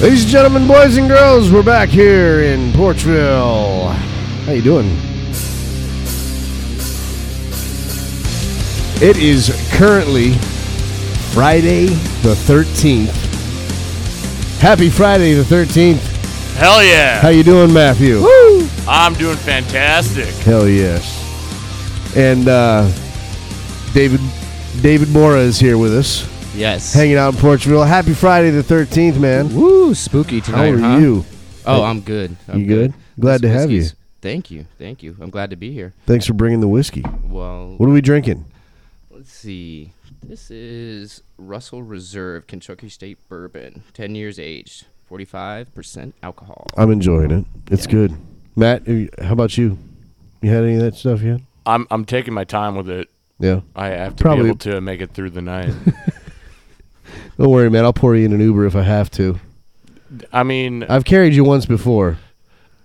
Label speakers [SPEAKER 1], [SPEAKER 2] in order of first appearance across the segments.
[SPEAKER 1] Ladies and gentlemen, boys and girls, we're back here in Porchville. How you doing? It is currently Friday the 13th. Happy Friday the 13th.
[SPEAKER 2] Hell
[SPEAKER 1] How
[SPEAKER 2] yeah!
[SPEAKER 1] you doing, Matthew? Woo!
[SPEAKER 2] I'm doing fantastic.
[SPEAKER 1] Hell yes. And uh, David David Mora is here with us,
[SPEAKER 3] Yes.
[SPEAKER 1] hanging out in Porchville. Happy Friday the 13th, man.
[SPEAKER 3] Woo, spooky
[SPEAKER 1] How
[SPEAKER 3] tonight.
[SPEAKER 1] are
[SPEAKER 3] huh?
[SPEAKER 1] you?
[SPEAKER 3] Oh, I'm good. I'm
[SPEAKER 1] You good? Glad
[SPEAKER 3] This
[SPEAKER 1] to have you.
[SPEAKER 3] whiskey's- Thank you. Thank you. I'm glad to be here.
[SPEAKER 1] Thanks for bringing the whiskey.
[SPEAKER 3] Well,
[SPEAKER 1] What are we drinking?
[SPEAKER 3] let's see. This is Russell Reserve Kentucky State Bourbon, 10 years aged, 45% alcohol.
[SPEAKER 1] I'm enjoying it. It's
[SPEAKER 3] Yeah.
[SPEAKER 1] good. Matt, are you- how about you? You had any of that stuff yet?
[SPEAKER 2] I'm I'm taking my time with it.
[SPEAKER 1] Yeah.
[SPEAKER 2] I have to
[SPEAKER 1] Probably-
[SPEAKER 2] be able to make it through the night.
[SPEAKER 1] Don't worry, man. I'll pour you in an Uber if I have to.
[SPEAKER 2] I mean,
[SPEAKER 1] I've carried you once before.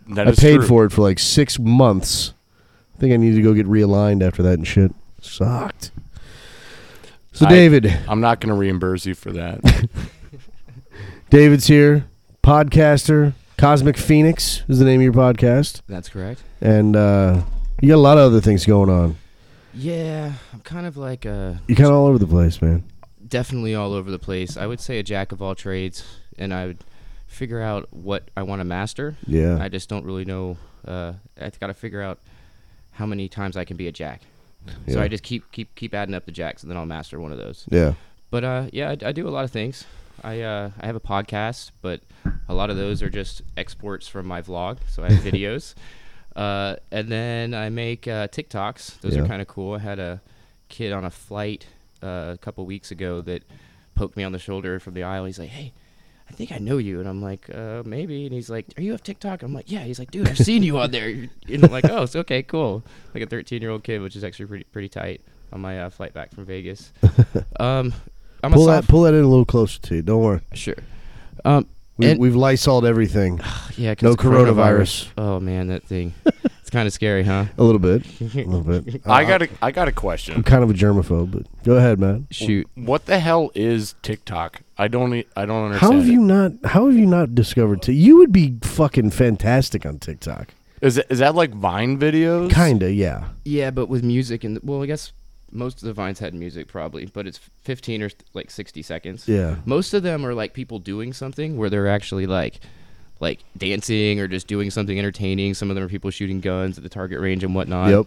[SPEAKER 2] that
[SPEAKER 1] I
[SPEAKER 2] is
[SPEAKER 1] paid
[SPEAKER 2] true.
[SPEAKER 1] for it for like six months. I think I need to go get realigned after that and shit. Sucked. So
[SPEAKER 2] I-
[SPEAKER 1] David,
[SPEAKER 2] I'm not going to reimburse you for
[SPEAKER 1] Uh,
[SPEAKER 2] that.
[SPEAKER 1] David's here, podcaster, Cosmic Phoenix is the name of your podcast,
[SPEAKER 3] That's correct.
[SPEAKER 1] and uh, you got a lot of other things going on.
[SPEAKER 3] Yeah, I'm kind of like uh
[SPEAKER 1] You're kind of all over the place, man.
[SPEAKER 3] definitely all over the place. I would say a jack of all trades and I would figure out what I want to master.
[SPEAKER 1] Yeah.
[SPEAKER 3] I just don't really know. Uh, I've got to figure out how many times I can be a jack. So
[SPEAKER 1] Yeah.
[SPEAKER 3] I just keep keep keep adding up the jacks, and then I'll master one of those.
[SPEAKER 1] yeah.
[SPEAKER 3] But uh, yeah, I, I do a lot of things. I uh, I have a podcast, but a lot of those are just exports from my vlog. So I have videos, uh, and then I make uh, TikToks. Those
[SPEAKER 1] Yeah.
[SPEAKER 3] are kind of cool. I had a kid on a flight uh, a couple weeks ago that poked me on the shoulder from the aisle. He's like, "Hey." I think I know you, and I'm like, uh, maybe. And he's like, "Are you off TikTok?" I'm like, "Yeah." He's like, "Dude, I've seen you on there." And I'm like, "Oh, it's okay, cool." Like a 13 year old kid, which is actually pretty pretty tight on my uh, flight back from Vegas. Um, I'm
[SPEAKER 1] Pull that
[SPEAKER 3] a soft,
[SPEAKER 1] pull that in a little closer to you. Don't worry.
[SPEAKER 3] sure. Um,
[SPEAKER 1] We,
[SPEAKER 3] And-
[SPEAKER 1] we've lysoled everything.
[SPEAKER 3] yeah, 'cause
[SPEAKER 1] No
[SPEAKER 3] it's
[SPEAKER 1] coronavirus.
[SPEAKER 3] Oh man, that thing. it's kind of scary, huh?
[SPEAKER 1] A little bit. A little bit.
[SPEAKER 2] I
[SPEAKER 1] Uh,
[SPEAKER 2] got a I got a
[SPEAKER 1] I'm
[SPEAKER 2] question.
[SPEAKER 1] kind of a germaphobe, but go ahead, man.
[SPEAKER 3] Shoot.
[SPEAKER 2] What the hell is TikTok? I don't e- I don't
[SPEAKER 1] How
[SPEAKER 2] understand.
[SPEAKER 1] have
[SPEAKER 2] it.
[SPEAKER 1] you not? How have you not discovered? T- you would be fucking fantastic on TikTok.
[SPEAKER 2] Is it, is that like Vine videos?
[SPEAKER 1] Kinda, yeah.
[SPEAKER 3] Yeah, but with music and well, I guess most of the vines had music probably, but it's 15 or like 60 seconds.
[SPEAKER 1] Yeah.
[SPEAKER 3] Most of them are like people doing something where they're actually like like dancing or just doing something entertaining. Some of them are people shooting guns at the target range and whatnot.
[SPEAKER 1] Yep.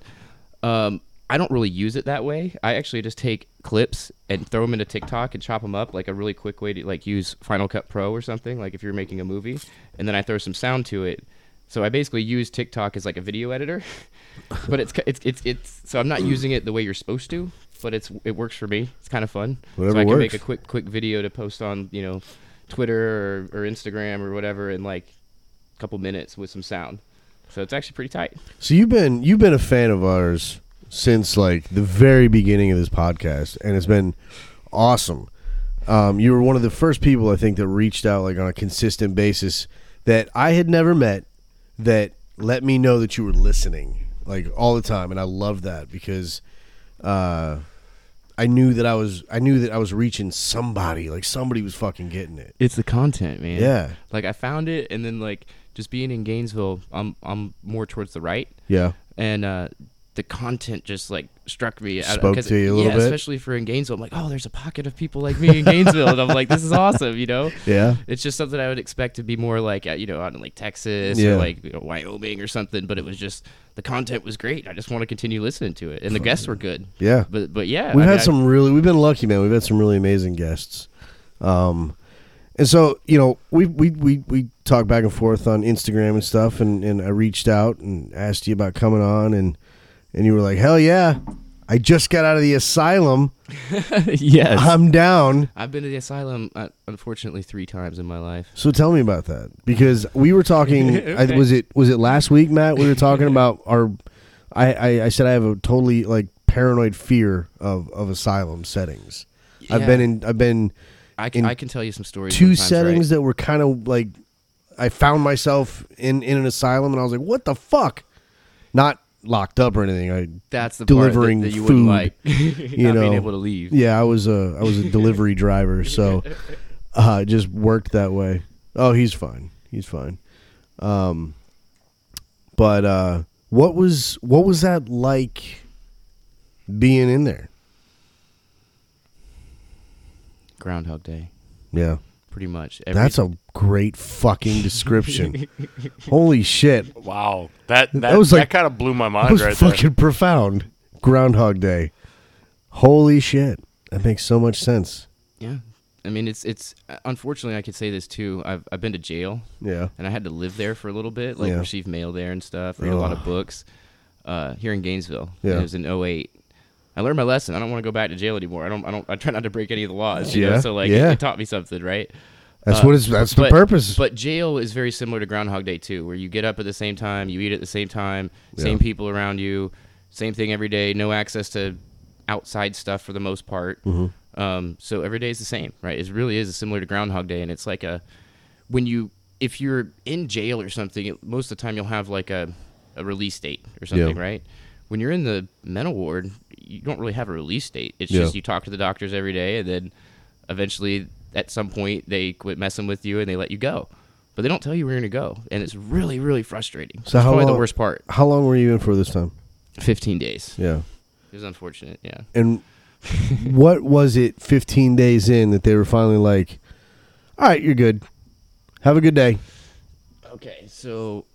[SPEAKER 3] Um, I don't really use it that way. I actually just take clips and throw them into TikTok and chop them up like a really quick way to like use Final Cut Pro or something. Like if you're making a movie, and then I throw some sound to it. So I basically use TikTok as like a video editor, but it's ki- it's it's it's so I'm not using it the way you're supposed to, but it's it works for me. It's kind of fun.
[SPEAKER 1] Whatever
[SPEAKER 3] so I can make
[SPEAKER 1] works.
[SPEAKER 3] a quick quick video to post on you know Twitter or, or Instagram or whatever in like a couple minutes with some sound. So it's actually pretty tight.
[SPEAKER 1] So you've been you've been a fan of ours since like the very beginning of this podcast, and it's been awesome. Um, you were one of the first people I think that reached out like on a consistent basis that I had never met that let me know that you were listening like all the time, and I love that because uh, I knew that I was I knew that I was reaching somebody like somebody was fucking getting it.
[SPEAKER 3] It's the content, man.
[SPEAKER 1] Yeah.
[SPEAKER 3] Like I found it, and then like just being in Gainesville, I'm I'm more towards the right,
[SPEAKER 1] Yeah,
[SPEAKER 3] and uh, the content just like struck me. out-
[SPEAKER 1] Spoke
[SPEAKER 3] 'cause-
[SPEAKER 1] to you a little
[SPEAKER 3] yeah,
[SPEAKER 1] bit?
[SPEAKER 3] especially for in Gainesville. I'm like, oh, there's a pocket of people like me in Gainesville, and I'm like, this is awesome, you know.
[SPEAKER 1] yeah.
[SPEAKER 3] It's just something I would expect to be more like, uh, you know, out in like Texas
[SPEAKER 1] Yeah.
[SPEAKER 3] or like you know, Wyoming or something. But it was just the content was great. I just want to continue listening to it, and the guests were good.
[SPEAKER 1] Yeah.
[SPEAKER 3] But but yeah, I
[SPEAKER 1] We've
[SPEAKER 3] mean,
[SPEAKER 1] had
[SPEAKER 3] I-
[SPEAKER 1] some really. We've been lucky, man. We've had some really amazing guests, um, and so you know, we we we we talk back and forth on Instagram and stuff, and and I reached out and asked you about coming on, and and you were like, hell yeah, I just got out of the asylum,
[SPEAKER 3] yes.
[SPEAKER 1] I'm down.
[SPEAKER 3] I've been to the asylum, uh, unfortunately, three times in my life.
[SPEAKER 1] So tell me about that because we were talking. I, was it was it last week, Matt? We were talking about our. I, I I said I have a totally like paranoid fear of of asylum settings. I've
[SPEAKER 3] Yeah.
[SPEAKER 1] been in. I've been.
[SPEAKER 3] I can,
[SPEAKER 1] in
[SPEAKER 3] I can tell you some stories.
[SPEAKER 1] two
[SPEAKER 3] sometimes, right?
[SPEAKER 1] settings that were kind of like I found myself in in an asylum and I was like, what the fuck? Not locked up or anything. I
[SPEAKER 3] That's the
[SPEAKER 1] delivering
[SPEAKER 3] part that, that you wouldn't
[SPEAKER 1] food,
[SPEAKER 3] like.
[SPEAKER 1] you
[SPEAKER 3] not
[SPEAKER 1] know.
[SPEAKER 3] being able to leave.
[SPEAKER 1] yeah, I was a I was a delivery driver, so uh, it just worked that way. Oh, he's fine. He's fine. Um, but uh, what was what was that like being in there?
[SPEAKER 3] Groundhog Day,
[SPEAKER 1] Yeah,
[SPEAKER 3] pretty much. Every,
[SPEAKER 1] that's a great fucking description. Holy shit!
[SPEAKER 2] Wow, that that,
[SPEAKER 1] was
[SPEAKER 2] that
[SPEAKER 1] like-
[SPEAKER 2] kind of blew my
[SPEAKER 1] That
[SPEAKER 2] mind
[SPEAKER 1] was
[SPEAKER 2] right
[SPEAKER 1] fucking profound. Groundhog Day. Holy shit! That makes so much sense.
[SPEAKER 3] yeah. I mean, it's it's unfortunately I could say this too. I've I've been to jail
[SPEAKER 1] Yeah.
[SPEAKER 3] and I had to live there for a little bit, like
[SPEAKER 1] Yeah.
[SPEAKER 3] receive mail there and stuff, read a lot of
[SPEAKER 1] Ugh.
[SPEAKER 3] books. Uh, here in Gainesville,
[SPEAKER 1] Yeah.
[SPEAKER 3] it was in 08. I learned my lesson. I don't want to go back to jail anymore. I don't. I don't. I try not to break any of the laws. You
[SPEAKER 1] Yeah,
[SPEAKER 3] Know? So like, it-
[SPEAKER 1] yeah.
[SPEAKER 3] it taught me something, right?
[SPEAKER 1] That's
[SPEAKER 3] Uh,
[SPEAKER 1] what it's. That's the
[SPEAKER 3] but-
[SPEAKER 1] purpose.
[SPEAKER 3] But jail is very similar to Groundhog Day too, where you get up at the same time, you eat at the same time, same
[SPEAKER 1] Yeah.
[SPEAKER 3] people around you, same thing every day. No access to outside stuff for the most part.
[SPEAKER 1] Mm-hmm.
[SPEAKER 3] Um, so every day is the same, right? It really is similar to Groundhog Day, and it's like a when you if you're in jail or something, it- most of the time you'll have like a a release date or something, right? When you're in the mental ward, you don't really have a release date. It's
[SPEAKER 1] Yeah.
[SPEAKER 3] just you talk to the doctors every day, and then eventually at some point they quit messing with you and they let you go. But they don't tell you where you're gonna go, and it's really, really
[SPEAKER 1] So
[SPEAKER 3] frustrating. it's
[SPEAKER 1] how
[SPEAKER 3] probably
[SPEAKER 1] long-
[SPEAKER 3] the worst part.
[SPEAKER 1] How long were you in for this time?
[SPEAKER 3] Fifteen days.
[SPEAKER 1] Yeah.
[SPEAKER 3] It was unfortunate. Yeah.
[SPEAKER 1] And what was it 15 days in that they were finally like, all right, you're good. Have a good day.
[SPEAKER 3] Okay, so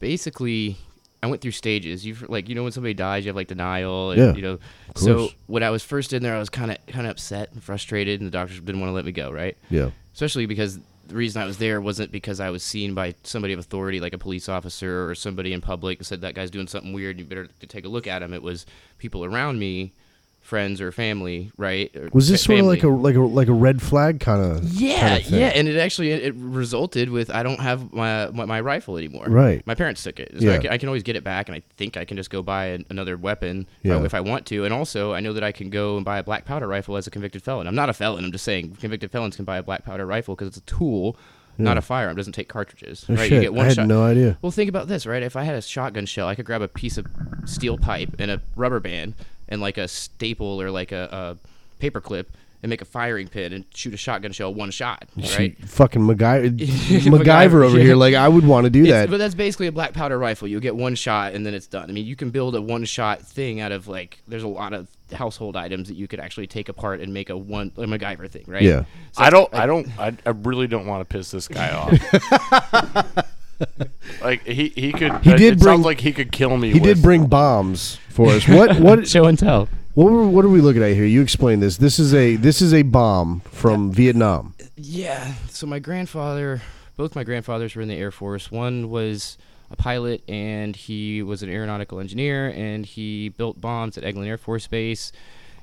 [SPEAKER 3] basically, I went through stages. You like you know when somebody dies, you have like denial. And,
[SPEAKER 1] Yeah,
[SPEAKER 3] You know. So
[SPEAKER 1] course.
[SPEAKER 3] when I was first in there, I was kind of kind of upset and frustrated, and the doctors didn't want to let me go. Right.
[SPEAKER 1] Yeah.
[SPEAKER 3] Especially because the reason I was there wasn't because I was seen by somebody of authority, like a police officer or somebody in public, and said that guy's doing something weird. You better take a look at him. It was people around me, friends or family. Right. or
[SPEAKER 1] Was
[SPEAKER 3] fa-
[SPEAKER 1] this sort of
[SPEAKER 3] family.
[SPEAKER 1] like a like a like a red flag kind of?
[SPEAKER 3] Yeah, yeah, and it actually it, it resulted with I don't have my, my my rifle anymore.
[SPEAKER 1] Right.
[SPEAKER 3] my parents took it, so
[SPEAKER 1] Yeah.
[SPEAKER 3] I, can, I can always get it back, and I think I can just go buy an, another weapon uh, if I-
[SPEAKER 1] Yeah.
[SPEAKER 3] if I want to. And also, I know that I can go and buy a black powder rifle as a convicted felon. I'm not a felon. I'm just saying convicted felons can buy a black powder rifle because it's a tool, not a firearm. It doesn't take cartridges.
[SPEAKER 1] Oh,
[SPEAKER 3] right,
[SPEAKER 1] shit.
[SPEAKER 3] you get one
[SPEAKER 1] I had
[SPEAKER 3] shot.
[SPEAKER 1] no idea.
[SPEAKER 3] Well, think about this, right? If I had a shotgun shell, I could grab a piece of steel pipe and a rubber band and like a staple or like a, a paper clip and make a firing pin and shoot a shotgun shell one shot, right?
[SPEAKER 1] Shoot, fucking MacGyver, MacGyver
[SPEAKER 3] MacGyver,
[SPEAKER 1] over
[SPEAKER 3] yeah.
[SPEAKER 1] here. Like I would want to do
[SPEAKER 3] It's-
[SPEAKER 1] that.
[SPEAKER 3] but that's basically a black powder rifle. You get one shot and then it's done. I mean, you can build a one shot thing out of like there's a lot of household items that you could actually take apart and make a one a MacGyver thing, right?
[SPEAKER 1] Yeah.
[SPEAKER 2] there. I don't. I don't. I, I really don't want to piss this guy off. like he he could.
[SPEAKER 1] He
[SPEAKER 2] it-
[SPEAKER 1] did
[SPEAKER 2] it
[SPEAKER 1] bring-
[SPEAKER 2] sounds like he could kill me.
[SPEAKER 1] He did
[SPEAKER 2] with-
[SPEAKER 1] bring bombs for us. What what
[SPEAKER 3] Show and tell.
[SPEAKER 1] what were, what are we looking at here? You explain this. This is a this is a bomb from Vietnam.
[SPEAKER 3] Yeah. So my grandfather, both my grandfathers were in the Air Force. One was a pilot and he was an aeronautical engineer and he built bombs at Eglin Air Force Base.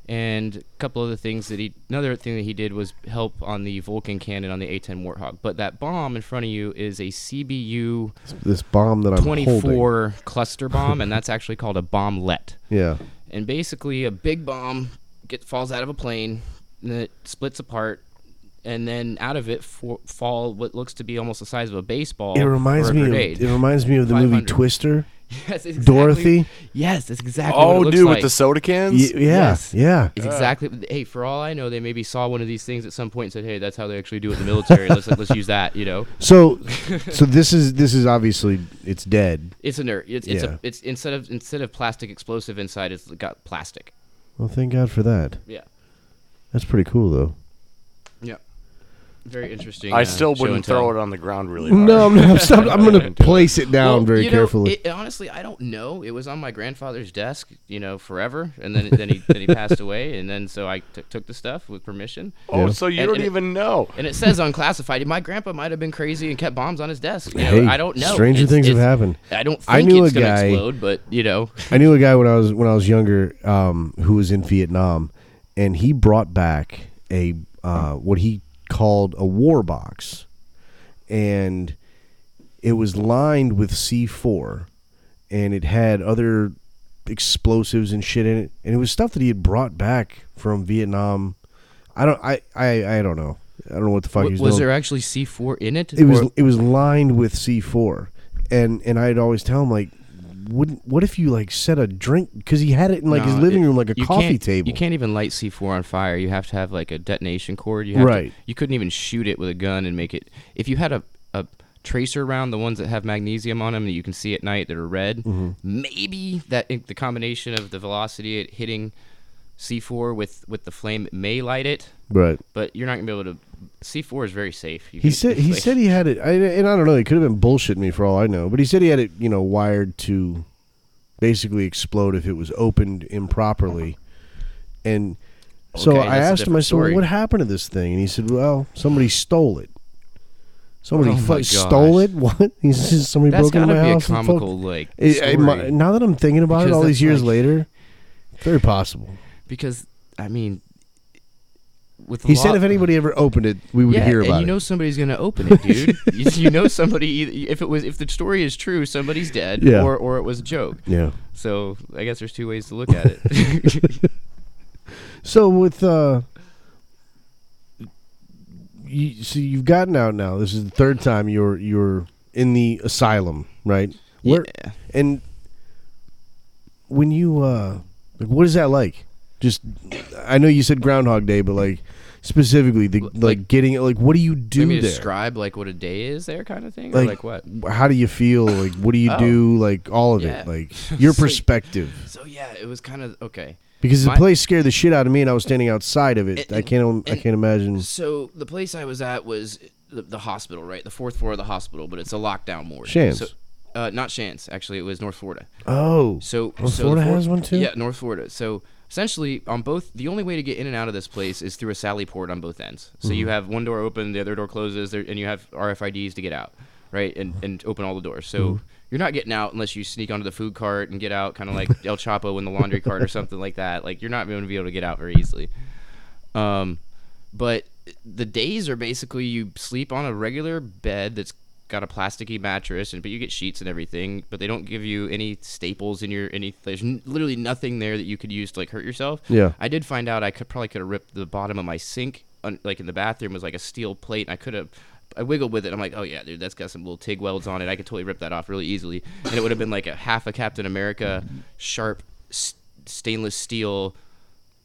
[SPEAKER 3] And a couple other things that he, another thing that he did was help on the Vulcan cannon on the A-10 Warthog. But that bomb in front of you is a CBU
[SPEAKER 1] This bomb that I'm holding.
[SPEAKER 3] 24 cluster bomb, and that's actually called a bomblet
[SPEAKER 1] Yeah.
[SPEAKER 3] and basically a big bomb get, falls out of a plane and it splits apart and then out of it for, fall what looks to be almost the size of a baseball
[SPEAKER 1] It reminds
[SPEAKER 3] or a
[SPEAKER 1] me. Of,
[SPEAKER 3] grenade.
[SPEAKER 1] it reminds me of the movie
[SPEAKER 3] 500.
[SPEAKER 1] Twister.
[SPEAKER 3] yes, that's exactly-
[SPEAKER 1] Dorothy?
[SPEAKER 3] yes that's exactly what it
[SPEAKER 2] Oh,
[SPEAKER 3] looks
[SPEAKER 2] dude,
[SPEAKER 3] like.
[SPEAKER 2] with the soda
[SPEAKER 1] Y-
[SPEAKER 2] cans.
[SPEAKER 1] yeah.
[SPEAKER 3] Yes.
[SPEAKER 1] Yeah.
[SPEAKER 3] it's exactly hey for all i know they maybe saw one of these things at some point and said hey that's how they actually do it in the military let's let's use that you know
[SPEAKER 1] So, so this is this is obviously it's dead.
[SPEAKER 3] it's inert it's it's,
[SPEAKER 1] Yeah.
[SPEAKER 3] a, it's instead of instead of plastic explosive inside it's got plastic
[SPEAKER 1] Well, thank God for that.
[SPEAKER 3] yeah
[SPEAKER 1] That's pretty cool, though.
[SPEAKER 3] yeah very interesting
[SPEAKER 2] I
[SPEAKER 3] uh,
[SPEAKER 2] still
[SPEAKER 3] show
[SPEAKER 2] wouldn't
[SPEAKER 3] and tell.
[SPEAKER 2] throw it on the ground really hard.
[SPEAKER 1] No, I'm, not, stop, I'm gonna place it down
[SPEAKER 3] Well,
[SPEAKER 1] very
[SPEAKER 3] you know,
[SPEAKER 1] carefully.
[SPEAKER 3] it- honestly, I don't know. It was on my grandfather's desk, you know, forever, and then then he then he passed away, and then so I took took the stuff with permission.
[SPEAKER 2] Oh,
[SPEAKER 1] Yeah.
[SPEAKER 2] so you
[SPEAKER 3] And-
[SPEAKER 2] don't
[SPEAKER 3] and it-
[SPEAKER 2] even know.
[SPEAKER 3] And it says unclassified. My grandpa might have been crazy and kept bombs on his desk. You know,
[SPEAKER 1] Hey,
[SPEAKER 3] I don't know.
[SPEAKER 1] stranger
[SPEAKER 3] It's-
[SPEAKER 1] things have
[SPEAKER 3] it's-
[SPEAKER 1] happened.
[SPEAKER 3] I don't think
[SPEAKER 1] I knew
[SPEAKER 3] it's
[SPEAKER 1] a
[SPEAKER 3] gonna
[SPEAKER 1] guy-
[SPEAKER 3] explode, but you know,
[SPEAKER 1] I knew a guy when I was when I was younger um, who was in Vietnam, and he brought back a uh, what he called a war box, and it was lined with C4, and it had other explosives and shit in it, and it was stuff that he had brought back from Vietnam. I don't I I, I don't know. I don't know what the fuck he
[SPEAKER 3] w-
[SPEAKER 1] was,
[SPEAKER 3] was
[SPEAKER 1] doing
[SPEAKER 3] there actually C four in it?
[SPEAKER 1] it was
[SPEAKER 3] Or-
[SPEAKER 1] it was lined with C4 and and I'd always tell him like wouldn't. What if you like set a drink because he had it in like his
[SPEAKER 3] No,
[SPEAKER 1] living
[SPEAKER 3] it-
[SPEAKER 1] room, like a
[SPEAKER 3] you
[SPEAKER 1] coffee
[SPEAKER 3] can't-
[SPEAKER 1] table.
[SPEAKER 3] You can't even light C4 on fire. You have to have like a detonation cord. You have to-
[SPEAKER 1] Right.
[SPEAKER 3] you couldn't even shoot it with a gun and make it. If you had a, a tracer round, the ones that have magnesium on them that you can see at night that are red,
[SPEAKER 1] Mm-hmm.
[SPEAKER 3] maybe that the combination of the velocity it hitting C4 with with the flame may light it,
[SPEAKER 1] Right.
[SPEAKER 3] but you're not gonna be able to. C4 is very safe. You
[SPEAKER 1] He
[SPEAKER 3] can-
[SPEAKER 1] said he
[SPEAKER 3] like-
[SPEAKER 1] said he had it, I, and I don't know. He could have been bullshitting me for all I know, but he said he had it, you know, wired to basically explode if it was opened improperly. And so
[SPEAKER 3] Okay,
[SPEAKER 1] I
[SPEAKER 3] that's a
[SPEAKER 1] asked him, I
[SPEAKER 3] different
[SPEAKER 1] said, well,
[SPEAKER 3] story.
[SPEAKER 1] "What happened to this thing?" And he said, "Well, somebody stole it. Somebody
[SPEAKER 3] Oh my
[SPEAKER 1] fu-
[SPEAKER 3] gosh.
[SPEAKER 1] stole it. What?" He says, "Somebody
[SPEAKER 3] That's
[SPEAKER 1] broke into
[SPEAKER 3] gotta
[SPEAKER 1] my
[SPEAKER 3] be a
[SPEAKER 1] house." and fuck-
[SPEAKER 3] comical like
[SPEAKER 1] It- it
[SPEAKER 3] story.
[SPEAKER 1] mi- now that I'm thinking about it,
[SPEAKER 3] Because
[SPEAKER 1] all
[SPEAKER 3] that's
[SPEAKER 1] these years
[SPEAKER 3] like-
[SPEAKER 1] later, very possible.
[SPEAKER 3] because I mean, with
[SPEAKER 1] He
[SPEAKER 3] law-
[SPEAKER 1] said if anybody ever opened it, we would
[SPEAKER 3] yeah,
[SPEAKER 1] hear
[SPEAKER 3] and
[SPEAKER 1] about
[SPEAKER 3] you know
[SPEAKER 1] it.
[SPEAKER 3] somebody's gonna open it, dude. you, you know somebody. If it was, if the story is true, somebody's dead,
[SPEAKER 1] Yeah.
[SPEAKER 3] or or it was a joke.
[SPEAKER 1] Yeah.
[SPEAKER 3] So I guess there's two ways to look at it.
[SPEAKER 1] So with uh you so you've gotten out now. This is the third time you're you're in the asylum, right? Where
[SPEAKER 3] Yeah.
[SPEAKER 1] and when you uh like what is that like? Just I know you said groundhog day, but like specifically the like,
[SPEAKER 3] like-
[SPEAKER 1] getting like what do you
[SPEAKER 3] Do
[SPEAKER 1] do
[SPEAKER 3] me
[SPEAKER 1] there?
[SPEAKER 3] describe like what a day is there, kind of thing, or
[SPEAKER 1] Like-
[SPEAKER 3] like what?
[SPEAKER 1] How do you feel? Like what do you
[SPEAKER 3] Oh.
[SPEAKER 1] do? Like all of
[SPEAKER 3] Yeah.
[SPEAKER 1] it. Like your
[SPEAKER 3] So-
[SPEAKER 1] perspective.
[SPEAKER 3] So yeah, it was kind of okay.
[SPEAKER 1] Because the
[SPEAKER 3] My-
[SPEAKER 1] place scared the shit out of me and I was standing outside of it.
[SPEAKER 3] And-
[SPEAKER 1] I can't I
[SPEAKER 3] and-
[SPEAKER 1] can't imagine
[SPEAKER 3] So the place I was at was the, the hospital, right? The fourth floor of the hospital, but it's a lockdown ward.
[SPEAKER 1] Shands.
[SPEAKER 3] So, uh, not Chance, actually, it was North Florida.
[SPEAKER 1] Oh.
[SPEAKER 3] So
[SPEAKER 1] North
[SPEAKER 3] so the
[SPEAKER 1] Florida
[SPEAKER 3] four-
[SPEAKER 1] has one too?
[SPEAKER 3] Yeah, North Florida. So essentially, on both, the only way to get in and out of this place is through a sally port on both ends. So
[SPEAKER 1] Mm-hmm.
[SPEAKER 3] you have one door open, the other door closes, there, and you have RFIDs to get out, right? And and open all the doors. So
[SPEAKER 1] Mm-hmm.
[SPEAKER 3] you're not getting out unless you sneak onto the food cart and get out, kind of like El Chapo in the laundry cart or something like that. Like you're not going to be able to get out very easily. Um, but the days are basically you sleep on a regular bed that's got a plasticky mattress, and but you get sheets and everything. But they don't give you any staples in your any. There's n- literally nothing there that you could use to like hurt yourself.
[SPEAKER 1] Yeah.
[SPEAKER 3] I did find out I could probably could have ripped the bottom of my sink, un, like in the bathroom, was like a steel plate, and I could have. I wiggled with it. I'm like, oh yeah, dude, that's got some little TIG welds on it. I could totally rip that off really easily, and it would have been like a half a Captain America sharp s- stainless steel,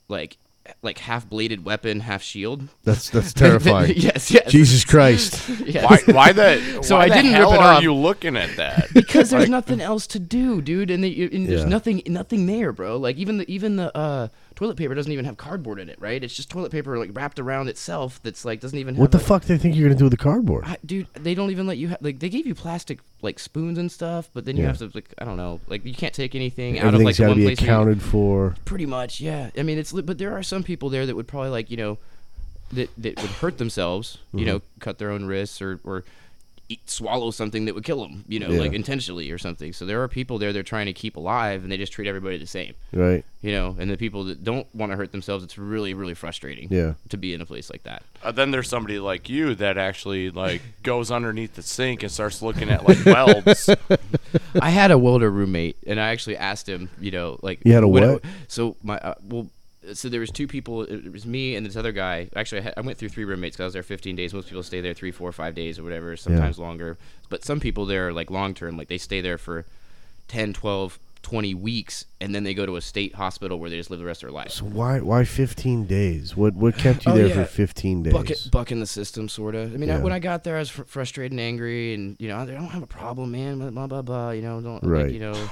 [SPEAKER 3] like like half bladed weapon, half shield.
[SPEAKER 1] That's that's terrifying.
[SPEAKER 3] yes, yes.
[SPEAKER 1] Jesus Christ.
[SPEAKER 3] Yes.
[SPEAKER 2] Why? Why the?
[SPEAKER 3] So
[SPEAKER 2] why
[SPEAKER 3] I
[SPEAKER 2] the
[SPEAKER 3] didn't rip
[SPEAKER 2] hell
[SPEAKER 3] it
[SPEAKER 2] are
[SPEAKER 3] off.
[SPEAKER 2] you looking at that?
[SPEAKER 3] because there's nothing else to do, dude, and, the, and there's
[SPEAKER 1] Yeah.
[SPEAKER 3] nothing nothing there, bro. Like even the even the uh, toilet paper doesn't even have cardboard in it, right? It's just toilet paper like wrapped around itself. That's like doesn't even. Have
[SPEAKER 1] What the
[SPEAKER 3] a-
[SPEAKER 1] fuck do they think you're gonna do with the cardboard?
[SPEAKER 3] I, dude, they don't even let you ha- like they gave you plastic like spoons and stuff, but then you
[SPEAKER 1] Yeah.
[SPEAKER 3] have to like I don't know, like you can't take anything out of
[SPEAKER 1] Everything's
[SPEAKER 3] like the
[SPEAKER 1] gotta
[SPEAKER 3] one
[SPEAKER 1] be
[SPEAKER 3] place. where you-
[SPEAKER 1] accounted for.
[SPEAKER 3] Pretty much, yeah. I mean, it's li- but there are some people there that would probably like you know that that would hurt themselves, you know,
[SPEAKER 1] Mm-hmm.
[SPEAKER 3] cut their own wrists or or eat, swallow something that would kill them, you know,
[SPEAKER 1] Yeah.
[SPEAKER 3] like intentionally or something. So there are people there they're trying to keep alive, and they just treat everybody the same,
[SPEAKER 1] Right.
[SPEAKER 3] you know. And the people that don't want to hurt themselves, it's really really frustrating.
[SPEAKER 1] Yeah.
[SPEAKER 3] To be in a place like that.
[SPEAKER 2] Uh, then there's somebody like you that actually like goes underneath the sink and starts looking at like welds.
[SPEAKER 3] I had a welder roommate, and I actually asked him, you know, like
[SPEAKER 1] You had a
[SPEAKER 3] when I-
[SPEAKER 1] what?
[SPEAKER 3] so my uh, well, so there was two people. It was me and this other guy. Actually, I, had, I went through three roommates because I was there 15 days. Most people stay there three, four, five days or whatever, sometimes longer. But some people there are like long term, like they stay there for 10, 12, 20 weeks, and then they go to a state hospital where they just live the rest of their lives.
[SPEAKER 1] So why why fifteen days? What what kept you
[SPEAKER 3] Oh,
[SPEAKER 1] there
[SPEAKER 3] yeah.
[SPEAKER 1] for fifteen days?
[SPEAKER 3] Bucket, bucking the system, sort of. I mean, I,
[SPEAKER 1] Yeah.
[SPEAKER 3] when I got there, I was fr- frustrated and angry, and you know, I I don't have a problem, man. Blah blah blah. blah you know, don't
[SPEAKER 1] Right.
[SPEAKER 3] like, you know.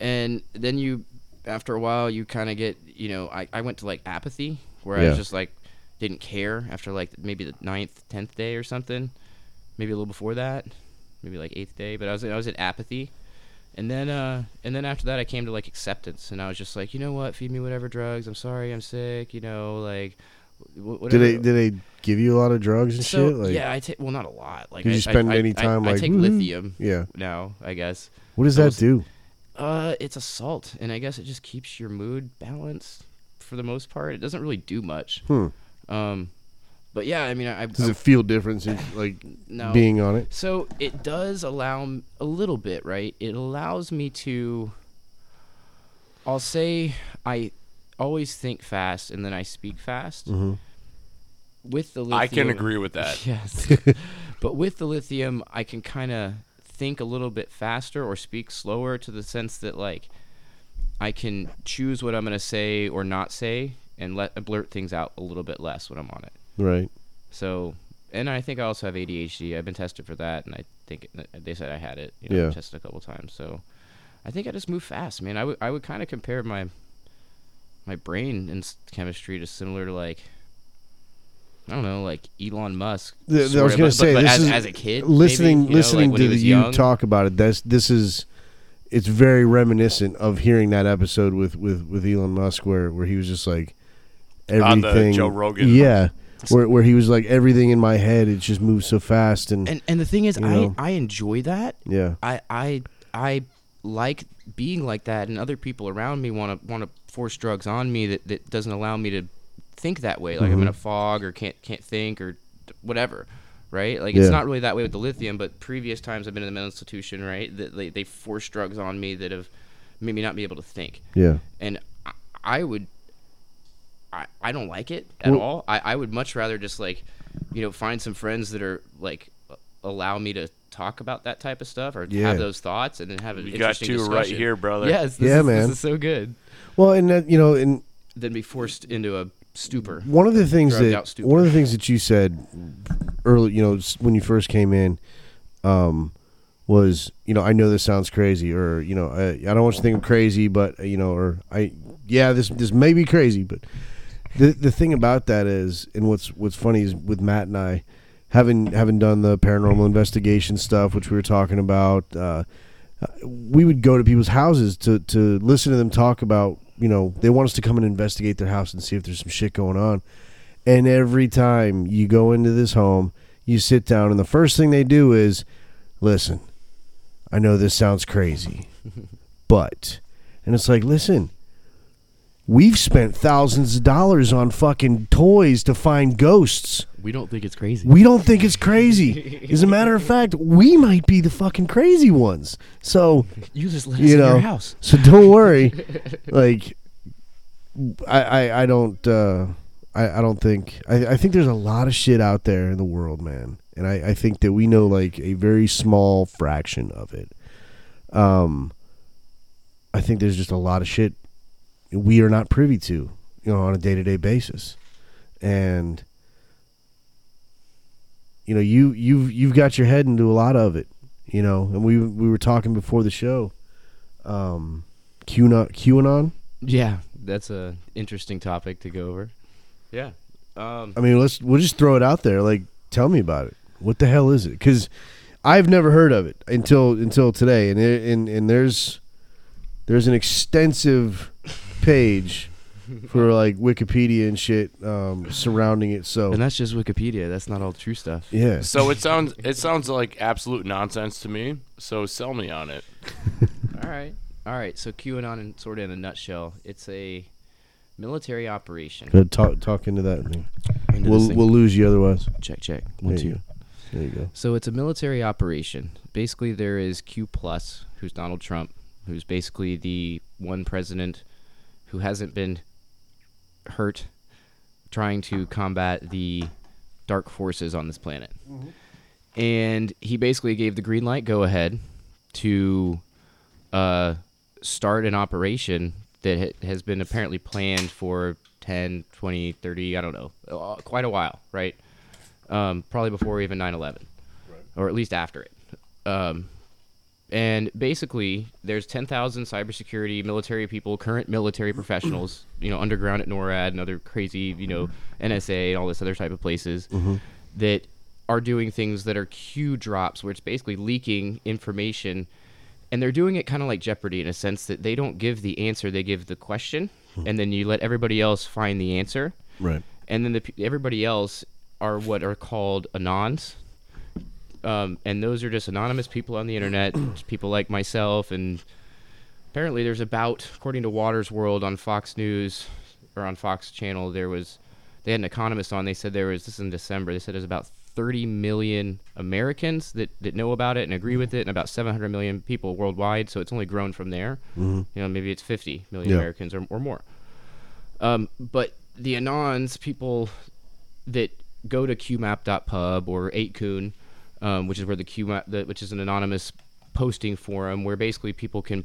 [SPEAKER 3] And then you, after a while, you kind of get, you know, I, I went to like apathy, where I
[SPEAKER 1] Yeah.
[SPEAKER 3] was just like, didn't care after like maybe the ninth, tenth day or something, maybe a little before that, maybe like eighth day. But I was I was at apathy, and then uh and then after that I came to like acceptance and I was just like, you know what, feed me whatever drugs. I'm sorry, I'm sick, you know, like wh-
[SPEAKER 1] Did
[SPEAKER 3] whatever.
[SPEAKER 1] they did they give you a lot of drugs and
[SPEAKER 3] so
[SPEAKER 1] shit? Like
[SPEAKER 3] yeah, I take well not a lot. Like
[SPEAKER 1] did
[SPEAKER 3] I,
[SPEAKER 1] you spend
[SPEAKER 3] I,
[SPEAKER 1] any
[SPEAKER 3] I-
[SPEAKER 1] time
[SPEAKER 3] I,
[SPEAKER 1] like
[SPEAKER 3] I take
[SPEAKER 1] "Woo-hoo"?
[SPEAKER 3] lithium
[SPEAKER 1] Yeah.
[SPEAKER 3] now, I guess.
[SPEAKER 1] What does
[SPEAKER 3] I
[SPEAKER 1] that
[SPEAKER 3] was-
[SPEAKER 1] do?
[SPEAKER 3] Uh it's a salt and I guess it just keeps your mood balanced for the most part. It doesn't really do much.
[SPEAKER 1] Hmm.
[SPEAKER 3] Um but yeah, I mean I, I
[SPEAKER 1] Does it feel different since like
[SPEAKER 3] no.
[SPEAKER 1] being on it?
[SPEAKER 3] So it does allow m- a little bit, right? It allows me to. I'll say I always think fast and then I speak fast.
[SPEAKER 1] Mm-hmm.
[SPEAKER 3] With the lithium,
[SPEAKER 2] I can agree with that.
[SPEAKER 3] Yes, but with the lithium, I can kind of think a little bit faster or speak slower to the sense that like I can choose what I'm gonna say or not say and let blurt things out a little bit less when I'm on it.
[SPEAKER 1] Right.
[SPEAKER 3] So, and I think I also have ADHD. I've been tested for that, and I think it, uh, they said I had it. You know,
[SPEAKER 1] Yeah.
[SPEAKER 3] Tested a couple times. So, I think I just move fast, man. I would I would kind of compare my my brain and s- chemistry to similar to like. I don't know, like Elon Musk.
[SPEAKER 1] Th- th- I
[SPEAKER 3] sort
[SPEAKER 1] was
[SPEAKER 3] of,
[SPEAKER 1] gonna
[SPEAKER 3] but-
[SPEAKER 1] say
[SPEAKER 3] but,
[SPEAKER 1] this
[SPEAKER 3] as,
[SPEAKER 1] is
[SPEAKER 3] as a kid,
[SPEAKER 1] listening
[SPEAKER 3] maybe, you know,
[SPEAKER 1] listening
[SPEAKER 3] like when
[SPEAKER 1] to
[SPEAKER 3] he
[SPEAKER 1] the,
[SPEAKER 3] was
[SPEAKER 1] you
[SPEAKER 3] young.
[SPEAKER 1] talk about it. That's this is it's very reminiscent of hearing that episode with with with Elon Musk where where he was just like
[SPEAKER 2] On the
[SPEAKER 1] everything
[SPEAKER 2] Joe Rogan.
[SPEAKER 1] Yeah. Where, where he was like everything in my head it just moves so fast and,
[SPEAKER 3] And and the thing is,
[SPEAKER 1] You
[SPEAKER 3] I
[SPEAKER 1] know.
[SPEAKER 3] I enjoy that.
[SPEAKER 1] yeah
[SPEAKER 3] I I I like being like that, and other people around me want to want to force drugs on me that, that doesn't allow me to think that way. Like I'm
[SPEAKER 1] Mm-hmm.
[SPEAKER 3] in a fog or can't can't think or whatever, right? Like
[SPEAKER 1] Yeah.
[SPEAKER 3] it's not really that way with the lithium, but previous times I've been in the mental institution, right? That they they force drugs on me that have made me not be able to think,
[SPEAKER 1] yeah
[SPEAKER 3] and I, I would. I, I don't like it at
[SPEAKER 1] Well-
[SPEAKER 3] all. I, I would much rather just like, you know, find some friends that are like allow me to talk about that type of stuff or
[SPEAKER 1] Yeah.
[SPEAKER 3] have those thoughts and then have an
[SPEAKER 2] You got
[SPEAKER 3] interesting
[SPEAKER 2] two
[SPEAKER 3] discussion.
[SPEAKER 2] right here, brother.
[SPEAKER 3] Yes, this
[SPEAKER 1] Yeah,
[SPEAKER 3] is,
[SPEAKER 1] man.
[SPEAKER 3] This is so good.
[SPEAKER 1] well and that, you know and
[SPEAKER 3] Then be forced into a stupor.
[SPEAKER 1] one of the things
[SPEAKER 3] Drugged
[SPEAKER 1] that
[SPEAKER 3] out stupor.
[SPEAKER 1] one of the things that you said early, you know, s- when you first came in, um, was you know I know this sounds crazy, or you know I, I don't want you to think I'm crazy, but uh, you know, or I yeah this this may be crazy, but the the thing about that is, and what's what's funny is with Matt and I having having done the paranormal investigation stuff, which we were talking about. Uh, we would go to people's houses to to listen to them talk about you know they want us to come and investigate their house and see if there's some shit going on and every time you go into this home you sit down and the first thing they do is listen i know this sounds crazy but and it's like listen we've spent thousands of dollars on fucking toys to find ghosts
[SPEAKER 3] We don't think it's crazy.
[SPEAKER 1] we don't think it's crazy as a matter of fact we might be the fucking crazy ones so
[SPEAKER 3] You just let us
[SPEAKER 1] you
[SPEAKER 3] in
[SPEAKER 1] know
[SPEAKER 3] your house.
[SPEAKER 1] so don't worry like I, I i don't uh i i don't think I, I think there's a lot of shit out there in the world man and i i think that we know like a very small fraction of it um i think there's just a lot of shit we are not privy to you know on a day-to-day basis and you know you you've you've got your head into a lot of it you know and we we were talking before the show um qanon qanon
[SPEAKER 3] Yeah, that's a interesting topic to go over. Yeah. Um,
[SPEAKER 1] i mean let's we'll just throw it out there like tell me about it what the hell is it because i've never heard of it until until today and it, and and there's there's an extensive page for like wikipedia and shit um surrounding it so
[SPEAKER 3] and that's just Wikipedia. That's not all true stuff.
[SPEAKER 1] yeah
[SPEAKER 2] So it sounds it sounds like absolute nonsense to me. So sell me on it.
[SPEAKER 3] All right. All right. So QAnon, and sort of in a nutshell, it's a military operation.
[SPEAKER 1] Go talk talk into that thing.
[SPEAKER 3] Into this
[SPEAKER 1] we'll
[SPEAKER 3] thing.
[SPEAKER 1] we'll lose you otherwise
[SPEAKER 3] check, check. One,
[SPEAKER 1] there you
[SPEAKER 3] two.
[SPEAKER 1] go. there you go
[SPEAKER 3] So it's a military operation. Basically, there is Q plus, who's Donald Trump, who's basically the one president who hasn't been hurt trying to combat the dark forces on this planet. And he basically gave the green light go ahead to uh, start an operation that ha- has been apparently planned for 10, 20, 30, I don't know, uh, quite a while, right? Um, probably before even 9 11, or at least after it. Um, and basically, there's 10,000 cybersecurity military people, current military professionals, you know, underground at NORAD and other crazy, you know, NSA and all this other type of places that are doing things that are Q drops, where it's basically leaking information. And they're doing it kind of like Jeopardy in a sense that they don't give the answer, they give the question, and then you let everybody else find the answer
[SPEAKER 1] right
[SPEAKER 3] and then the, pe- everybody else are what are called anons um, and those are just anonymous people on the internet just people like myself and apparently there's about according to waters world on fox news or on fox channel there was they had an economist on they said there was this is in december they said there's about 30 million americans that, that know about it and agree with it and about 700 million people worldwide so it's only grown from there you know maybe it's 50 million
[SPEAKER 1] Yeah.
[SPEAKER 3] americans or, or more um, but the Anons, people that go to qmap.pub or 8kun, um, which is where the qmap, the, which is an anonymous posting forum where basically people can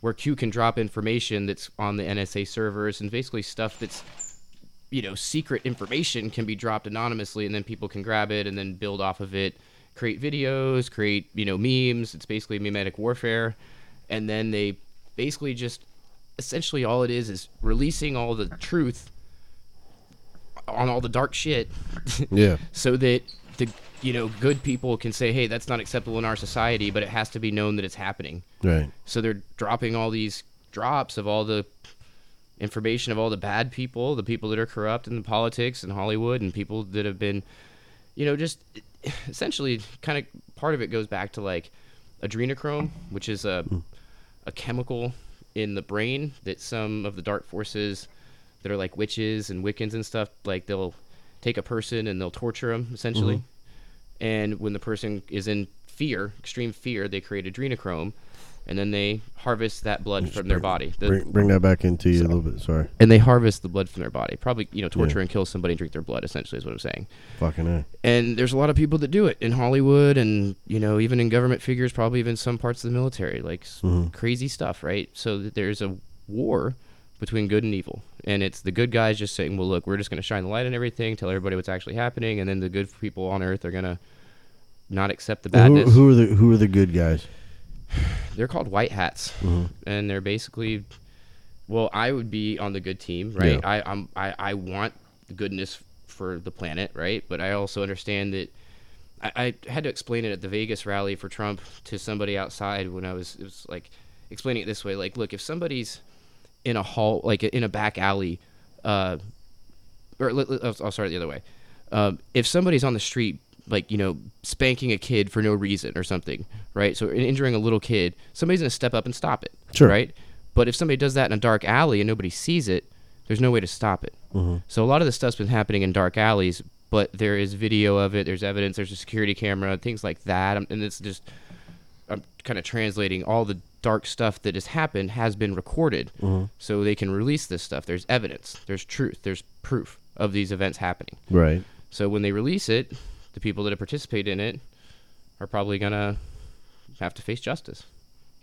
[SPEAKER 3] where Q can drop information that's on the NSA servers and basically stuff that's you know secret information can be dropped anonymously and then people can grab it and then build off of it create videos create you know memes it's basically memetic warfare and then they basically just essentially all it is is releasing all the truth on all the dark shit
[SPEAKER 1] Yeah.
[SPEAKER 3] so that the you know good people can say hey that's not acceptable in our society but it has to be known that it's happening
[SPEAKER 1] Right.
[SPEAKER 3] so they're dropping all these drops of all the information of all the bad people, the people that are corrupt in the politics and Hollywood, and people that have been, you know, just essentially kind of part of it goes back to like adrenochrome, which is a a chemical in the brain that some of the dark forces that are like witches and Wiccans and stuff, like they'll take a person and they'll torture them essentially. And when the person is in fear, extreme fear, they create adrenochrome, and then they harvest that blood from their body. The-
[SPEAKER 1] Bring, bring that back into you a little bit. Sorry.
[SPEAKER 3] and they harvest the blood from their body. Probably, you know, torture and kill somebody and drink their blood. Essentially, is what I'm saying.
[SPEAKER 1] Fucking A.
[SPEAKER 3] And there's a lot of people that do it in Hollywood, and you know, even in government figures, probably even some parts of the military, like s
[SPEAKER 1] Mm-hmm.
[SPEAKER 3] crazy stuff, right? So that there's a war between good and evil, and it's the good guys just saying, "Well, look, we're just going to shine the light on everything, tell everybody what's actually happening," and then the good people on Earth are going to not accept the
[SPEAKER 1] Who,
[SPEAKER 3] badness.
[SPEAKER 1] who are the Who are the good guys?
[SPEAKER 3] They're called white hats, and they're basically, well, I would be on the good team, right?
[SPEAKER 1] Yeah.
[SPEAKER 3] I, I'm, I, I want goodness for the planet, right? But I also understand that. I, I had to explain it at the Vegas rally for Trump to somebody outside when I was, it was like explaining it this way, like, look, if somebody's in a hall, like in a back alley, uh, or let, let- I'll I'll start it the other way. Um, if somebody's on the street, like you know, spanking a kid for no reason or something, right? So in- injuring a little kid, somebody's gonna step up and stop it,
[SPEAKER 1] Sure.
[SPEAKER 3] right? But if somebody does that in a dark alley and nobody sees it, there's no way to stop it. So a lot of this stuff's been happening in dark alleys, but there is video of it. There's evidence. There's a security camera, things like that, Um, and it's just I'm kind of translating all the dark stuff that has happened has been recorded so they can release this stuff there's evidence there's truth there's proof of these events happening
[SPEAKER 1] Right.
[SPEAKER 3] so when they release it the people that have participated in it are probably gonna have to face justice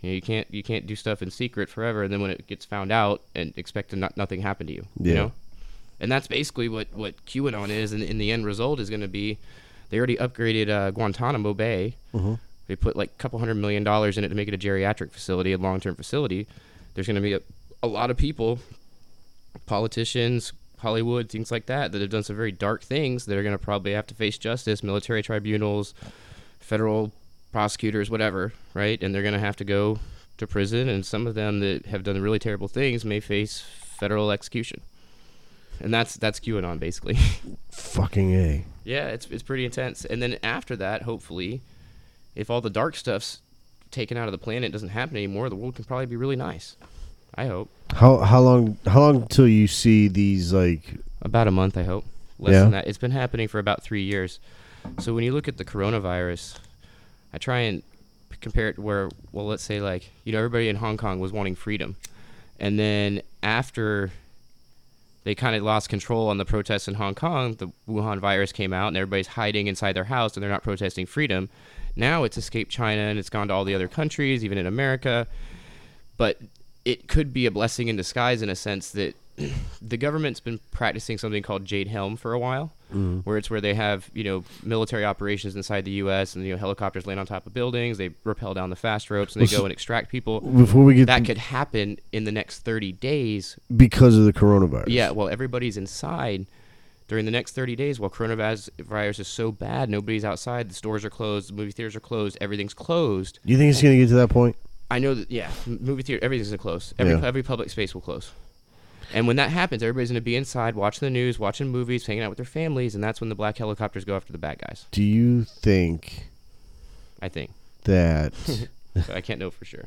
[SPEAKER 3] you, know, you can't you can't do stuff in secret forever and then when it gets found out and expect to not, nothing happen to you you
[SPEAKER 1] Yeah.
[SPEAKER 3] know and that's basically what what QAnon is, and in the end result is going to be, they already upgraded uh, Guantanamo Bay. They put like a couple hundred million dollars in it to make it a geriatric facility, a long term facility. There's going to be a, a lot of people, politicians, Hollywood, things like that, that have done some very dark things that are going to probably have to face justice, military tribunals, federal prosecutors, whatever, right? And they're going to have to go to prison, and some of them that have done really terrible things may face federal execution and that's that's QAnon basically.
[SPEAKER 1] Fucking A.
[SPEAKER 3] yeah, it's it's pretty intense. And then after that, hopefully, if all the dark stuff's taken out of the planet doesn't happen anymore, the world can probably be really nice. I hope
[SPEAKER 1] How How long How long until you see these like?
[SPEAKER 3] about a month. I hope less
[SPEAKER 1] Yeah.
[SPEAKER 3] than that. It's been happening for about three years. So when you look at the coronavirus, I try and p- compare it to where well, let's say like you know everybody in Hong Kong was wanting freedom, and then after they kind of lost control on the protests in Hong Kong. The Wuhan virus came out, and everybody's hiding inside their house, and they're not protesting freedom. Now it's escaped China, and it's gone to all the other countries, even in America. But it could be a blessing in disguise in a sense that the government's been practicing something called Jade Helm for a while, where it's where they have you know military operations inside the U.S. and you know helicopters land on top of buildings, they rappel down the fast ropes, and they go and extract people.
[SPEAKER 1] Before we get
[SPEAKER 3] That could happen in the next 30 days
[SPEAKER 1] because of the coronavirus.
[SPEAKER 3] yeah, well, everybody's inside during the next 30 days while coronavirus virus is so bad, nobody's outside, the stores are closed, the movie theaters are closed, everything's closed.
[SPEAKER 1] Do you think it's gonna get to that point?
[SPEAKER 3] I know that, yeah, m- movie theater, everything's gonna close. Every,
[SPEAKER 1] Yeah.
[SPEAKER 3] every public space will close. And when that happens, everybody's going to be inside watching the news, watching movies, hanging out with their families, and that's when the black helicopters go after the bad guys,
[SPEAKER 1] Do you think
[SPEAKER 3] I think.
[SPEAKER 1] that?
[SPEAKER 3] But I can't know for sure.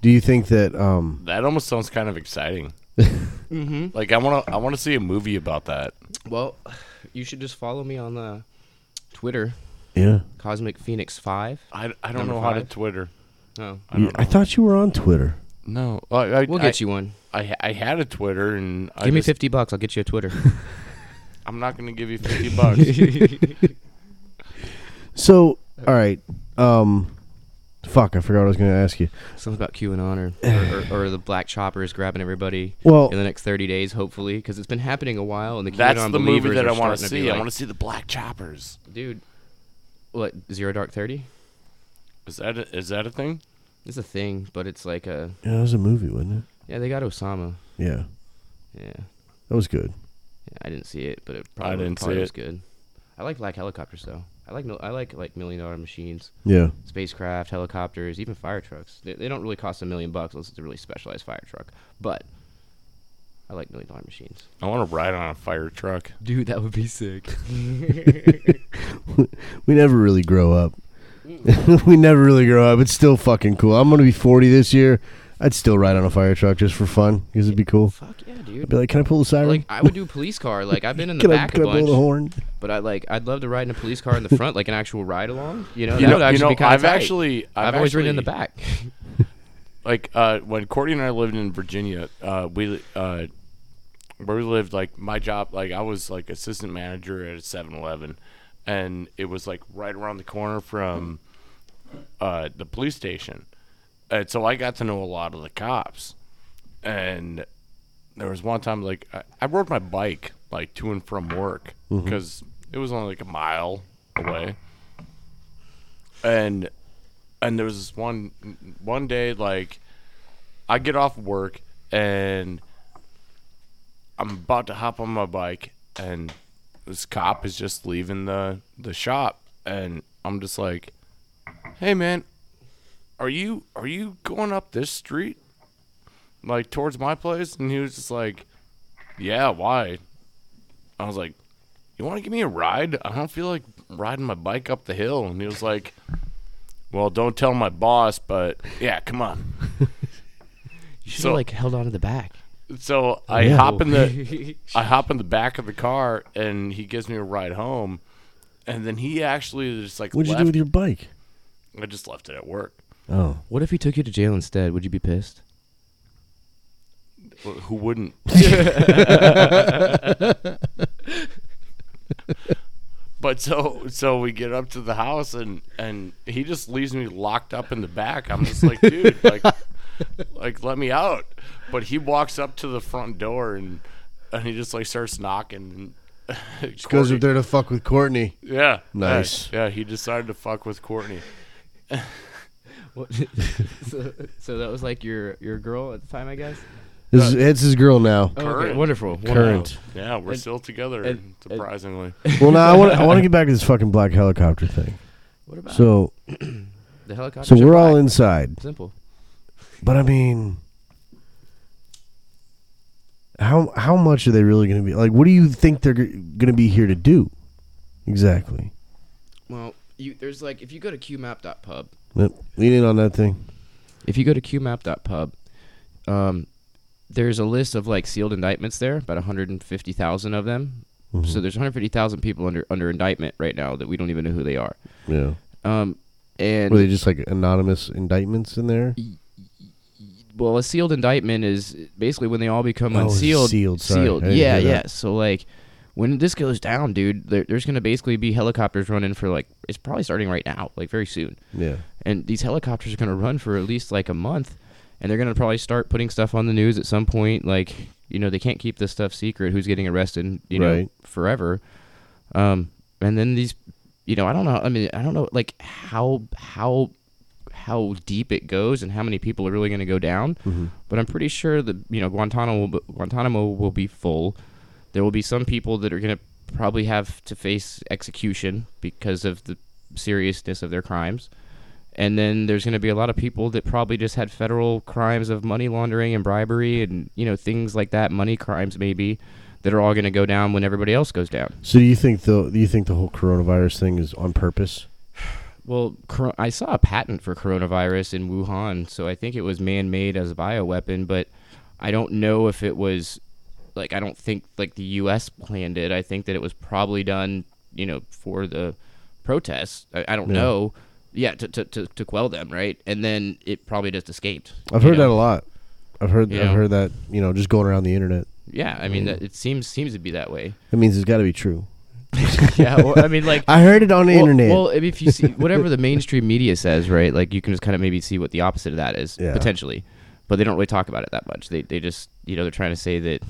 [SPEAKER 1] do you think that? Um.
[SPEAKER 2] That almost sounds kind of exciting. Like I want to, I want to see a movie about that.
[SPEAKER 3] Well, you should just follow me on the Twitter,
[SPEAKER 1] Yeah.
[SPEAKER 3] Cosmic Phoenix 5.
[SPEAKER 2] I, I don't
[SPEAKER 3] Number
[SPEAKER 2] know how to
[SPEAKER 3] five?
[SPEAKER 2] Twitter.
[SPEAKER 3] Oh,
[SPEAKER 2] I don't
[SPEAKER 1] I, thought you were on Twitter.
[SPEAKER 2] know. No, I, I,
[SPEAKER 3] we'll get you one.
[SPEAKER 2] I, I, I had a Twitter, and I
[SPEAKER 3] Give me
[SPEAKER 2] just-
[SPEAKER 3] 50 bucks, I'll get you a Twitter.
[SPEAKER 2] I'm not going to give you fifty bucks.
[SPEAKER 1] So, all right. Um, Fuck, I forgot what I was going to ask you.
[SPEAKER 3] Something about QAnon or, or, or, or the black choppers grabbing everybody
[SPEAKER 1] Well-
[SPEAKER 3] in the next 30 days, hopefully, because it's been happening a while. And the QAnon
[SPEAKER 2] Oh. That's the movie
[SPEAKER 3] believers
[SPEAKER 2] that
[SPEAKER 3] are
[SPEAKER 2] I want
[SPEAKER 3] starting
[SPEAKER 2] to
[SPEAKER 3] to be
[SPEAKER 2] see. I
[SPEAKER 3] like,
[SPEAKER 2] want to see the Black Choppers.
[SPEAKER 3] dude. What Zero Dark Thirty?
[SPEAKER 2] Is that a, is that a thing?
[SPEAKER 3] It's a thing, but it's like a
[SPEAKER 1] Yeah, it was a movie, wasn't
[SPEAKER 3] yeah. They got Osama.
[SPEAKER 1] it? Yeah,
[SPEAKER 3] Yeah,
[SPEAKER 1] that was good.
[SPEAKER 3] yeah I didn't see it, but it probably,
[SPEAKER 2] didn't
[SPEAKER 3] probably
[SPEAKER 2] see
[SPEAKER 3] was
[SPEAKER 2] it.
[SPEAKER 3] good. I like black helicopters though. I like mil- I like like million dollar machines,
[SPEAKER 1] Yeah,
[SPEAKER 3] spacecraft, helicopters, even fire trucks. They, they don't really cost a million bucks unless it's a really specialized fire truck. But I like million dollar machines.
[SPEAKER 2] I want to ride on a fire truck.
[SPEAKER 3] Dude, that would be sick.
[SPEAKER 1] we never really grow up. we never really grow up. It's still fucking cool. I'm gonna be 40 this year. I'd still ride on a fire truck just for fun because it'd be cool.
[SPEAKER 3] Fuck yeah,
[SPEAKER 1] I'd
[SPEAKER 3] dude.
[SPEAKER 1] be like, can I pull the siren?
[SPEAKER 3] Like I would do police car. Like I've been in the
[SPEAKER 1] can I,
[SPEAKER 3] back
[SPEAKER 1] can
[SPEAKER 3] a
[SPEAKER 1] I blow
[SPEAKER 3] bunch.
[SPEAKER 1] the horn?
[SPEAKER 3] But I like I'd love to ride in a police car in the front, like an actual ride along. You know,
[SPEAKER 2] You
[SPEAKER 3] that
[SPEAKER 2] know,
[SPEAKER 3] would actually
[SPEAKER 2] you know,
[SPEAKER 3] be kinda
[SPEAKER 2] I've
[SPEAKER 3] tight.
[SPEAKER 2] actually,
[SPEAKER 3] I've,
[SPEAKER 2] I've,
[SPEAKER 3] always ridden in the
[SPEAKER 2] actually-
[SPEAKER 3] back.
[SPEAKER 2] Like uh, when Courtney and I lived in Virginia, uh, we uh, where we lived, like my job, like I was like assistant manager at a 7-Eleven, and it was like right around the corner from uh, the police station, and so I got to know a lot of the cops, and there was one time like I, I rode my bike like to and from work because it was only like a mile away, and and there was this one one day like I get off work and I'm about to hop on my bike and this cop is just leaving the the shop and I'm just like, "Hey man, are you are you going up this street like towards my place?" And he was just like, "Yeah, why?" I was like, "You want to give me a ride? I don't feel like riding my bike up the hill." And he was like, "Well, don't tell my boss, but yeah, come on."
[SPEAKER 3] You should
[SPEAKER 2] So-
[SPEAKER 3] have like held on to the back.
[SPEAKER 2] So I hop in the I hop in the back of the car and he gives me a ride home, and then he actually just like
[SPEAKER 1] What'd you
[SPEAKER 2] left.
[SPEAKER 1] do with your bike?
[SPEAKER 2] I just left it at work.
[SPEAKER 1] Oh,
[SPEAKER 3] What if he took you to jail instead? Would you be pissed?
[SPEAKER 2] Wh- Who wouldn't? but so so we get up to the house and and he just leaves me locked up in the back. I'm just like, dude, like like let me out. But he walks up to the front door and and he just like starts knocking. And
[SPEAKER 1] goes
[SPEAKER 2] Courtney-
[SPEAKER 1] up there to fuck with Courtney.
[SPEAKER 2] Yeah.
[SPEAKER 1] Nice.
[SPEAKER 2] Yeah, yeah, he decided to fuck with Courtney.
[SPEAKER 3] What? so, so that was like your your girl at the time, I guess.
[SPEAKER 1] This is, it's his girl now.
[SPEAKER 3] Oh,
[SPEAKER 2] Current.
[SPEAKER 3] Wonderful.
[SPEAKER 1] Current.
[SPEAKER 2] Yeah, we're
[SPEAKER 3] And-
[SPEAKER 2] still together,
[SPEAKER 3] and-
[SPEAKER 2] surprisingly.
[SPEAKER 1] Well, now I want I want to get back to this fucking black helicopter thing.
[SPEAKER 3] What about
[SPEAKER 1] So
[SPEAKER 3] the helicopter?
[SPEAKER 1] so we're
[SPEAKER 3] black?
[SPEAKER 1] all inside,
[SPEAKER 3] Simple.
[SPEAKER 1] but I mean, how how much are they really going to be like? What do you think they're going to be here to do? Exactly.
[SPEAKER 3] Well, you there's like if you go to qmap.pub,
[SPEAKER 1] Yep. Lean in on that thing.
[SPEAKER 3] if you go to qmap.pub, um, there's a list of like sealed indictments there, about 150,000 of them.
[SPEAKER 1] Mm-hmm.
[SPEAKER 3] So there's 150,000 people under under indictment right now that we don't even know who they are.
[SPEAKER 1] Yeah.
[SPEAKER 3] Um, and
[SPEAKER 1] Were they just like anonymous indictments in there?
[SPEAKER 3] well, a sealed indictment is basically when they all become
[SPEAKER 1] Oh, it's
[SPEAKER 3] unsealed.
[SPEAKER 1] sealed, sorry. I didn't
[SPEAKER 3] Yeah,
[SPEAKER 1] hear
[SPEAKER 3] yeah.
[SPEAKER 1] that.
[SPEAKER 3] So like, when this goes down, dude, there, there's gonna basically be helicopters running for like it's probably starting right now, like very soon.
[SPEAKER 1] Yeah.
[SPEAKER 3] And these helicopters are gonna run for at least like a month, and they're gonna probably start putting stuff on the news at some point. Like, you know, they can't keep this stuff secret. Who's getting arrested? You know,
[SPEAKER 1] Right.
[SPEAKER 3] forever. Um, and then these, you know, I don't know. I mean, I don't know, like how how how deep it goes and how many people are really going to go down. But I'm pretty sure that you know Guantanamo will, Guantanamo will be full. There will be some people that are going to probably have to face execution because of the seriousness of their crimes. And then there's going to be a lot of people that probably just had federal crimes of money laundering and bribery and you know things like that, money crimes maybe, that are all going to go down when everybody else goes down.
[SPEAKER 1] So do you think the do you think the whole coronavirus thing is on purpose?
[SPEAKER 3] Well, cor- I saw a patent for coronavirus in Wuhan, so I think it was man-made as a bioweapon, but I don't know if it was like I don't think like the US planned it. I think that it was probably done, you know, for the protests. I, I don't know. Yeah, to, to, to, to quell them, right? And then it probably just escaped.
[SPEAKER 1] I've
[SPEAKER 3] you
[SPEAKER 1] heard
[SPEAKER 3] know?
[SPEAKER 1] that a lot. I've heard
[SPEAKER 3] You
[SPEAKER 1] I've
[SPEAKER 3] know.
[SPEAKER 1] heard that, you know, just going around the internet.
[SPEAKER 3] Yeah, I mean, that, it seems seems to be that way.
[SPEAKER 1] That means it's got to be true.
[SPEAKER 3] yeah, well, I mean, like
[SPEAKER 1] I heard it on the
[SPEAKER 3] well,
[SPEAKER 1] internet.
[SPEAKER 3] Well, I mean, if you see whatever the mainstream media says, right? Like you can just kind of maybe see what the opposite of that is
[SPEAKER 1] Yeah.
[SPEAKER 3] potentially, but they don't really talk about it that much. They they just you know they're trying to say that.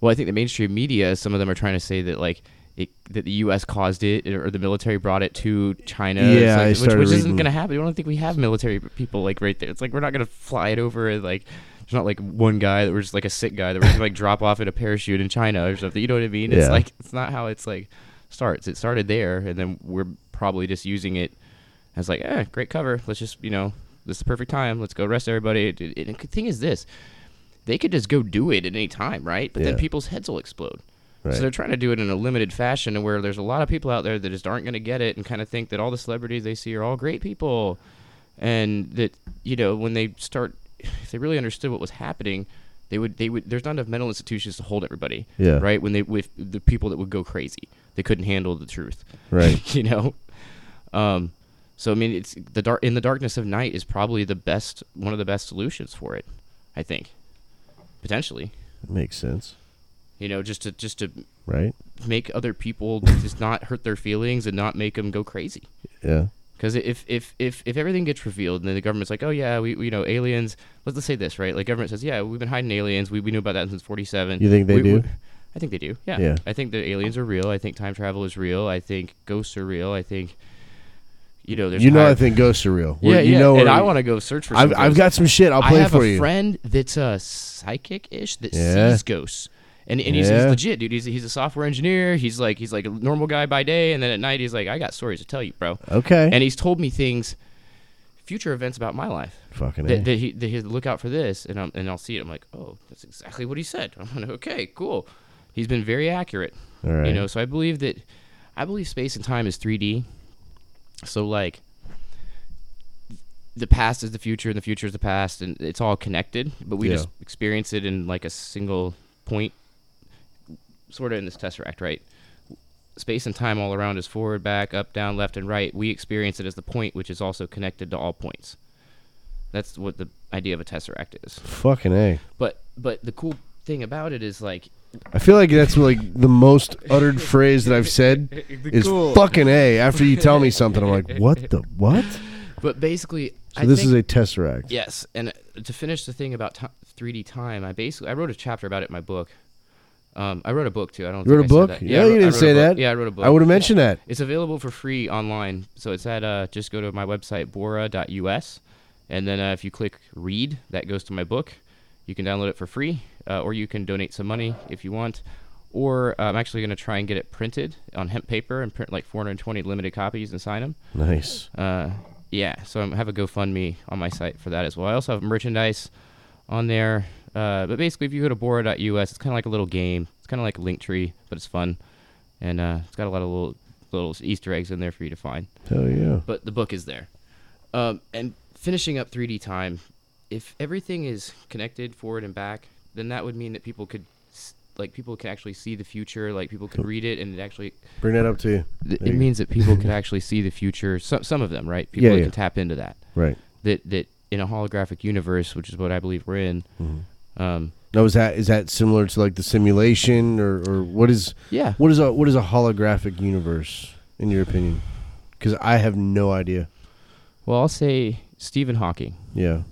[SPEAKER 3] Well, I think the mainstream media, some of them are trying to say that like. It, that the U.S. caused it, or the military brought it to China. It's
[SPEAKER 1] Yeah,
[SPEAKER 3] like-
[SPEAKER 1] I
[SPEAKER 3] which,
[SPEAKER 1] started
[SPEAKER 3] which isn't
[SPEAKER 1] reading-
[SPEAKER 3] going to happen. I don't think we have military people like right there. It's like we're not going to fly it over. And, like there's not like one guy that we're just like a sick guy that we're just, like drop off in a parachute in China or something. You know what I mean? It's
[SPEAKER 1] Yeah.
[SPEAKER 3] like it's not how it's like starts. It started there, and then we're probably just using it as like, eh, great cover. Let's just you know, this is the perfect time. Let's go arrest everybody. It- it- And the thing is this, they could just go do it at any time, right? But
[SPEAKER 1] Yeah.
[SPEAKER 3] then people's heads will explode.
[SPEAKER 1] Right.
[SPEAKER 3] So they're trying to do it in a limited fashion, and where there's a lot of people out there that just aren't going to get it, and kind of think that all the celebrities they see are all great people, and that you know when they start, if they really understood what was happening, they would they would there's not enough mental institutions to hold everybody,
[SPEAKER 1] Yeah.
[SPEAKER 3] right? When they with the people that would go crazy, they couldn't handle the truth,
[SPEAKER 1] Right.
[SPEAKER 3] you know, um, so I mean it's the dark in the darkness of night is probably the best one of the best solutions for it, I think, potentially,
[SPEAKER 1] Makes sense,
[SPEAKER 3] you know, just to just to
[SPEAKER 1] right?
[SPEAKER 3] make other people just not hurt their feelings and not make them go crazy.
[SPEAKER 1] Yeah.
[SPEAKER 3] Because if, if if if everything gets revealed and then the government's like, oh yeah, we, we you know aliens. Let's, let's say this right. Like government says, yeah, we've been hiding aliens. We, we knew about that since '47.
[SPEAKER 1] You think they
[SPEAKER 3] We-
[SPEAKER 1] do?
[SPEAKER 3] we- I think they do. Yeah.
[SPEAKER 1] Yeah.
[SPEAKER 3] I think the aliens are real. I think time travel is real. I think ghosts are real. I think you know there's
[SPEAKER 1] you know,
[SPEAKER 3] higher-
[SPEAKER 1] I think ghosts are real.
[SPEAKER 3] yeah
[SPEAKER 1] We're- you
[SPEAKER 3] yeah.
[SPEAKER 1] Know
[SPEAKER 3] and
[SPEAKER 1] we're-
[SPEAKER 3] I want to go search for.
[SPEAKER 1] I've,
[SPEAKER 3] some
[SPEAKER 1] I've
[SPEAKER 3] ghosts.
[SPEAKER 1] got some shit. I'll
[SPEAKER 3] I
[SPEAKER 1] play
[SPEAKER 3] have
[SPEAKER 1] for
[SPEAKER 3] a
[SPEAKER 1] you.
[SPEAKER 3] friend that's a psychic ish that
[SPEAKER 1] Yeah.
[SPEAKER 3] sees ghosts. And, and he's, he's
[SPEAKER 1] Yeah.
[SPEAKER 3] legit, dude. He's, he's a software engineer. He's like he's like a normal guy by day, and then at night he's like, I got stories to tell you, bro.
[SPEAKER 1] Okay.
[SPEAKER 3] And he's told me things, future events about my life.
[SPEAKER 1] Fucking A.
[SPEAKER 3] That, that he that he look out for this, and I'm, and I'll see it. I'm like, oh, that's exactly what he said. I'm like, okay, cool. He's been very accurate.
[SPEAKER 1] All right.
[SPEAKER 3] You know, so I believe that, I believe space and time is 3D. So like, the past is the future, and the future is the past, and it's all connected. But we
[SPEAKER 1] Yeah.
[SPEAKER 3] just experience it in like a single point, sort of in this tesseract, right? Space and time all around is forward, back, up, down, left, and right. We experience it as the point, which is also connected to all points. That's what the idea of a tesseract is.
[SPEAKER 1] Fucking a.
[SPEAKER 3] But but the cool thing about it is like
[SPEAKER 1] I feel like that's like the most uttered phrase that I've said is
[SPEAKER 3] Cool.
[SPEAKER 1] fucking a. After you tell me something, I'm like, what the what?
[SPEAKER 3] But basically,
[SPEAKER 1] So
[SPEAKER 3] I
[SPEAKER 1] this
[SPEAKER 3] think,
[SPEAKER 1] is a tesseract.
[SPEAKER 3] yes. And uh, to finish the thing about ti 3D time, I basically I wrote a chapter about it in my book. Um, I wrote a book too. I don't.
[SPEAKER 1] You wrote a
[SPEAKER 3] think I
[SPEAKER 1] book?
[SPEAKER 3] said that.
[SPEAKER 1] Yeah,
[SPEAKER 3] I
[SPEAKER 1] you
[SPEAKER 3] wrote- I
[SPEAKER 1] didn't
[SPEAKER 3] wrote a
[SPEAKER 1] say
[SPEAKER 3] book.
[SPEAKER 1] that.
[SPEAKER 3] Yeah, I wrote a book.
[SPEAKER 1] I would have mentioned that.
[SPEAKER 3] It's available for free online. So it's at uh, just go to my website bora.us, and then uh, if you click read, that goes to my book. You can download it for free, uh, or you can donate some money if you want. Or uh, I'm actually going to try and get it printed on hemp paper and print like 420 limited copies and sign them.
[SPEAKER 1] Nice.
[SPEAKER 3] Uh, yeah, so I have a GoFundMe on my site for that as well. I also have merchandise on there. Uh, but basically, if you go to Bora.us, it's kind of like a little game. It's kind of like Linktree, but it's fun, and uh, it's got a lot of little little Easter eggs in there for you to find.
[SPEAKER 1] Hell yeah.
[SPEAKER 3] But the book is there. Um, and finishing up 3D time, if everything is connected forward and back, then that would mean that people could s- like people can actually see the future. Like people could read it, and it actually
[SPEAKER 1] Bring that up to you.
[SPEAKER 3] th-
[SPEAKER 1] There
[SPEAKER 3] it
[SPEAKER 1] you-
[SPEAKER 3] means that people could actually see the future. Some some of them, right? People
[SPEAKER 1] Yeah,
[SPEAKER 3] that
[SPEAKER 1] yeah.
[SPEAKER 3] can tap into that.
[SPEAKER 1] Right.
[SPEAKER 3] That that in a holographic universe, which is what I believe we're in.
[SPEAKER 1] Mm-hmm.
[SPEAKER 3] Um,
[SPEAKER 1] Now is that is that similar to like the simulation or, or what is
[SPEAKER 3] yeah.
[SPEAKER 1] what is a what is a holographic universe in your opinion? Because I have no idea.
[SPEAKER 3] Well, I'll say Stephen Hawking.
[SPEAKER 1] Yeah.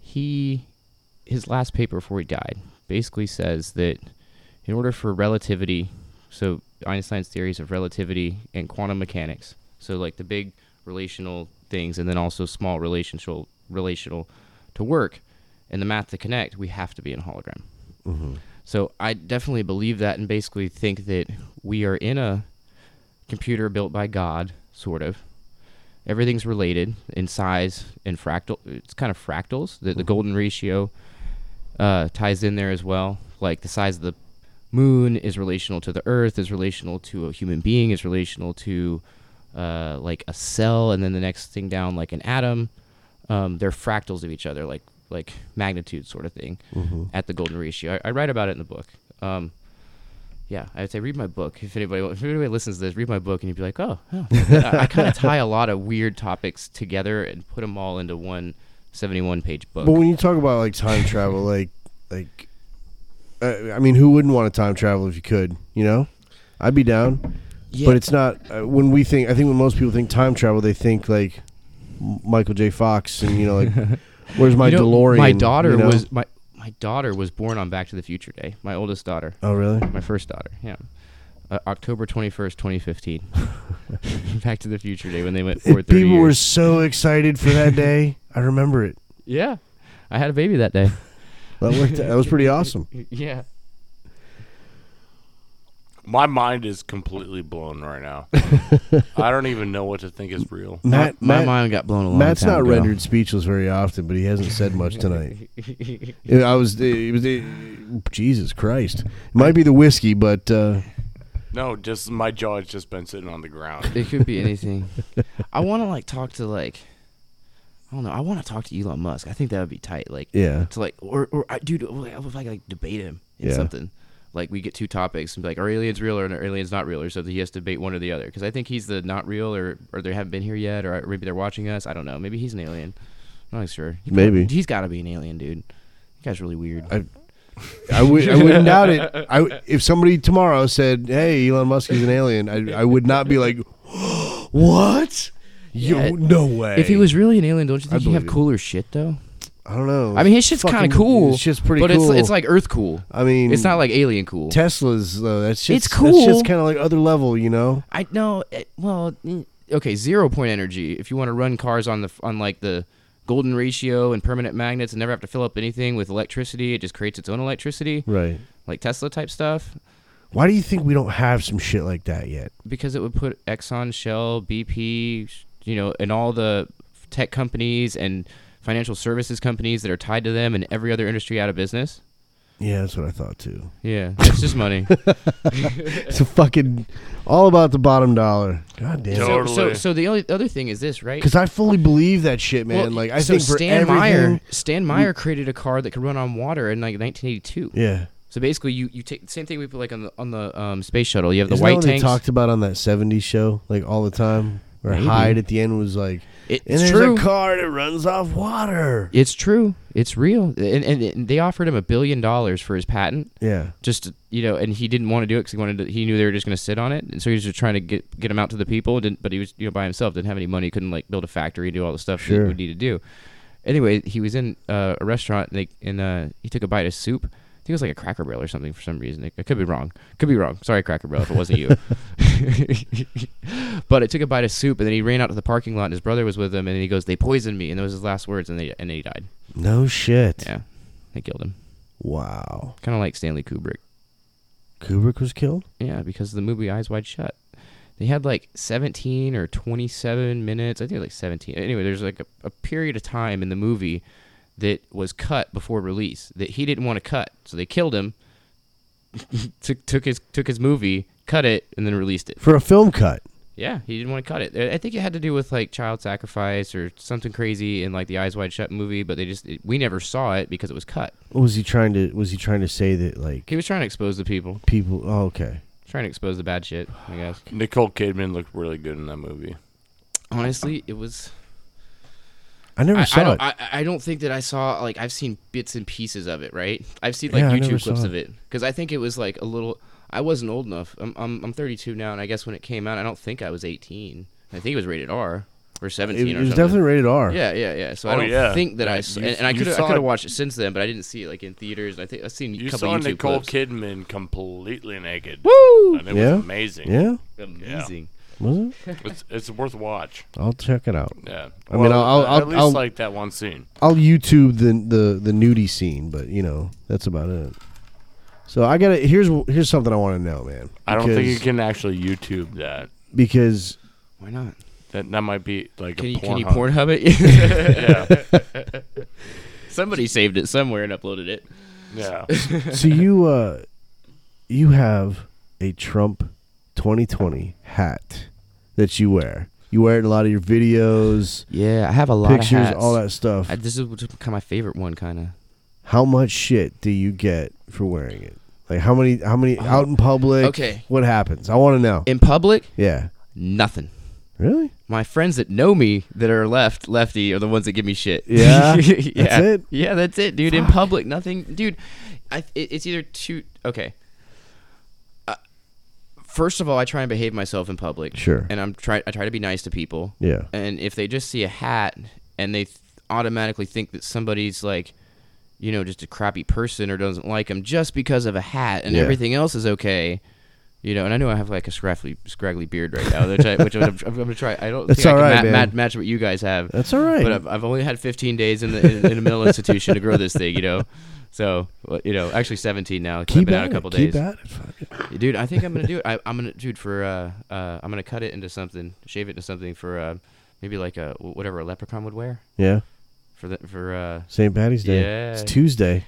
[SPEAKER 3] He his last paper before he died basically says that in order for relativity, so Einstein's theories of relativity and quantum mechanics, so like the big relational things, and then also small relational relational to work, and the math to connect, we have to be in a hologram. Mm-hmm. So I definitely believe that and basically think that we are in a computer built by God, sort of. Everything's related in size and fractal. It's kind of fractals. The, the golden ratio uh, ties in there as well. Like the size of the moon is relational to the Earth, is relational to a human being, is relational to uh, like a cell, and then the next thing down, like an atom. Um, they're fractals of each other, like like magnitude sort of thing, at the golden ratio. I, I write about it in the book. Um, yeah, I would say read my book. If anybody, if anybody listens to this, read my book, and you'd be like, oh, oh. I, I kind of tie a lot of weird topics together and put them all into one 71 page book.
[SPEAKER 1] But when you talk about like time travel, like like, uh, I mean, who wouldn't want to time travel if you could? You know, I'd be down.
[SPEAKER 3] Yeah.
[SPEAKER 1] But it's not uh, when we think. I think when most people think time travel, they think like M- Michael J. Fox and you know like, where's my
[SPEAKER 3] You know,
[SPEAKER 1] DeLorean?
[SPEAKER 3] My daughter
[SPEAKER 1] you know?
[SPEAKER 3] was my my daughter was born on Back to the Future Day. My oldest daughter,
[SPEAKER 1] Oh really?
[SPEAKER 3] my first daughter. Yeah. Uh, October 21st, 2015. Back to the Future Day when they went forward 30
[SPEAKER 1] People were
[SPEAKER 3] years.
[SPEAKER 1] so excited for that day. I remember it.
[SPEAKER 3] Yeah. I had a baby that day.
[SPEAKER 1] That worked. That was pretty awesome.
[SPEAKER 3] yeah.
[SPEAKER 2] My mind is completely blown right now. I don't even know what to think is real.
[SPEAKER 1] Matt,
[SPEAKER 3] my
[SPEAKER 1] Matt-
[SPEAKER 3] mind got blown a long
[SPEAKER 1] Matt's
[SPEAKER 3] time
[SPEAKER 1] not
[SPEAKER 3] ago.
[SPEAKER 1] rendered speechless very often, but he hasn't said much tonight. I was, it was, Jesus Christ. It might be the whiskey, but uh,
[SPEAKER 2] No, just my jaw has just been sitting on the ground.
[SPEAKER 3] It could be anything. I want to like talk to like I don't know. I want to talk to Elon Musk. I think that would be tight. Like
[SPEAKER 1] Yeah.
[SPEAKER 3] to like or or I dude, oh, like, if I could, like debate him in
[SPEAKER 1] Yeah.
[SPEAKER 3] something. Like we get two topics and be like, are aliens real or are aliens not real or something? He has to debate one or the other because I think he's the not real or or they haven't been here yet or maybe they're watching us. I don't know. Maybe he's an alien. I'm not sure. He
[SPEAKER 1] Maybe.
[SPEAKER 3] prob- he's got to be an alien, dude. That guy's really weird.
[SPEAKER 1] I, I, would, I wouldn't doubt it. I, w- if somebody tomorrow said, hey, Elon Musk is an alien, I, I would not be like, what? You,
[SPEAKER 3] Yeah.
[SPEAKER 1] no way.
[SPEAKER 3] if he was really an alien, don't you think he'd
[SPEAKER 1] believe
[SPEAKER 3] have
[SPEAKER 1] it.
[SPEAKER 3] cooler shit though?
[SPEAKER 1] I don't know.
[SPEAKER 3] I mean, his shit's kind
[SPEAKER 1] Fucking-
[SPEAKER 3] of cool.
[SPEAKER 1] His shit's pretty
[SPEAKER 3] but
[SPEAKER 1] cool.
[SPEAKER 3] it's it's like Earth cool.
[SPEAKER 1] I mean,
[SPEAKER 3] It's not like alien cool.
[SPEAKER 1] Tesla's, though. That's just,
[SPEAKER 3] It's cool.
[SPEAKER 1] That's just kind of like other level, you know?
[SPEAKER 3] I know. It, well, mm, okay, zero point energy. If you want to run cars on the on like the golden ratio and permanent magnets and never have to fill up anything with electricity, it just creates its own electricity,
[SPEAKER 1] Right.
[SPEAKER 3] like Tesla type stuff.
[SPEAKER 1] Why do you think we don't have some shit like that yet?
[SPEAKER 3] Because it would put Exxon, Shell, BP, sh- you know, and all the tech companies and financial services companies that are tied to them and every other industry out of business.
[SPEAKER 1] Yeah, that's what I thought too.
[SPEAKER 3] Yeah, it's just money.
[SPEAKER 1] It's a fucking all about the bottom dollar. God damn it.
[SPEAKER 2] Dope.
[SPEAKER 3] so, so,
[SPEAKER 2] Totally.
[SPEAKER 3] so the only other thing is this, right?
[SPEAKER 1] Because I fully believe that shit, man.
[SPEAKER 3] Well,
[SPEAKER 1] like I
[SPEAKER 3] so
[SPEAKER 1] think for
[SPEAKER 3] Stan
[SPEAKER 1] everything.
[SPEAKER 3] Meyer, Stan Meyer created a car that could run on water in like 1982.
[SPEAKER 1] Yeah,
[SPEAKER 3] So basically, you you take the same thing we put like on the on the um, space shuttle. You have the
[SPEAKER 1] Isn't that
[SPEAKER 3] white
[SPEAKER 1] what
[SPEAKER 3] tanks.
[SPEAKER 1] they talked about on that '70s show, like all the time. Where
[SPEAKER 3] Maybe.
[SPEAKER 1] Hyde at the end was like,
[SPEAKER 3] It-
[SPEAKER 1] "And
[SPEAKER 3] it's
[SPEAKER 1] there's
[SPEAKER 3] true.
[SPEAKER 1] a car that runs off water."
[SPEAKER 3] it's true. It's real. And, and, and they offered him a billion dollars for his patent.
[SPEAKER 1] Yeah,
[SPEAKER 3] Just to- you know, and he didn't want to do it because he wanted. To, he knew they were just going to sit on it, and so he was just trying to get get him out to the people. Didn't, but he was you know by himself. Didn't have any money. Couldn't like build a factory and do all the stuff
[SPEAKER 1] Sure.
[SPEAKER 3] he would need to do. Anyway, he was in uh, a restaurant and, they, and uh, he took a bite of soup. I think it was like a Cracker Barrel or something for some reason. It, it could be wrong. Could be wrong. Sorry, Cracker Barrel, if it wasn't you. but it took a bite of soup and then he ran out to the parking lot and his brother was with him and he goes, "They poisoned me," and those was his last words and they and he died.
[SPEAKER 1] no shit.
[SPEAKER 3] Yeah, they killed him.
[SPEAKER 1] Wow,
[SPEAKER 3] Kind of like Stanley Kubrick.
[SPEAKER 1] Kubrick was killed.
[SPEAKER 3] Yeah, because of the movie Eyes Wide Shut. They had like 17 or 27 minutes. I think like 17. Anyway, there's like a, a period of time in the movie that was cut before release that he didn't want to cut. So they killed him, took, took, his, took his movie, cut it, and then released it.
[SPEAKER 1] for a film cut.
[SPEAKER 3] Yeah, he didn't want to cut it. I I think it had to do with like child sacrifice or something crazy in like the Eyes Wide Shut movie, but they just, it, we never saw it because it was cut.
[SPEAKER 1] What was he trying to? Was he trying to say that like
[SPEAKER 3] He was trying to expose the people,
[SPEAKER 1] people? Oh, okay.
[SPEAKER 3] trying to expose the bad shit, I guess.
[SPEAKER 2] Nicole Kidman looked really good in that movie.
[SPEAKER 3] Honestly, it was.
[SPEAKER 1] I never
[SPEAKER 3] I,
[SPEAKER 1] saw
[SPEAKER 3] I don't.
[SPEAKER 1] it.
[SPEAKER 3] I, I don't think that I saw like I've seen bits and pieces of it. Right. I've seen like
[SPEAKER 1] Yeah, I never
[SPEAKER 3] YouTube clips
[SPEAKER 1] saw
[SPEAKER 3] of it because I think it was like a little. I wasn't old enough. I'm, I'm I'm 32 now, and I guess when it came out, I don't think I was 18. I think it was rated R or 17
[SPEAKER 1] it, it
[SPEAKER 3] or
[SPEAKER 1] was
[SPEAKER 3] something.
[SPEAKER 1] definitely rated R.
[SPEAKER 3] yeah, yeah, yeah. So I
[SPEAKER 2] Oh,
[SPEAKER 3] don't
[SPEAKER 2] yeah.
[SPEAKER 3] think that
[SPEAKER 2] Yeah,
[SPEAKER 3] I saw,
[SPEAKER 2] you-
[SPEAKER 3] and, and I
[SPEAKER 2] you
[SPEAKER 3] could have
[SPEAKER 2] saw
[SPEAKER 3] I could
[SPEAKER 2] it.
[SPEAKER 3] have watched it since then, but I didn't see it like in theaters. I think I've seen
[SPEAKER 2] You
[SPEAKER 3] a couple
[SPEAKER 2] saw
[SPEAKER 3] YouTube
[SPEAKER 2] Nicole
[SPEAKER 3] clips.
[SPEAKER 2] Kidman completely naked.
[SPEAKER 3] Woo!
[SPEAKER 2] And it
[SPEAKER 1] Yeah?
[SPEAKER 2] was amazing.
[SPEAKER 1] Yeah,
[SPEAKER 3] Amazing.
[SPEAKER 1] was it?
[SPEAKER 2] It's, it's worth watch.
[SPEAKER 1] I'll check it out.
[SPEAKER 2] Yeah.
[SPEAKER 1] I mean, I'll- I'll-
[SPEAKER 2] at least
[SPEAKER 1] I'll-
[SPEAKER 2] like that one scene.
[SPEAKER 1] I'll YouTube the the the nudie scene, but you know that's about it. So I gotta here's here's something I want to know, man.
[SPEAKER 2] I don't think you
[SPEAKER 1] Because-
[SPEAKER 2] can actually YouTube that.
[SPEAKER 1] because
[SPEAKER 3] Why not?
[SPEAKER 2] That that might be like
[SPEAKER 3] Can
[SPEAKER 2] a
[SPEAKER 3] you
[SPEAKER 2] porn
[SPEAKER 3] can you
[SPEAKER 2] hub.
[SPEAKER 3] Pornhub it?
[SPEAKER 2] yeah.
[SPEAKER 3] Somebody saved it somewhere and uploaded it.
[SPEAKER 2] Yeah.
[SPEAKER 1] so you uh you have a Trump 2020 hat that you wear. You wear it in a lot of your videos,
[SPEAKER 3] Yeah, I have a lot
[SPEAKER 1] pictures,
[SPEAKER 3] of hats.
[SPEAKER 1] all that stuff.
[SPEAKER 3] I, this is kind of my favorite one, kind of.
[SPEAKER 1] how much shit do you get for wearing it? Like how many how many out in public?
[SPEAKER 3] Oh, Okay.
[SPEAKER 1] What happens? I want to know.
[SPEAKER 3] In public,
[SPEAKER 1] yeah.
[SPEAKER 3] nothing.
[SPEAKER 1] Really?
[SPEAKER 3] My friends that know me that are left lefty are the ones that give me shit.
[SPEAKER 1] Yeah?
[SPEAKER 3] yeah,
[SPEAKER 1] That's it?
[SPEAKER 3] Yeah, that's it, dude. In public, nothing, dude. I, it, it's either two. Okay. Uh, first of all, I try and behave myself in public.
[SPEAKER 1] Sure.
[SPEAKER 3] And I'm try I try to be nice to people.
[SPEAKER 1] Yeah.
[SPEAKER 3] And if they just see a hat and they th- automatically think that somebody's like, you know, just a crappy person or doesn't like them just because of a hat and
[SPEAKER 1] Yeah.
[SPEAKER 3] everything else is okay. You know, and I know I have like a scraggly, scraggly beard right now, which, I, which I'm, I'm gonna try. I don't
[SPEAKER 1] That's
[SPEAKER 3] think I
[SPEAKER 1] all
[SPEAKER 3] can
[SPEAKER 1] right,
[SPEAKER 3] ma-
[SPEAKER 1] man.
[SPEAKER 3] ma- match what you guys have.
[SPEAKER 1] That's all right.
[SPEAKER 3] But I've, I've only had 15 days in the in, in a mental institution to grow this thing, you know. So well, you know, actually 17 now. 'cause I've
[SPEAKER 1] Keep
[SPEAKER 3] been
[SPEAKER 1] at
[SPEAKER 3] out a
[SPEAKER 1] it.
[SPEAKER 3] couple
[SPEAKER 1] Keep
[SPEAKER 3] days,
[SPEAKER 1] at it. Fuck it.
[SPEAKER 3] dude. I think I'm gonna do it. I, I'm gonna, dude, for uh, uh, I'm gonna cut it into something, shave it into something for uh, maybe like a whatever a leprechaun would wear
[SPEAKER 1] Yeah.
[SPEAKER 3] for the for uh,
[SPEAKER 1] St. Patty's Day. It's
[SPEAKER 3] Yeah.
[SPEAKER 1] Tuesday.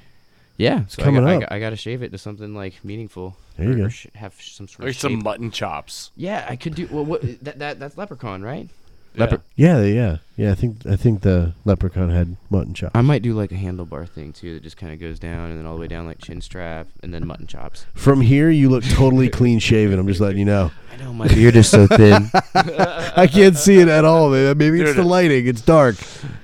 [SPEAKER 3] yeah. So
[SPEAKER 1] coming
[SPEAKER 3] I, got,
[SPEAKER 1] up.
[SPEAKER 3] I, got, I got to shave it into something like meaningful.
[SPEAKER 1] There you
[SPEAKER 3] or-
[SPEAKER 1] go.
[SPEAKER 3] or sh- have some sort
[SPEAKER 2] Like
[SPEAKER 3] of
[SPEAKER 2] some
[SPEAKER 3] shape.
[SPEAKER 2] mutton chops.
[SPEAKER 3] Yeah, I could do. Well, what that, that that's leprechaun, right?
[SPEAKER 2] Leopard.
[SPEAKER 1] Yeah, they- yeah, yeah. I think I think the leprechaun had mutton chop.
[SPEAKER 3] I might do like a handlebar thing too that just kind of goes down and then all the way down like chin strap and then mutton chops.
[SPEAKER 1] From here, you look totally clean shaven. I'm just letting you know.
[SPEAKER 3] I know my beard is so thin.
[SPEAKER 1] I can't see it at all, man. Maybe it's
[SPEAKER 2] Dude.
[SPEAKER 1] the lighting. It's dark.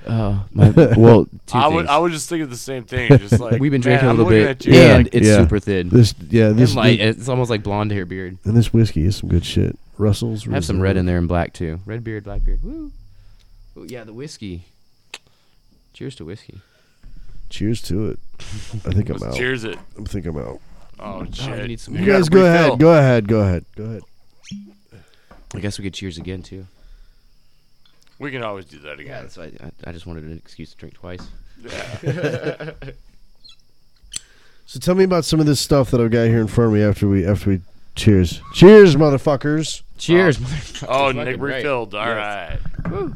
[SPEAKER 3] Oh, my, well, two
[SPEAKER 2] I would,
[SPEAKER 3] things.
[SPEAKER 2] I would just think of the same thing. Just like
[SPEAKER 3] We've been
[SPEAKER 2] man,
[SPEAKER 3] drinking
[SPEAKER 2] I'm
[SPEAKER 3] a little
[SPEAKER 2] looking
[SPEAKER 3] bit,
[SPEAKER 2] at you,
[SPEAKER 1] Yeah.
[SPEAKER 3] and
[SPEAKER 2] like,
[SPEAKER 3] it's
[SPEAKER 1] Yeah.
[SPEAKER 3] super thin.
[SPEAKER 1] This, yeah, this
[SPEAKER 3] and light, it's almost like blonde hair beard.
[SPEAKER 1] and this whiskey is some good shit. Russell's.
[SPEAKER 3] Have some red in there and black too. Red beard, black beard. Woo! Ooh, yeah, the whiskey. Cheers to whiskey.
[SPEAKER 1] Cheers to it. I think I'm out.
[SPEAKER 2] cheers it.
[SPEAKER 1] I think I'm out.
[SPEAKER 2] Oh shit!
[SPEAKER 3] need some-
[SPEAKER 1] You,
[SPEAKER 2] gotta
[SPEAKER 1] guys go
[SPEAKER 2] refill.
[SPEAKER 1] ahead. Go ahead. Go ahead. Go ahead.
[SPEAKER 3] I guess we could cheers again too.
[SPEAKER 2] We can always do that again.
[SPEAKER 3] that's why I, I just wanted an excuse to drink twice.
[SPEAKER 1] So tell me about some of this stuff that I've got here in front of me after we after we cheers. Cheers, motherfuckers.
[SPEAKER 3] Cheers.
[SPEAKER 2] Oh,
[SPEAKER 3] motherfucker,
[SPEAKER 2] Nick
[SPEAKER 3] fucking right.
[SPEAKER 2] refilled. All
[SPEAKER 3] Yes.
[SPEAKER 2] right.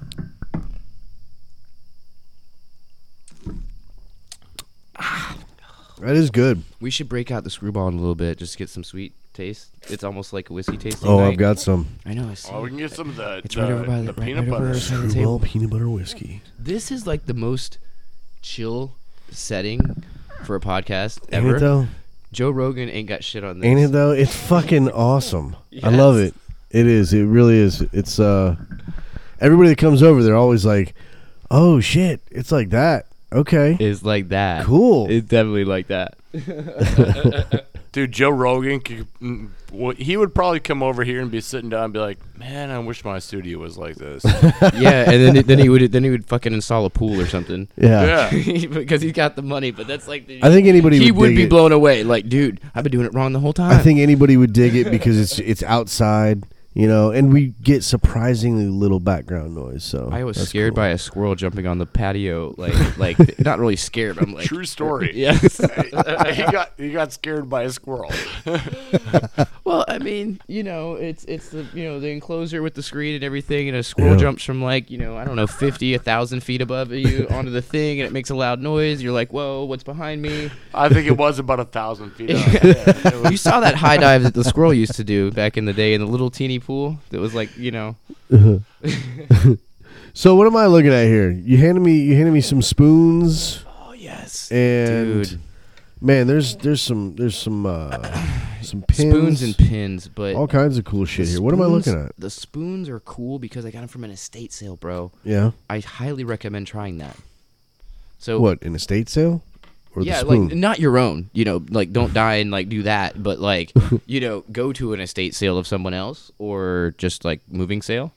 [SPEAKER 1] That is good.
[SPEAKER 3] We should break out the screwball in a little bit just to get some sweet taste. It's almost like a whiskey tasting.
[SPEAKER 1] Oh,
[SPEAKER 3] night.
[SPEAKER 1] I've got some.
[SPEAKER 3] I know. I see.
[SPEAKER 2] Oh, we can get some of the,
[SPEAKER 3] It's
[SPEAKER 2] the,
[SPEAKER 3] right over by the,
[SPEAKER 2] the
[SPEAKER 3] right-
[SPEAKER 2] peanut
[SPEAKER 3] right over
[SPEAKER 2] butter.
[SPEAKER 3] by the table.
[SPEAKER 1] peanut butter whiskey.
[SPEAKER 3] This is like the most chill setting for a podcast
[SPEAKER 1] Ain't
[SPEAKER 3] ever.
[SPEAKER 1] it though?
[SPEAKER 3] Joe Rogan ain't got shit on this.
[SPEAKER 1] Ain't it though? It's fucking awesome. I
[SPEAKER 3] Yes.
[SPEAKER 1] love it. It is. It really is. It's uh everybody that comes over they're always like, "Oh shit, it's like that." Okay.
[SPEAKER 3] It's like that.
[SPEAKER 1] cool.
[SPEAKER 3] It's definitely like that.
[SPEAKER 2] Dude, Joe Rogan, could, mm, well, he would probably come over here and be sitting down and be like, "Man, I wish my studio was like this."
[SPEAKER 3] yeah, and then then he would then he would fucking install a pool or something.
[SPEAKER 1] yeah.
[SPEAKER 2] yeah.
[SPEAKER 3] because he's got the money, but that's like the,
[SPEAKER 1] I think anybody
[SPEAKER 3] he
[SPEAKER 1] would,
[SPEAKER 3] would
[SPEAKER 1] dig
[SPEAKER 3] be
[SPEAKER 1] it.
[SPEAKER 3] blown away. Like, dude, I've been doing it wrong the whole time.
[SPEAKER 1] I think anybody would dig it because it's it's outside, you know, and we get surprisingly little background noise. So
[SPEAKER 3] I was
[SPEAKER 1] that's
[SPEAKER 3] scared
[SPEAKER 1] cool.
[SPEAKER 3] by a squirrel jumping on the patio. Like, like not really scared. But I'm like,
[SPEAKER 2] True story.
[SPEAKER 3] yes.
[SPEAKER 2] he got he got scared by a squirrel.
[SPEAKER 3] Well, I mean, you know, it's it's the you know the enclosure with the screen and everything, and a squirrel
[SPEAKER 1] Yeah.
[SPEAKER 3] jumps from like you know I don't know fifty a thousand feet above you onto the thing, and it makes a loud noise. You're like, whoa, what's behind me?
[SPEAKER 2] I think it was about a thousand feet up.
[SPEAKER 3] you saw that high dive that the squirrel used to do back in the day in the little teeny pool that was like you know
[SPEAKER 1] So what am I looking at here? You handed me you handed me some spoons
[SPEAKER 3] oh yes
[SPEAKER 1] and
[SPEAKER 3] dude
[SPEAKER 1] man, there's there's some there's some uh, some pins,
[SPEAKER 3] spoons and pins, but
[SPEAKER 1] all kinds of cool shit here. What am I looking
[SPEAKER 3] spoons-
[SPEAKER 1] at?
[SPEAKER 3] The spoons are cool because I got them from an estate sale, bro.
[SPEAKER 1] Yeah.
[SPEAKER 3] I highly recommend trying that. So
[SPEAKER 1] What an estate sale or
[SPEAKER 3] yeah,
[SPEAKER 1] the spoon?
[SPEAKER 3] like not your own, you know, like don't die and like do that, but like you know, go to an estate sale of someone else or just like moving sale.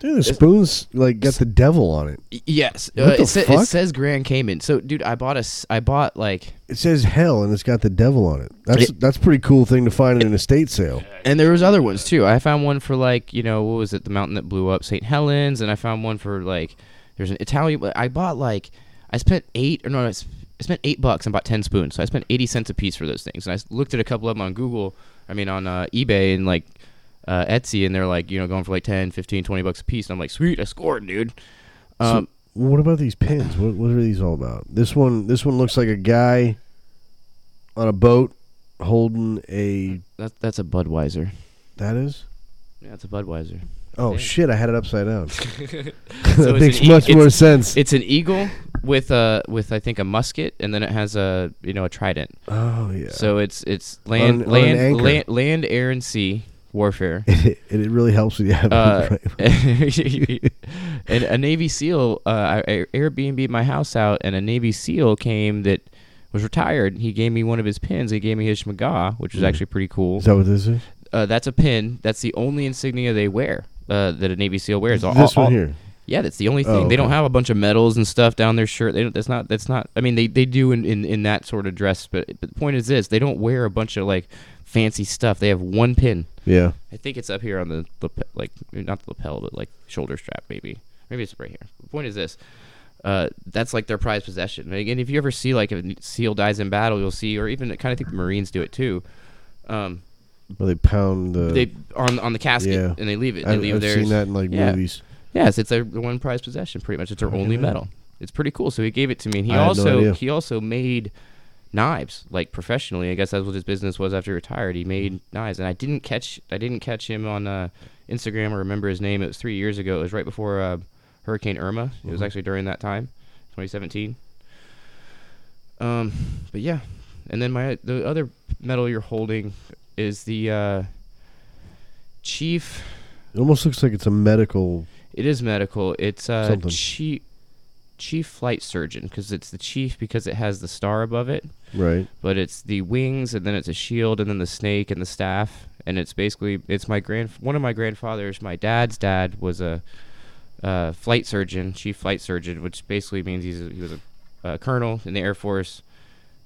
[SPEAKER 1] Dude, the spoons like got the devil on it.
[SPEAKER 3] Y- yes,
[SPEAKER 1] What
[SPEAKER 3] uh,
[SPEAKER 1] the
[SPEAKER 3] it, sa-
[SPEAKER 1] fuck?
[SPEAKER 3] it says Grand Cayman. So, dude, I bought a, s- I bought like,
[SPEAKER 1] It says hell and it's got the devil on it. That's
[SPEAKER 3] It-
[SPEAKER 1] that's a pretty cool thing to find in an estate sale.
[SPEAKER 3] and there was other ones too. I found one for like, you know, what was it, the mountain that blew up, St. Helens, and I found one for like, there's an Italian. but I bought like, I spent eight or no, I s- I spent eight bucks and bought ten spoons. So I spent eighty cents a piece for those things. And I s- looked at a couple of them on Google, I mean on uh, eBay and like uh, Etsy, and they're like, you know, going for like 10, 15, 20 bucks a piece. And I'm like, sweet, I scored, dude. Um,
[SPEAKER 1] What about these pins? What what are these all about? This one this one looks like a guy on a boat holding a
[SPEAKER 3] Um, that, that's a Budweiser.
[SPEAKER 1] that is?
[SPEAKER 3] Yeah, it's a Budweiser.
[SPEAKER 1] Oh
[SPEAKER 3] Yeah.
[SPEAKER 1] shit, I had it upside down.
[SPEAKER 3] So
[SPEAKER 1] that
[SPEAKER 3] it's
[SPEAKER 1] makes
[SPEAKER 3] an e-
[SPEAKER 1] much
[SPEAKER 3] it's-
[SPEAKER 1] more sense.
[SPEAKER 3] It's an eagle with a with I think a musket, and then it has a you know a trident.
[SPEAKER 1] oh yeah.
[SPEAKER 3] So it's it's land
[SPEAKER 1] on an
[SPEAKER 3] land,
[SPEAKER 1] anchor.
[SPEAKER 3] land land air and sea warfare.
[SPEAKER 1] it, it, it really helps when you have
[SPEAKER 3] Uh,
[SPEAKER 1] it right.
[SPEAKER 3] and a Navy SEAL, uh, I I Airbnb my house out, and a Navy SEAL came that was retired. He gave me one of his pins. He gave me his shmagah, which was actually pretty cool.
[SPEAKER 1] Mm. Is that what this is?
[SPEAKER 3] Uh, that's a pin. That's the only insignia they wear uh, that a Navy SEAL wears. All-
[SPEAKER 1] This
[SPEAKER 3] all-
[SPEAKER 1] one
[SPEAKER 3] all-
[SPEAKER 1] here.
[SPEAKER 3] Yeah, that's the only thing.
[SPEAKER 1] Oh,
[SPEAKER 3] They don't
[SPEAKER 1] okay.
[SPEAKER 3] have a bunch of medals and stuff down their shirt. They don't. That's not. That's not. I mean, they, they do in, in, in that sort of dress. But, but the point is this: they don't wear a bunch of like fancy stuff. They have one pin.
[SPEAKER 1] Yeah.
[SPEAKER 3] I think it's up here on the lap- like not the lapel, but like shoulder strap maybe. Maybe it's right here. The point is this. Uh, that's like their prized possession. Like, And if you ever see like a seal dies in battle, you'll see, or even I kind of think the Marines do it too. Um,
[SPEAKER 1] Where they pound the.
[SPEAKER 3] they on on the casket
[SPEAKER 1] Uh, yeah.
[SPEAKER 3] and they leave it. They
[SPEAKER 1] I,
[SPEAKER 3] leave
[SPEAKER 1] I've
[SPEAKER 3] theirs.
[SPEAKER 1] seen that in like
[SPEAKER 3] Yeah.
[SPEAKER 1] movies.
[SPEAKER 3] Yes, it's their one prized possession. Pretty much, it's their only medal. It's pretty cool. So he gave it to me, and he
[SPEAKER 1] I had no
[SPEAKER 3] also
[SPEAKER 1] idea.
[SPEAKER 3] he also made knives like professionally. I guess that's what his business was after he retired. He made knives, and I didn't catch I didn't catch him on uh, Instagram or remember his name. It was three years ago. It was right before uh, Hurricane Irma. It
[SPEAKER 1] Mm-hmm.
[SPEAKER 3] was actually during that time, 2017. Um, but yeah, and then my the other medal you're holding is the uh, chief.
[SPEAKER 1] It almost looks like it's a medical.
[SPEAKER 3] It is medical. It's uh,
[SPEAKER 1] Something.
[SPEAKER 3] chief chief flight surgeon because it's the chief because it has the star above it,
[SPEAKER 1] Right.
[SPEAKER 3] but it's the wings and then it's a shield and then the snake and the staff and it's basically it's my grand one of my grandfathers. My dad's dad was a uh, flight surgeon, chief flight surgeon, which basically means he's a, he was a uh, colonel in the Air Force.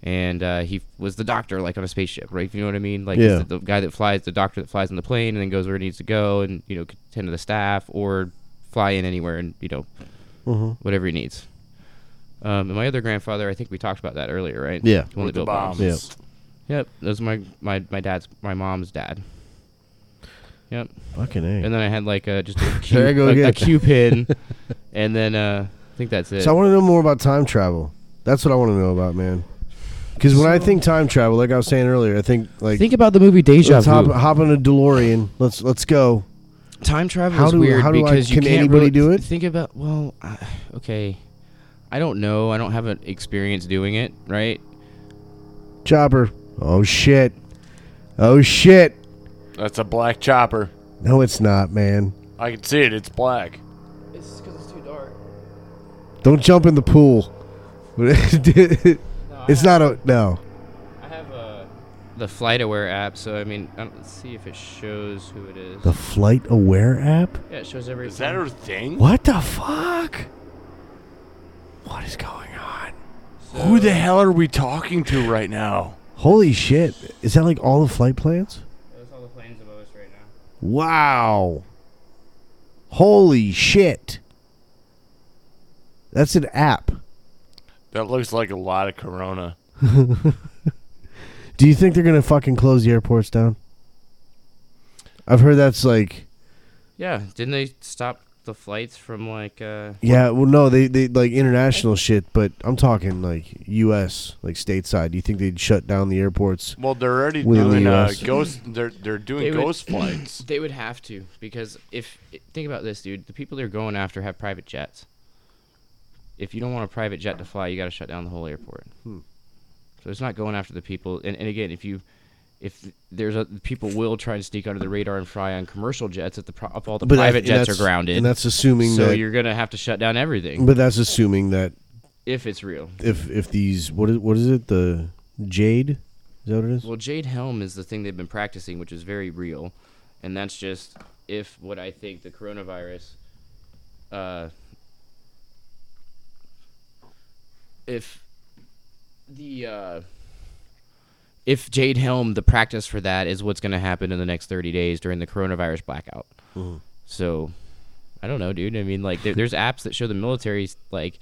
[SPEAKER 3] And uh, he was the doctor, like on a spaceship, right? You know what I mean? Like he's
[SPEAKER 1] Yeah.
[SPEAKER 3] the, the guy that flies, the doctor that flies on the plane, and then goes where it needs to go, and you know, could tend to the staff or fly in anywhere, and you know,
[SPEAKER 1] Mhm.
[SPEAKER 3] whatever he needs. Um, and my other grandfather, I think we talked about that earlier, right?
[SPEAKER 1] Yeah.
[SPEAKER 3] The one that
[SPEAKER 2] With the
[SPEAKER 3] built
[SPEAKER 2] bombs.
[SPEAKER 3] bombs.
[SPEAKER 1] Yeah.
[SPEAKER 3] Yep, that was my, my my dad's my mom's dad. Yep.
[SPEAKER 1] Fucking a.
[SPEAKER 3] And then I had like a just a
[SPEAKER 1] There I
[SPEAKER 3] Q,
[SPEAKER 1] go
[SPEAKER 3] a,
[SPEAKER 1] again.
[SPEAKER 3] a Q pin, and then uh, I think that's it.
[SPEAKER 1] So I want to know more about time travel. That's what I want to know about, man. Because when I think time travel, like I was saying earlier, I think like
[SPEAKER 3] think about the movie Deja
[SPEAKER 1] let's hop,
[SPEAKER 3] Vu.
[SPEAKER 1] hop on uh, a DeLorean. Let's let's go.
[SPEAKER 3] Time travel
[SPEAKER 1] How
[SPEAKER 3] is
[SPEAKER 1] do-
[SPEAKER 3] weird
[SPEAKER 1] how do I-
[SPEAKER 3] because you
[SPEAKER 1] can
[SPEAKER 3] can't
[SPEAKER 1] anybody
[SPEAKER 3] really
[SPEAKER 1] do it?
[SPEAKER 3] Think about well, uh, okay. I don't know. I don't have an experience doing it, right?
[SPEAKER 1] Chopper. Oh shit. Oh shit.
[SPEAKER 2] That's a black chopper.
[SPEAKER 1] No, it's not, man.
[SPEAKER 2] I can see it. It's black.
[SPEAKER 3] It's because it's too dark.
[SPEAKER 1] Don't jump in the pool. it's not a no.
[SPEAKER 3] I have uh, the flight aware app, so I mean, I don't, let's see if it shows who it is.
[SPEAKER 1] The flight aware app.
[SPEAKER 3] yeah, it shows every.
[SPEAKER 2] Is that her thing?
[SPEAKER 1] What the fuck? What is going on?
[SPEAKER 3] So-
[SPEAKER 2] Who the hell are we talking to right now?
[SPEAKER 1] Holy shit! Is that like all the flight plans?
[SPEAKER 3] Those all the planes above us right now.
[SPEAKER 1] Wow. Holy shit. That's an app.
[SPEAKER 2] That looks like a lot of Corona.
[SPEAKER 1] Do you think they're going to fucking close the airports down? I've heard that's like
[SPEAKER 3] Yeah, didn't they stop the flights from like? Uh,
[SPEAKER 1] yeah, well no, they they like international shit, but I'm talking like US, like stateside. Do you think they'd shut down the airports?
[SPEAKER 2] Well, they're already
[SPEAKER 1] Within the
[SPEAKER 2] doing uh,
[SPEAKER 1] US.
[SPEAKER 2] ghost. They're they're doing
[SPEAKER 3] They would-
[SPEAKER 2] ghost flights.
[SPEAKER 3] They would have to because if think about this, dude, the people they're going after have private jets. If you don't want a private jet to fly, you got to shut down the whole airport.
[SPEAKER 1] Hmm.
[SPEAKER 3] So it's not going after the people. And, and again, if you if there's a people will try and sneak under the radar and fly on commercial jets if the pro, if all the
[SPEAKER 1] But I-
[SPEAKER 3] private
[SPEAKER 1] and
[SPEAKER 3] jets are
[SPEAKER 1] that's-
[SPEAKER 3] grounded.
[SPEAKER 1] And that's assuming
[SPEAKER 3] so
[SPEAKER 1] that
[SPEAKER 3] you're gonna have to shut down everything
[SPEAKER 1] but that's assuming that
[SPEAKER 3] if it's real.
[SPEAKER 1] if if these what is what is it? The Jade? Is that what it is?
[SPEAKER 3] Well, Jade Helm is the thing they've been practicing, which is very real, and that's just if what I think the coronavirus, uh, if the uh, if Jade Helm, the practice for that is what's going to happen in the next thirty days during the coronavirus blackout.
[SPEAKER 1] Mm-hmm.
[SPEAKER 3] So, I don't know, dude. I mean, like, there, there's apps that show the military's like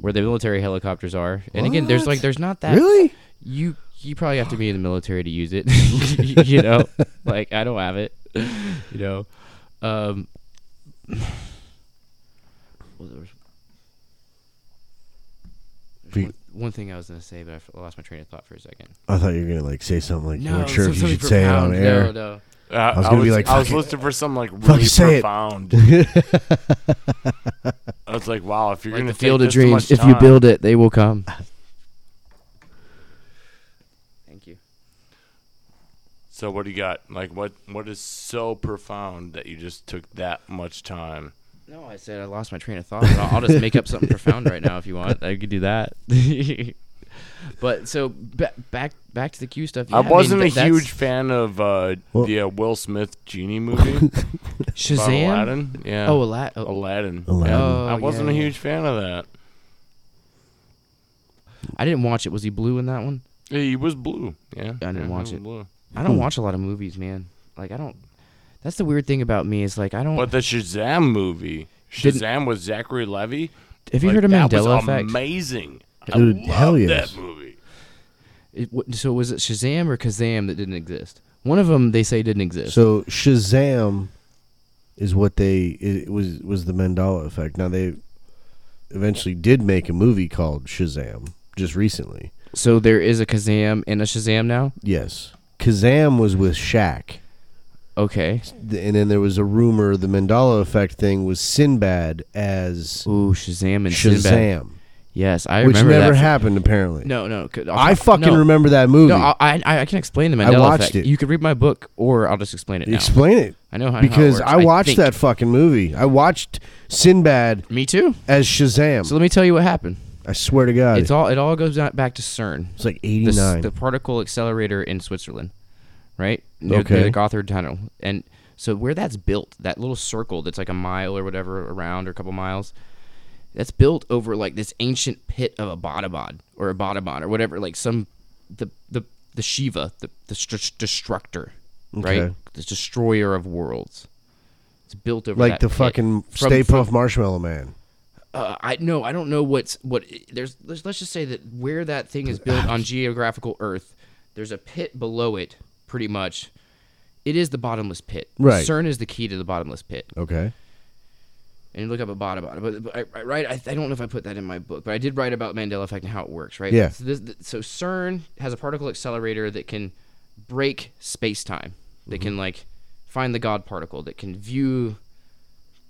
[SPEAKER 3] where the military helicopters are, and again, there's
[SPEAKER 1] What?
[SPEAKER 3] like there's not that
[SPEAKER 1] Really?
[SPEAKER 3] you you probably have to be in the military to use it. you know, like I don't have it. You know, um, well, there was there's
[SPEAKER 1] Be-
[SPEAKER 3] one, one thing I was gonna say, but I f- lost my train of thought for a second.
[SPEAKER 1] I thought you were gonna like say something like you weren't sure
[SPEAKER 3] so-
[SPEAKER 1] if you
[SPEAKER 3] something
[SPEAKER 1] should say it on
[SPEAKER 3] profound.
[SPEAKER 1] air.
[SPEAKER 3] No, no.
[SPEAKER 2] Uh, I
[SPEAKER 1] was gonna be like,
[SPEAKER 2] I was
[SPEAKER 1] fuck it.
[SPEAKER 2] listening for some like
[SPEAKER 1] Fuck,
[SPEAKER 2] really
[SPEAKER 1] say it.
[SPEAKER 2] profound. I was like, wow, if you're
[SPEAKER 3] Like
[SPEAKER 2] gonna
[SPEAKER 3] the field
[SPEAKER 2] take
[SPEAKER 3] of
[SPEAKER 2] this much
[SPEAKER 3] dreams. If you
[SPEAKER 2] time-
[SPEAKER 3] build it, they will come. Thank you.
[SPEAKER 2] So what do you got? Like what what is so profound that you just took that much time?
[SPEAKER 3] No, I said I lost my train of thought. But I'll, I'll just make up something profound right now if you want. I could do that. But so ba- back back to the Q stuff.
[SPEAKER 2] I
[SPEAKER 3] yeah, mean,
[SPEAKER 2] wasn't
[SPEAKER 3] th-
[SPEAKER 2] a
[SPEAKER 3] that's-
[SPEAKER 2] huge fan of uh, the uh, Will Smith genie movie about
[SPEAKER 3] Shazam.
[SPEAKER 2] Aladdin. Yeah.
[SPEAKER 3] Oh, Ala- oh.
[SPEAKER 2] Aladdin.
[SPEAKER 1] Aladdin.
[SPEAKER 2] Yeah.
[SPEAKER 3] Oh,
[SPEAKER 2] I wasn't
[SPEAKER 3] yeah,
[SPEAKER 2] a
[SPEAKER 3] yeah.
[SPEAKER 2] huge fan of that.
[SPEAKER 3] I didn't watch it. Was he blue in that one?
[SPEAKER 2] Yeah, He was blue. Yeah.
[SPEAKER 3] I didn't
[SPEAKER 2] Yeah, he
[SPEAKER 3] watch
[SPEAKER 2] was
[SPEAKER 3] it.
[SPEAKER 2] Blue.
[SPEAKER 3] I don't watch a lot of movies, man. Like I don't. That's the weird thing about me is like I don't.
[SPEAKER 2] But the Shazam movie,
[SPEAKER 3] Didn't-
[SPEAKER 2] Shazam with Zachary Levy.
[SPEAKER 3] have you
[SPEAKER 2] like,
[SPEAKER 3] heard of
[SPEAKER 2] that was
[SPEAKER 3] Mandela effect?
[SPEAKER 2] Amazing.
[SPEAKER 1] Dude,
[SPEAKER 2] I love
[SPEAKER 1] hell yes.
[SPEAKER 2] that movie.
[SPEAKER 3] It, wa- so was it Shazam or Kazam that didn't exist? One of them they say didn't exist.
[SPEAKER 1] So Shazam is what they it was was the Mandela effect. Now they eventually did make a movie called Shazam just recently.
[SPEAKER 3] So there is a Kazam and a Shazam now.
[SPEAKER 1] Yes, Kazam was with Shaq,
[SPEAKER 3] Okay.
[SPEAKER 1] and then there was a rumor the Mandela effect thing was Sinbad as
[SPEAKER 3] Ooh, Shazam and
[SPEAKER 1] Shazam,
[SPEAKER 3] Sinbad. Yes, I
[SPEAKER 1] which
[SPEAKER 3] remember
[SPEAKER 1] never
[SPEAKER 3] that.
[SPEAKER 1] happened apparently.
[SPEAKER 3] No, no. c- I'll-
[SPEAKER 1] I fucking
[SPEAKER 3] no.
[SPEAKER 1] remember that movie.
[SPEAKER 3] No, I, I I can explain the
[SPEAKER 1] I
[SPEAKER 3] Mandela
[SPEAKER 1] watched
[SPEAKER 3] effect.
[SPEAKER 1] it.
[SPEAKER 3] You could read my book, or I'll just explain it now.
[SPEAKER 1] Explain it
[SPEAKER 3] I know how
[SPEAKER 1] because
[SPEAKER 3] how it
[SPEAKER 1] I
[SPEAKER 3] works.
[SPEAKER 1] watched
[SPEAKER 3] think.
[SPEAKER 1] that fucking movie. I watched Sinbad
[SPEAKER 3] Me too.
[SPEAKER 1] as Shazam.
[SPEAKER 3] So let me tell you what happened.
[SPEAKER 1] I swear to God,
[SPEAKER 3] It's all it all goes down- back to CERN.
[SPEAKER 1] it's like
[SPEAKER 3] the,
[SPEAKER 1] eighty
[SPEAKER 3] s-
[SPEAKER 1] nine.
[SPEAKER 3] the particle accelerator in Switzerland, right? Near,
[SPEAKER 1] Okay.
[SPEAKER 3] near the Gothard Tunnel. And so where that's built, that little circle that's like a mile or whatever around or a couple miles, that's built over like this ancient pit of a Abbottabad or a Abbottabad or whatever, like some the the the Shiva, the the str- destructor, right?
[SPEAKER 1] Okay.
[SPEAKER 3] The destroyer of worlds. It's built over
[SPEAKER 1] like
[SPEAKER 3] that
[SPEAKER 1] the
[SPEAKER 3] pit.
[SPEAKER 1] fucking
[SPEAKER 3] From-
[SPEAKER 1] Stay
[SPEAKER 3] from-
[SPEAKER 1] Puft Marshmallow Man.
[SPEAKER 3] uh, I no, I don't know what's what. There's let's, let's just say that where that thing is built on geographical Earth, there's a pit below it, pretty much. It is the bottomless pit.
[SPEAKER 1] Right.
[SPEAKER 3] CERN is the key to the bottomless pit.
[SPEAKER 1] Okay.
[SPEAKER 3] And you look up a bottom bottom, but, but I, I right, I, I don't know if I put that in my book, but I did write about Mandela effect and how it works, right?
[SPEAKER 1] Yeah.
[SPEAKER 3] So, this, th- so CERN has a particle accelerator that can break space time. That
[SPEAKER 1] Mm-hmm.
[SPEAKER 3] can like find the God particle. That can view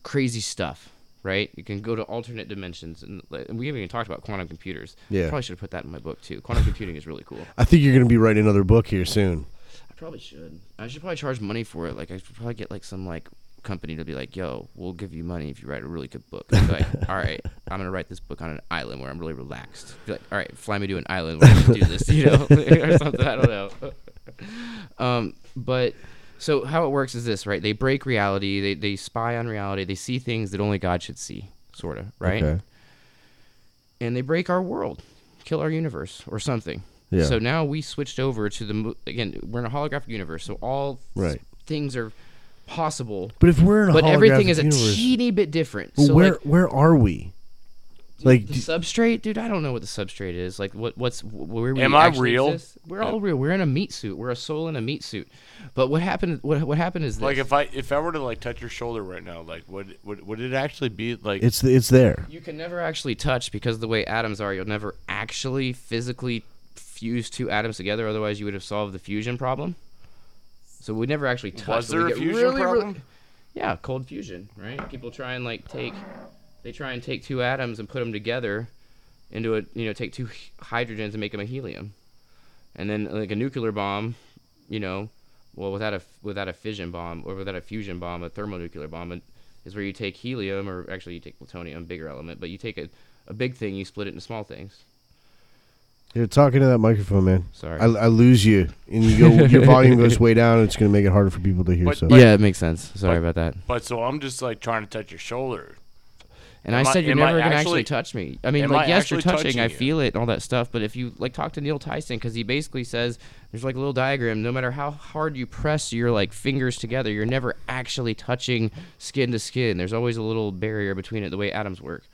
[SPEAKER 3] crazy stuff, right? You can go to alternate dimensions, and, like, and we haven't even talked about quantum computers.
[SPEAKER 1] Yeah.
[SPEAKER 3] Probably should have put that in my book too. Quantum computing is really cool.
[SPEAKER 1] I think you're gonna be writing another book here soon.
[SPEAKER 3] I probably should. I should probably charge money for it. Like I should probably get like some like company to be like, "Yo, we'll give you money if you write a really good book." I'd be like, all right, I'm gonna write this book on an island where I'm really relaxed. Be like, all right, fly me to an island where I can do this, you know, or something. I don't know. Um, but so how it works is this, right? They break reality. They they spy on reality. They see things that only God should see, sort of, right?
[SPEAKER 1] Okay.
[SPEAKER 3] and they break our world, kill our universe or something.
[SPEAKER 1] Yeah.
[SPEAKER 3] So now we switched over to the mo- again. We're in a holographic universe, so all th-
[SPEAKER 1] Right.
[SPEAKER 3] things are possible,
[SPEAKER 1] But if we're in a
[SPEAKER 3] but everything
[SPEAKER 1] holographic
[SPEAKER 3] is a
[SPEAKER 1] universe,
[SPEAKER 3] teeny bit different.
[SPEAKER 1] well,
[SPEAKER 3] so
[SPEAKER 1] where
[SPEAKER 3] like
[SPEAKER 1] where are we? Like,
[SPEAKER 3] the
[SPEAKER 1] d-
[SPEAKER 3] substrate, dude. I don't know what the substrate is. Like what what's wh- where we
[SPEAKER 2] Am I
[SPEAKER 3] actually
[SPEAKER 2] real?
[SPEAKER 3] exist. We're all real. We're in a meat suit. We're a soul in a meat suit. But what happened? What what happened is this.
[SPEAKER 2] Like if I if I were to like touch your shoulder right now, like would would, would it actually be like
[SPEAKER 1] it's the, it's there.
[SPEAKER 3] You can never actually touch because of the way atoms are, you'll never actually physically fuse two atoms together. Otherwise, you would have solved the fusion problem. So we never actually touched.
[SPEAKER 2] was
[SPEAKER 3] so we
[SPEAKER 2] there a
[SPEAKER 3] get
[SPEAKER 2] fusion
[SPEAKER 3] really, really-
[SPEAKER 2] problem?
[SPEAKER 3] yeah, cold fusion, right? People try and like take, they try and take two atoms and put them together into a you know take two h- hydrogens and make them a helium, and then like a nuclear bomb, you know, well without a without a fission bomb or without a fusion bomb, a thermonuclear bomb it- is where you take helium or actually you take plutonium, bigger element, but you take a, a big thing, you split it into small things.
[SPEAKER 1] You're talking to that microphone, man.
[SPEAKER 3] Sorry.
[SPEAKER 1] I, I lose you, and you go. Your volume goes way down. and It's gonna make it harder for people to hear.
[SPEAKER 2] But-
[SPEAKER 1] so
[SPEAKER 2] but-
[SPEAKER 3] yeah, it makes sense. Sorry about that.
[SPEAKER 2] But so I'm just like trying to touch your shoulder.
[SPEAKER 3] And I
[SPEAKER 2] Am I-
[SPEAKER 3] said you're
[SPEAKER 2] am I
[SPEAKER 3] never gonna
[SPEAKER 2] actually-
[SPEAKER 3] actually touch me. I mean,
[SPEAKER 2] am
[SPEAKER 3] like
[SPEAKER 2] I
[SPEAKER 3] yes, you're
[SPEAKER 2] actually
[SPEAKER 3] touching.
[SPEAKER 2] touching
[SPEAKER 3] I
[SPEAKER 2] you?
[SPEAKER 3] feel it and all that stuff. But if you like talk to Neil Tyson, because he basically says there's like a little diagram. No matter how hard you press your like fingers together, you're never actually touching skin to skin. There's always a little barrier between it. The way atoms work.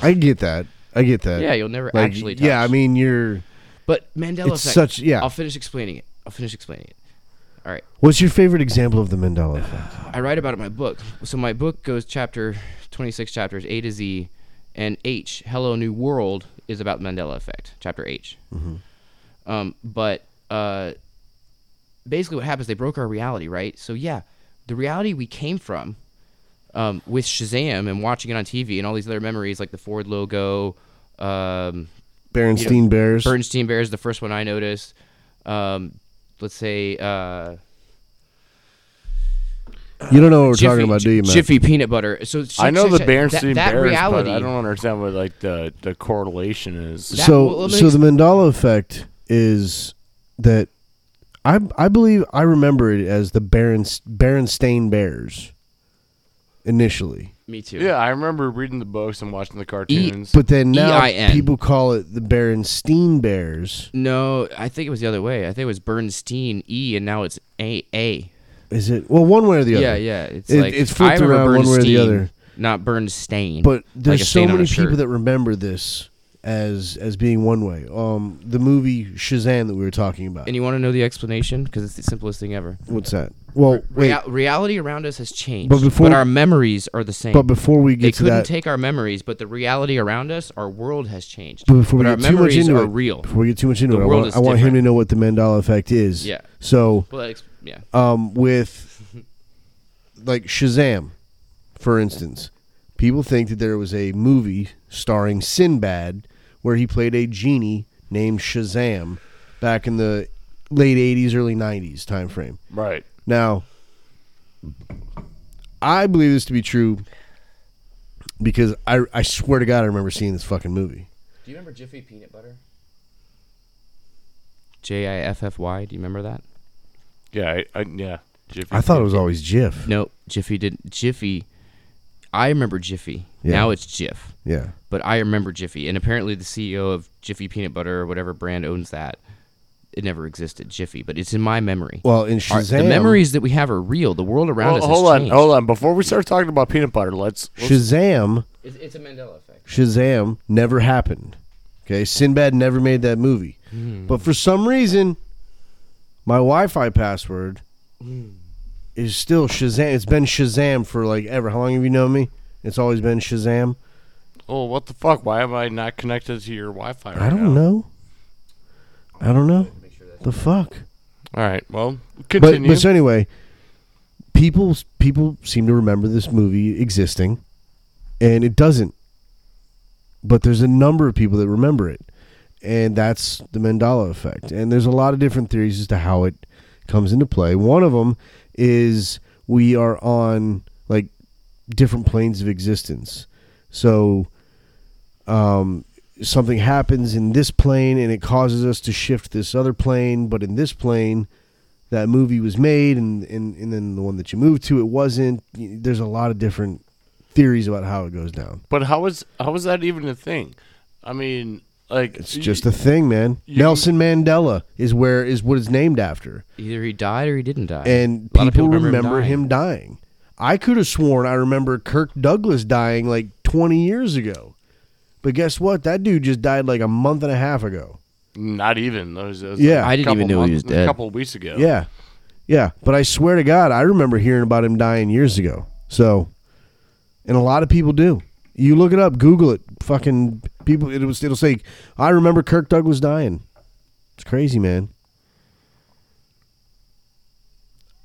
[SPEAKER 1] I get that. I get that.
[SPEAKER 3] Yeah, you'll never
[SPEAKER 1] Like,
[SPEAKER 3] actually. Touch.
[SPEAKER 1] Yeah, I mean, you're.
[SPEAKER 3] But Mandela
[SPEAKER 1] It's
[SPEAKER 3] effect.
[SPEAKER 1] such- yeah.
[SPEAKER 3] I'll finish explaining it. I'll finish explaining it. All right.
[SPEAKER 1] What's your favorite example of the Mandela effect?
[SPEAKER 3] I write about it in my book. So my book goes chapter 26 chapters A to Z, and H Hello New World is about the Mandela effect, chapter H. Um, but uh, basically, what happens? They broke our reality, right? So yeah, the reality we came from um, with Shazam and watching it on TV and all these other memories, like the Ford logo, um,
[SPEAKER 1] Berenstein Bears.
[SPEAKER 3] Bernstein Bears, the first one I noticed. Um, let's say. Uh,
[SPEAKER 1] You don't know what we're
[SPEAKER 3] Jiffy,
[SPEAKER 1] talking about, do you, man?
[SPEAKER 3] Jiffy peanut butter. So
[SPEAKER 2] I know the
[SPEAKER 3] that,
[SPEAKER 2] Bernstein
[SPEAKER 3] that
[SPEAKER 2] Bears,
[SPEAKER 3] reality.
[SPEAKER 2] but I don't understand what like the the correlation is.
[SPEAKER 3] That-
[SPEAKER 1] so
[SPEAKER 3] well, let me
[SPEAKER 1] so
[SPEAKER 3] ex-
[SPEAKER 1] the Mandela effect is that I I believe I remember it as the Baron Berenstain Bears initially,
[SPEAKER 3] Me too.
[SPEAKER 2] yeah, I remember reading the books and
[SPEAKER 3] E
[SPEAKER 2] watching the cartoons.
[SPEAKER 1] but then now
[SPEAKER 3] EIN.
[SPEAKER 1] people call it the Berenstein Bears.
[SPEAKER 3] No, I think it was the other way. I think it was Bernstein E, and now it's A A.
[SPEAKER 1] Is it well one way or the other?
[SPEAKER 3] Yeah, yeah. It's
[SPEAKER 1] It-
[SPEAKER 3] like
[SPEAKER 1] it's flipped
[SPEAKER 3] I remember
[SPEAKER 1] around one way or the
[SPEAKER 3] Bernstein,
[SPEAKER 1] other.
[SPEAKER 3] Not Bernstein.
[SPEAKER 1] But
[SPEAKER 3] like
[SPEAKER 1] there's
[SPEAKER 3] a
[SPEAKER 1] so
[SPEAKER 3] stain on
[SPEAKER 1] many
[SPEAKER 3] a shirt.
[SPEAKER 1] people that remember this as as being one way. Um, the movie Shazam that we were talking about.
[SPEAKER 3] And you want to know the explanation? Because it's the simplest thing ever.
[SPEAKER 1] What's that? Well, wait.
[SPEAKER 3] Rea- reality around us has changed,
[SPEAKER 1] But
[SPEAKER 3] but,
[SPEAKER 1] before-
[SPEAKER 3] our memories are the same.
[SPEAKER 1] but before we
[SPEAKER 3] they
[SPEAKER 1] get to
[SPEAKER 3] couldn't
[SPEAKER 1] that,
[SPEAKER 3] take our memories, but the reality around us, our world has changed.
[SPEAKER 1] But before we
[SPEAKER 3] our
[SPEAKER 1] get too much
[SPEAKER 3] memories
[SPEAKER 1] into
[SPEAKER 3] are
[SPEAKER 1] it,
[SPEAKER 3] real.
[SPEAKER 1] before we get too much into
[SPEAKER 3] The
[SPEAKER 1] it, I
[SPEAKER 3] world
[SPEAKER 1] want,
[SPEAKER 3] is
[SPEAKER 1] I want him to
[SPEAKER 3] different.
[SPEAKER 1] know what the Mandela effect is.
[SPEAKER 3] Yeah.
[SPEAKER 1] So,
[SPEAKER 3] Well, that ex- yeah.
[SPEAKER 1] um, with like Shazam, for instance, people think that there was a movie starring Sinbad where he played a genie named Shazam back in the late '80s, early '90s time frame.
[SPEAKER 2] right.
[SPEAKER 1] Now, I believe this to be true because I I swear to God I remember seeing this fucking movie.
[SPEAKER 3] Do you remember Jiffy peanut butter? J I F F Y. Do you remember that?
[SPEAKER 2] Yeah. I, I, yeah. Jiffy
[SPEAKER 1] I thought it was always Jif.
[SPEAKER 3] No, Jiffy didn't. Jiffy. I remember Jiffy.
[SPEAKER 1] Yeah.
[SPEAKER 3] Now it's Jif.
[SPEAKER 1] Yeah.
[SPEAKER 3] But I remember Jiffy, and apparently the CEO of Jiffy Peanut Butter or whatever brand owns that. It never existed, Jiffy, but it's in my memory.
[SPEAKER 1] Well, in
[SPEAKER 3] Our-
[SPEAKER 1] Shazam,
[SPEAKER 3] the memories that we have are real. The world around
[SPEAKER 2] Hold,
[SPEAKER 3] us.
[SPEAKER 2] hold
[SPEAKER 3] has
[SPEAKER 2] on,
[SPEAKER 3] changed.
[SPEAKER 2] hold on. Before we start talking about peanut butter, let's. let's
[SPEAKER 1] Shazam,
[SPEAKER 3] It's, it's a Mandela effect.
[SPEAKER 1] Shazam never happened. Okay, Sinbad never made that movie, but for some reason, my Wi-Fi password Hmm. is still Shazam. It's been Shazam for like ever. How long have you known me? It's always been Shazam.
[SPEAKER 2] oh, what the fuck? Why am I not connected to your Wi-Fi? Right
[SPEAKER 1] I
[SPEAKER 2] now?
[SPEAKER 1] don't know. I don't know. The fuck.
[SPEAKER 2] All right. Well,
[SPEAKER 1] But,
[SPEAKER 2] continue.
[SPEAKER 1] but so anyway, people people seem to remember this movie existing, and it doesn't. But there's a number of people that remember it, and that's the Mandela effect. And there's a lot of different theories as to how it comes into play. One of them is we are on like different planes of existence. So, um, something happens in this plane, and it causes us to shift this other plane. But in this plane, that movie was made and, and, and then the one that you moved to it wasn't Y- there's a lot of different theories about how it goes down
[SPEAKER 2] but how is how is that even a thing? I mean, like
[SPEAKER 1] it's just a thing man
[SPEAKER 2] you-
[SPEAKER 1] nelson mandela is where is what it's named after
[SPEAKER 3] Either he died or he didn't die.
[SPEAKER 1] and
[SPEAKER 3] A lot
[SPEAKER 1] people,
[SPEAKER 3] of people
[SPEAKER 1] remember,
[SPEAKER 3] remember
[SPEAKER 1] him,
[SPEAKER 3] him
[SPEAKER 1] dying. i could have sworn i remember kirk douglas dying like 20 years ago but guess what that dude just died like a month and a half ago
[SPEAKER 2] not even. That was- that was
[SPEAKER 1] Yeah.
[SPEAKER 2] a
[SPEAKER 3] I didn't even
[SPEAKER 2] couple
[SPEAKER 3] know he
[SPEAKER 2] months-
[SPEAKER 3] was
[SPEAKER 2] A
[SPEAKER 3] dead.
[SPEAKER 2] couple of weeks ago.
[SPEAKER 1] yeah yeah but i swear to god i remember hearing about him dying years ago so and a lot of people do. You look it up, Google it. Fucking people, it was it'll say, "I remember Kirk Douglas dying." It's crazy, man.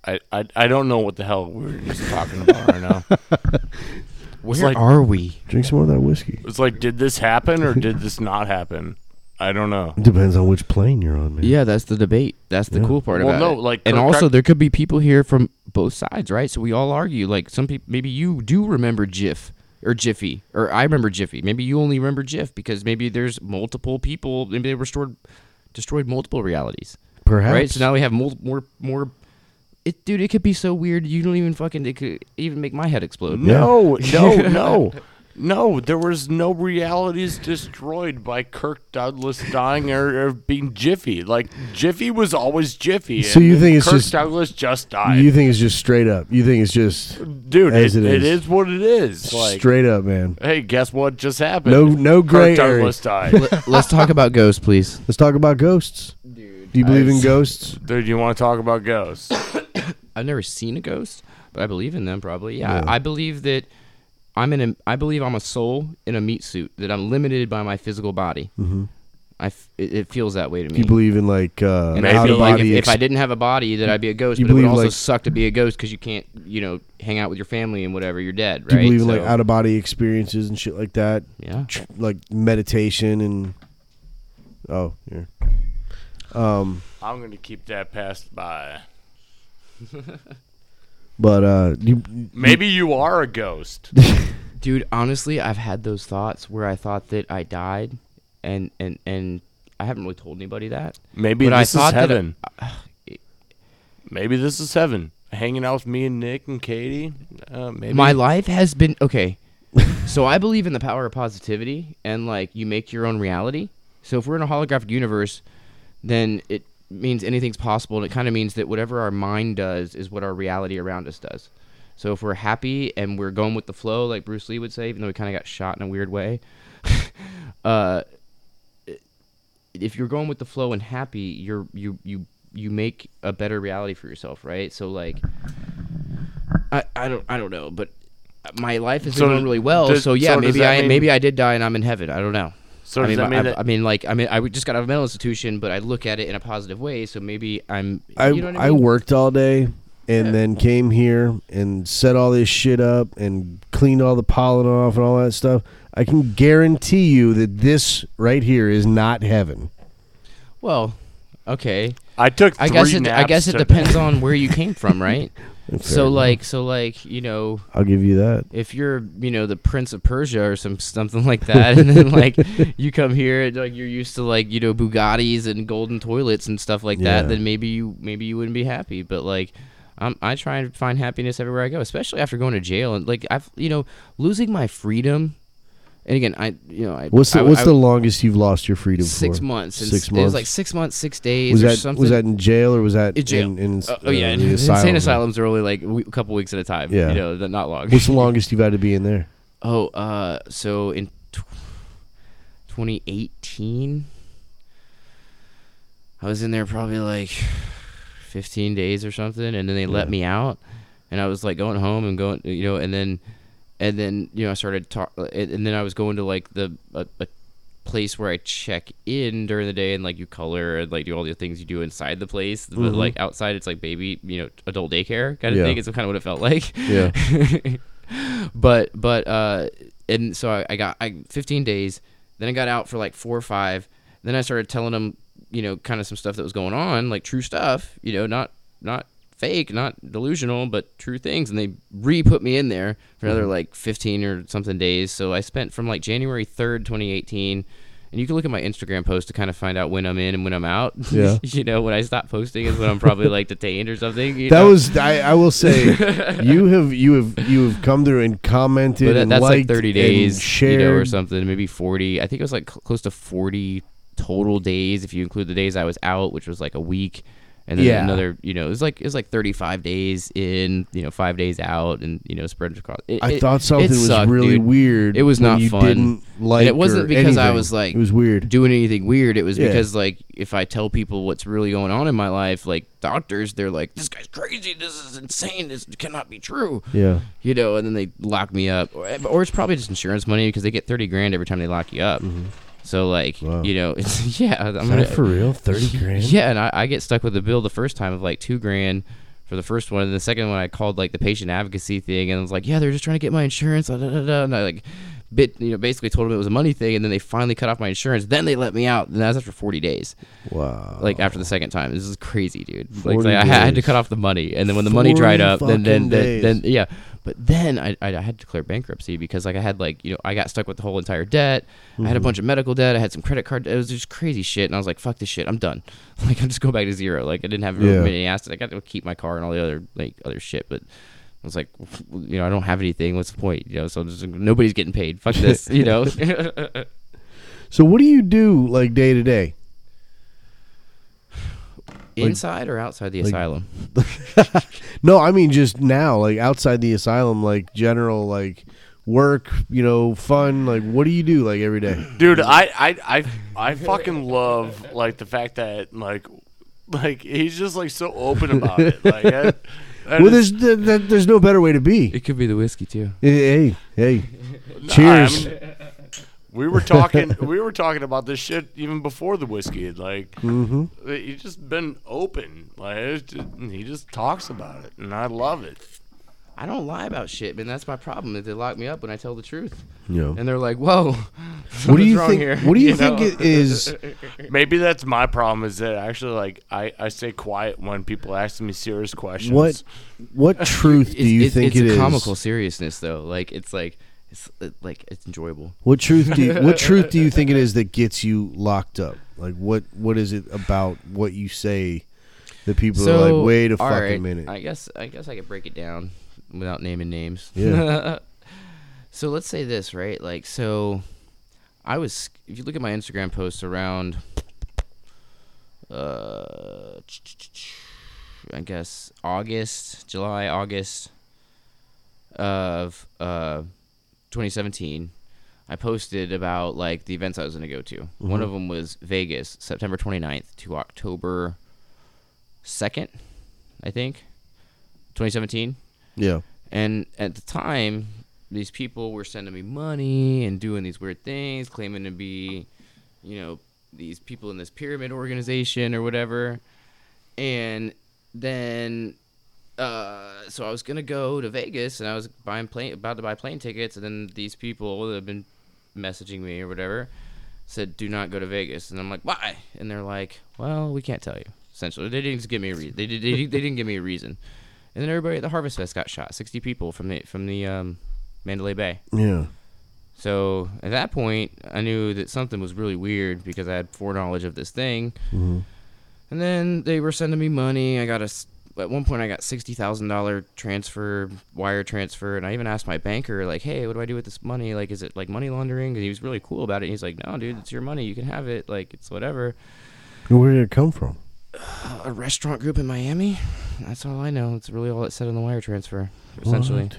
[SPEAKER 2] I, I I don't know what the hell we were just talking about right now.
[SPEAKER 3] Where
[SPEAKER 2] like-
[SPEAKER 3] are we?
[SPEAKER 1] Drink some more of that whiskey.
[SPEAKER 2] It's like, did this happen or did this not happen? I don't know.
[SPEAKER 1] It depends on which plane you're on, man.
[SPEAKER 3] Yeah, that's the debate. That's the cool part
[SPEAKER 2] Well,
[SPEAKER 3] about
[SPEAKER 2] no,
[SPEAKER 3] it.
[SPEAKER 2] like,
[SPEAKER 3] and
[SPEAKER 2] Kirk-
[SPEAKER 3] also
[SPEAKER 2] Kirk-
[SPEAKER 3] there could be people here from both sides, right? So we all argue. Like some people, maybe you do remember Jiff or Jiffy, or I remember Jiffy. Maybe you only remember Jiff because maybe there's multiple people. Maybe they restored, destroyed multiple realities,
[SPEAKER 1] perhaps.
[SPEAKER 3] right? So now we have mul- more more. It, dude, it could be so weird. You don't even fucking. It could even make my head explode.
[SPEAKER 2] No, no, no. No, there was no realities destroyed by Kirk Douglas dying or, or being Jiffy. Like Jiffy was always Jiffy.
[SPEAKER 1] So
[SPEAKER 2] and
[SPEAKER 1] you think it's
[SPEAKER 2] Kirk
[SPEAKER 1] just-
[SPEAKER 2] Douglas just died,
[SPEAKER 1] you think it's just straight up. You think it's just
[SPEAKER 2] dude?
[SPEAKER 1] as
[SPEAKER 2] it,
[SPEAKER 1] it
[SPEAKER 2] it
[SPEAKER 1] is.
[SPEAKER 2] is what it is. Like,
[SPEAKER 1] straight up, man.
[SPEAKER 2] hey, guess what just happened?
[SPEAKER 1] No- no gray
[SPEAKER 2] Kirk Douglas died.
[SPEAKER 3] Let, let's talk about ghosts, please.
[SPEAKER 1] Let's talk about ghosts. Dude, do you believe in ghosts?
[SPEAKER 2] Dude, you want to talk about ghosts?
[SPEAKER 3] I've never seen a ghost, but I believe in them probably. Yeah, I believe that I'm in a I believe I'm a soul in a meat suit that I'm limited by my physical body. Mm-hmm. I f- it, it feels that way to me.
[SPEAKER 1] You believe in like uh,
[SPEAKER 3] and I
[SPEAKER 1] out
[SPEAKER 3] feel
[SPEAKER 1] of
[SPEAKER 3] like if,
[SPEAKER 1] body?
[SPEAKER 3] if I didn't have a body, that I'd be a ghost.
[SPEAKER 1] you
[SPEAKER 3] But it would
[SPEAKER 1] believe,
[SPEAKER 3] also
[SPEAKER 1] like-
[SPEAKER 3] suck to be a ghost because you can't, you know, hang out with your family and whatever. You're dead, right?
[SPEAKER 1] do you believe in like
[SPEAKER 3] So-
[SPEAKER 1] out of body experiences and shit like that?
[SPEAKER 3] Yeah.
[SPEAKER 1] Tr- Like meditation and oh, yeah. Um.
[SPEAKER 2] I'm gonna keep that past by.
[SPEAKER 1] But uh, you,
[SPEAKER 2] Maybe you are a ghost.
[SPEAKER 3] Dude, honestly, I've had those thoughts where I thought that I died, and and and I haven't really told anybody that.
[SPEAKER 2] Maybe
[SPEAKER 3] But I
[SPEAKER 2] this is
[SPEAKER 3] thought that-
[SPEAKER 2] heaven. maybe this is heaven. Hanging out with me and Nick and Katie. Uh, maybe
[SPEAKER 3] My life has been okay. so I believe in the power of positivity, and like you make your own reality. So if we're in a holographic universe, then it means anything's possible, and it kind of means that whatever our mind does is what our reality around us does. So if we're happy and we're going with the flow, like Bruce Lee would say, even though he kind of got shot in a weird way, uh, if you're going with the flow and happy, you're you you you make a better reality for yourself, right? So like, I, I don't I don't know, but my life has
[SPEAKER 2] So
[SPEAKER 3] been going really well.
[SPEAKER 2] does-
[SPEAKER 3] so yeah,
[SPEAKER 2] so does
[SPEAKER 3] maybe
[SPEAKER 2] that
[SPEAKER 3] I
[SPEAKER 2] mean-
[SPEAKER 3] maybe I did die and I'm in heaven. I don't know.
[SPEAKER 2] So
[SPEAKER 3] I
[SPEAKER 2] does
[SPEAKER 3] mean,
[SPEAKER 2] that
[SPEAKER 3] I,
[SPEAKER 2] mean
[SPEAKER 3] I-
[SPEAKER 2] that-
[SPEAKER 3] I mean, like, I mean, I would- just got out of a mental institution, but I look at it in a positive way. So maybe I'm.
[SPEAKER 1] I,
[SPEAKER 3] you know what
[SPEAKER 1] I,
[SPEAKER 3] I, mean?
[SPEAKER 1] worked all day and then came here and set all this shit up and cleaned all the pollen off and all that stuff. I can guarantee you that this right here is not heaven.
[SPEAKER 3] Well, okay.
[SPEAKER 2] I took. Three
[SPEAKER 3] I guess it. I
[SPEAKER 2] naps
[SPEAKER 3] guess it
[SPEAKER 2] today.
[SPEAKER 3] depends on where you came from, right?
[SPEAKER 1] Fair
[SPEAKER 3] so
[SPEAKER 1] enough.
[SPEAKER 3] like, so like, you know,
[SPEAKER 1] I'll give you that.
[SPEAKER 3] if you're you know the prince of persia or some something like that and then like you come here and like you're used to like you know bugattis and golden toilets and stuff like
[SPEAKER 1] Yeah.
[SPEAKER 3] that then maybe you maybe you wouldn't be happy but like i I try and find happiness everywhere I go, especially after going to jail and like I've you know losing my freedom. And again, I you know I
[SPEAKER 1] What's the
[SPEAKER 3] I-
[SPEAKER 1] What's
[SPEAKER 3] I-
[SPEAKER 1] the longest you've lost your freedom
[SPEAKER 3] six
[SPEAKER 1] for?
[SPEAKER 3] months? and
[SPEAKER 1] Six
[SPEAKER 3] s- It was
[SPEAKER 1] months.
[SPEAKER 3] like six months, six days
[SPEAKER 1] Was
[SPEAKER 3] or
[SPEAKER 1] that
[SPEAKER 3] something.
[SPEAKER 1] Was that in jail or was that
[SPEAKER 3] In jail.
[SPEAKER 1] In, in,
[SPEAKER 3] Uh,
[SPEAKER 1] uh,
[SPEAKER 3] oh yeah,
[SPEAKER 1] the
[SPEAKER 3] insane asylums are only like a wee- couple weeks at a time.
[SPEAKER 1] Yeah.
[SPEAKER 3] you know, they're not long.
[SPEAKER 1] What's the longest you've had to be in there?
[SPEAKER 3] Oh, uh, so in tw 2018, I was in there probably like 15 days or something, and then they let
[SPEAKER 1] Yeah.
[SPEAKER 3] me out, and I was like going home and going, you know, and then, and then you know I started talk, and and then I was going to like the a, a place where I check in during the day and like you color and like do all the things you do inside the place, but
[SPEAKER 1] Mhm.
[SPEAKER 3] like outside it's like baby, you know, adult daycare kind of
[SPEAKER 1] Yeah.
[SPEAKER 3] thing. It's kind of what it felt like
[SPEAKER 1] Yeah.
[SPEAKER 3] but but uh and so I, I got I 15 days then I got out for like four or five then I started telling them you know kind of some stuff that was going on like true stuff you know not not fake not delusional but true things and they re-put me in there for another
[SPEAKER 1] Mm-hmm.
[SPEAKER 3] like 15 or something days so I spent from like January 3rd 2018 and you can look at my Instagram post to kind of find out when I'm in and when I'm out.
[SPEAKER 1] Yeah.
[SPEAKER 3] you know, when I stop posting is when I'm probably like detained or something. you
[SPEAKER 1] That
[SPEAKER 3] know?
[SPEAKER 1] was I, I will say you have you have you have come through and commented
[SPEAKER 3] But that-
[SPEAKER 1] and
[SPEAKER 3] that's like
[SPEAKER 1] liked
[SPEAKER 3] 30
[SPEAKER 1] and
[SPEAKER 3] days,
[SPEAKER 1] shared
[SPEAKER 3] you know, or something. Maybe 40. I think it was like cl- close to 40 total days if you include the days I was out, which was like a week, and then
[SPEAKER 1] Yeah.
[SPEAKER 3] another. You know, it was like it was like 35 days in, you know, five days out, and you know, spread across. It,
[SPEAKER 1] I
[SPEAKER 3] it-
[SPEAKER 1] thought
[SPEAKER 3] it
[SPEAKER 1] something was
[SPEAKER 3] sucked,
[SPEAKER 1] really
[SPEAKER 3] dude.
[SPEAKER 1] weird.
[SPEAKER 3] It was
[SPEAKER 1] when
[SPEAKER 3] not
[SPEAKER 1] you
[SPEAKER 3] fun.
[SPEAKER 1] Didn't like
[SPEAKER 3] and it wasn't
[SPEAKER 1] or
[SPEAKER 3] because I
[SPEAKER 1] anything.
[SPEAKER 3] was like
[SPEAKER 1] it was weird.
[SPEAKER 3] doing anything weird. It was
[SPEAKER 1] Yeah.
[SPEAKER 3] because like if I tell people what's really going on in my life, like doctors, they're like, this guy's crazy. This is insane. This cannot be true
[SPEAKER 1] Yeah,
[SPEAKER 3] you know, and then they lock me up, or, or it's probably just insurance money because they get thirty grand every time they lock you up. So like,
[SPEAKER 1] Mm-hmm. Wow.
[SPEAKER 3] you know, it's, yeah, I'm gonna,
[SPEAKER 1] real? Thirty grand?
[SPEAKER 3] yeah, and I, I get stuck with the bill the first time of like two grand for the first one, and the second one I called like the patient advocacy thing, and I was like, yeah, they're just trying to get my insurance, da, da, da, da, and I like, bit, you know, basically told them it was a money thing, and then they finally cut off my insurance, then they let me out, and that was after forty days,
[SPEAKER 1] Wow.
[SPEAKER 3] like after the second time. This is crazy, dude. Like,
[SPEAKER 1] 40
[SPEAKER 3] like, I had to
[SPEAKER 1] days.
[SPEAKER 3] cut off the money, and then when the money dried
[SPEAKER 1] 40
[SPEAKER 3] up, then then,
[SPEAKER 1] fucking
[SPEAKER 3] then then
[SPEAKER 1] days.
[SPEAKER 3] yeah. But then I, I I had to declare bankruptcy because like I had like you know I got stuck with the whole entire debt. I had a bunch of medical debt. I had some credit card. Debt. It was just crazy shit, and I was like, fuck this shit. I'm done. Like I'm just go back to zero. Like I didn't have
[SPEAKER 1] Yeah.
[SPEAKER 3] many assets. I got to keep my car and all the other like other shit, but. I was like, you know, I don't have anything. What's the point? You know, so I'm just, nobody's getting paid. Fuck this. You know,
[SPEAKER 1] so what do you do like day to day?
[SPEAKER 3] inside or outside the
[SPEAKER 1] like-
[SPEAKER 3] asylum?
[SPEAKER 1] No, I mean just now, like outside the asylum, like general, like work, you know, fun. Like what do you do like every day?
[SPEAKER 2] dude. I, I I I fucking love like the fact that like like he's just like so open about it. Like, I, I
[SPEAKER 1] Well,
[SPEAKER 2] just-
[SPEAKER 1] there's th- th- there's no better way to be.
[SPEAKER 3] It could be the whiskey too.
[SPEAKER 1] Hey, hey, hey.
[SPEAKER 2] Nah,
[SPEAKER 1] cheers.
[SPEAKER 2] I mean, we were talking. we were talking about this shit even before the whiskey. Like
[SPEAKER 3] Mm-hmm.
[SPEAKER 2] he just been open. Like it's just- he just talks about it, and I love it.
[SPEAKER 3] I don't lie about shit, man. That's my problem. That they lock me up when I tell the truth,
[SPEAKER 1] Yeah.
[SPEAKER 3] and they're like,
[SPEAKER 1] What
[SPEAKER 3] "Whoa,
[SPEAKER 1] do
[SPEAKER 3] something's
[SPEAKER 1] you
[SPEAKER 3] wrong
[SPEAKER 1] think?
[SPEAKER 3] Here.
[SPEAKER 1] What do you,
[SPEAKER 3] know?
[SPEAKER 1] think it is?
[SPEAKER 2] Maybe that's my problem is that actually like I, I stay quiet when people ask me serious questions.
[SPEAKER 1] What what truth do
[SPEAKER 3] It's-
[SPEAKER 1] you
[SPEAKER 3] it's-
[SPEAKER 1] think
[SPEAKER 3] it's
[SPEAKER 1] it
[SPEAKER 3] a
[SPEAKER 1] is?
[SPEAKER 3] comical seriousness though? Like it's like it's uh, like it's enjoyable.
[SPEAKER 1] What truth do you, what truth do you think it is that gets you locked up? Like what what is it about what you say that people are like? Wait a
[SPEAKER 3] all
[SPEAKER 1] fucking
[SPEAKER 3] right,
[SPEAKER 1] minute.
[SPEAKER 3] I guess I guess I could break it down without naming names.
[SPEAKER 1] Yeah.
[SPEAKER 3] so let's say this, right? Like so I was if you look at my Instagram posts around uh I guess August, July, August of uh 2017 I posted about like the events I was going to go to. One of them was Vegas, September 29th to October 2nd, I think, 2017.
[SPEAKER 1] yeah.
[SPEAKER 3] And at the time, these people were sending me money and doing these weird things, claiming to be, you know, these people in this pyramid organization or whatever. And then, uh, so I was gonna go to Vegas and I was buying plane, about to buy plane tickets, and then these people that have been messaging me or whatever said, "Do not go to Vegas." And I'm like, "Why?" And they're like, "Well, we can't tell you." Essentially, they didn't just give me a reason. They, did, they, did- they didn't give me a reason. And then everybody at the Harvest Fest got shot. Sixty people from the from the um, Mandalay Bay.
[SPEAKER 1] Yeah.
[SPEAKER 3] So at that point, I knew that something was really weird because I had foreknowledge of this thing. And then they were sending me money. I got a s- at one point I got sixty thousand dollar transfer wire transfer, and I even asked my banker like, "Hey, what do I do with this money? Like, is it like money laundering?" And he was really cool about it. He's like, "No, dude, it's your money. You can have it. Like, it's whatever."
[SPEAKER 1] Where did it come from?
[SPEAKER 3] A restaurant group in Miami. That's all I know. It's really all it said on the wire transfer, essentially.
[SPEAKER 1] What?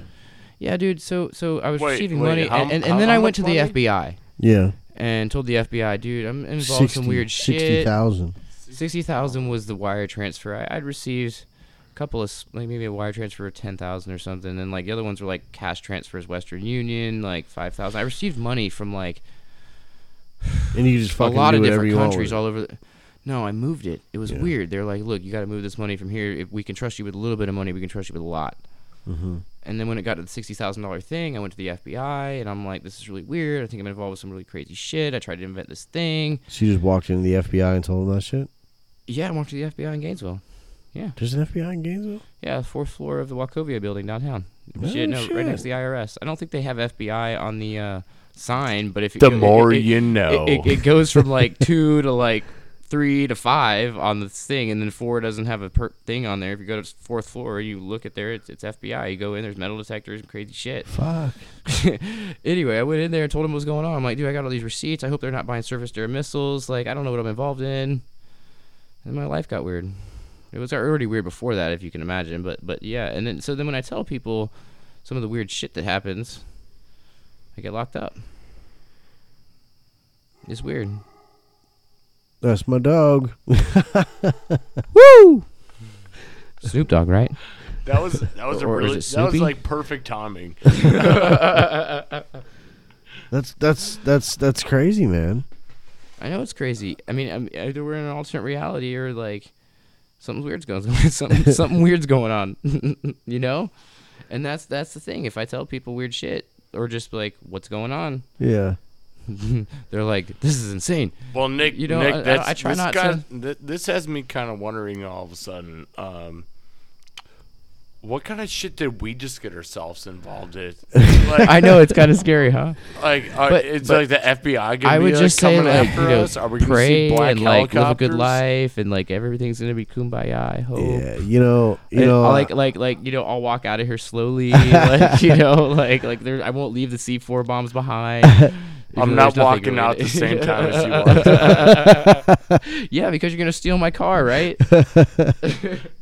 [SPEAKER 3] Yeah, dude. So so I was
[SPEAKER 2] Wait,
[SPEAKER 3] receiving
[SPEAKER 2] wait,
[SPEAKER 3] money,
[SPEAKER 2] how-
[SPEAKER 3] and, and,
[SPEAKER 2] how-
[SPEAKER 3] and then
[SPEAKER 2] how
[SPEAKER 3] I went to
[SPEAKER 2] much
[SPEAKER 3] the
[SPEAKER 2] money?
[SPEAKER 3] FBI
[SPEAKER 1] Yeah.
[SPEAKER 3] and told the FBI, dude, I'm involved in some
[SPEAKER 1] 60
[SPEAKER 3] weird shit.
[SPEAKER 1] 60,000.
[SPEAKER 3] Sixty thousand was the wire transfer. I, I'd received a couple of s- like maybe a wire transfer of ten thousand or something, and like the other ones were like cash transfers, Western Union, like five thousand. I received money from like
[SPEAKER 1] And you just fucking
[SPEAKER 3] a lot
[SPEAKER 1] do
[SPEAKER 3] of
[SPEAKER 1] whatever
[SPEAKER 3] different
[SPEAKER 1] you want
[SPEAKER 3] countries
[SPEAKER 1] with it.
[SPEAKER 3] all over. The, no, I moved it. It was weird. They're like, look, you got to move this money from here. If we can trust you with a little bit of money, we can trust you with a lot.
[SPEAKER 1] Mm-hmm.
[SPEAKER 3] And then when it got to the sixty thousand dollar thing, I went to the FBI and I'm like, this is really weird. I think I'm involved with some really crazy shit. I tried to invent this thing.
[SPEAKER 1] So you just walked into the FBI and told them that shit?
[SPEAKER 3] Yeah, I walked to the FBI in Gainesville.
[SPEAKER 1] There's an FBI in Gainesville?
[SPEAKER 3] Yeah, fourth floor of the Wachovia building downtown.
[SPEAKER 1] Oh,
[SPEAKER 3] shit, no,
[SPEAKER 1] shit.
[SPEAKER 3] right next to the IRS. I don't think they have FBI on the uh, sign, but if it
[SPEAKER 2] The
[SPEAKER 3] go- it-
[SPEAKER 2] more
[SPEAKER 3] it-
[SPEAKER 2] you know.
[SPEAKER 3] it, it, it goes from like two to like three to five on the thing, and then four doesn't have a per- thing on there. If you go to fourth floor, you look at there, it's, it's FBI. You go in, there's metal detectors and crazy shit.
[SPEAKER 1] Fuck.
[SPEAKER 3] anyway, I went in there and told him what was going on. I'm like, dude, I got all these receipts. I hope they're not buying surface to missiles. Like, I don't know what I'm involved in. And my life got weird. It was already weird before that, if you can imagine. But but yeah, and then so then when I tell people some of the weird shit that happens, I get locked up. It's weird.
[SPEAKER 1] That's my dog.
[SPEAKER 3] Woo! Snoop Dogg, right?
[SPEAKER 2] That was that was a
[SPEAKER 3] Or is
[SPEAKER 2] really
[SPEAKER 3] it
[SPEAKER 2] that was
[SPEAKER 3] Snoopy?
[SPEAKER 2] like perfect timing.
[SPEAKER 1] That's that's that's that's crazy, man.
[SPEAKER 3] I know it's crazy. I mean, I'm, either we're in an alternate reality or like something weird's going on. something, something weird's going on, you know. And that's that's the thing. If I tell people weird shit or just like what's going on,
[SPEAKER 1] Yeah.
[SPEAKER 3] they're like, "This is insane."
[SPEAKER 2] Well, Nick,
[SPEAKER 3] You know,
[SPEAKER 2] Nick,
[SPEAKER 3] I- I-
[SPEAKER 2] that's,
[SPEAKER 3] I try
[SPEAKER 2] this
[SPEAKER 3] not
[SPEAKER 2] guy-
[SPEAKER 3] to-
[SPEAKER 2] th- this has me kind of wondering all of a sudden, um, what kind of shit did we just get ourselves involved in? Like,
[SPEAKER 3] I know it's kind of scary, huh?
[SPEAKER 2] like are,
[SPEAKER 3] but-
[SPEAKER 2] it's like
[SPEAKER 3] but
[SPEAKER 2] the FBI. Gonna
[SPEAKER 3] I would
[SPEAKER 2] be,
[SPEAKER 3] just
[SPEAKER 2] like,
[SPEAKER 3] say
[SPEAKER 2] coming
[SPEAKER 3] like you
[SPEAKER 2] after
[SPEAKER 3] know,
[SPEAKER 2] us? Are we gonna
[SPEAKER 3] pray
[SPEAKER 2] see black
[SPEAKER 3] and like live a good
[SPEAKER 2] helicopters?
[SPEAKER 3] life and like everything's gonna be kumbaya. I hope.
[SPEAKER 1] Yeah. You know, you
[SPEAKER 3] And
[SPEAKER 1] know
[SPEAKER 2] uh,
[SPEAKER 3] I'll, like like like you know, I'll walk out of here slowly. like you know, like like there, I won't leave the C four bombs behind.
[SPEAKER 2] I'm
[SPEAKER 3] Even though
[SPEAKER 2] not
[SPEAKER 3] there's nothing
[SPEAKER 2] walking out
[SPEAKER 3] really-
[SPEAKER 2] the same time as you walked.
[SPEAKER 3] yeah, because you're gonna steal my car, right?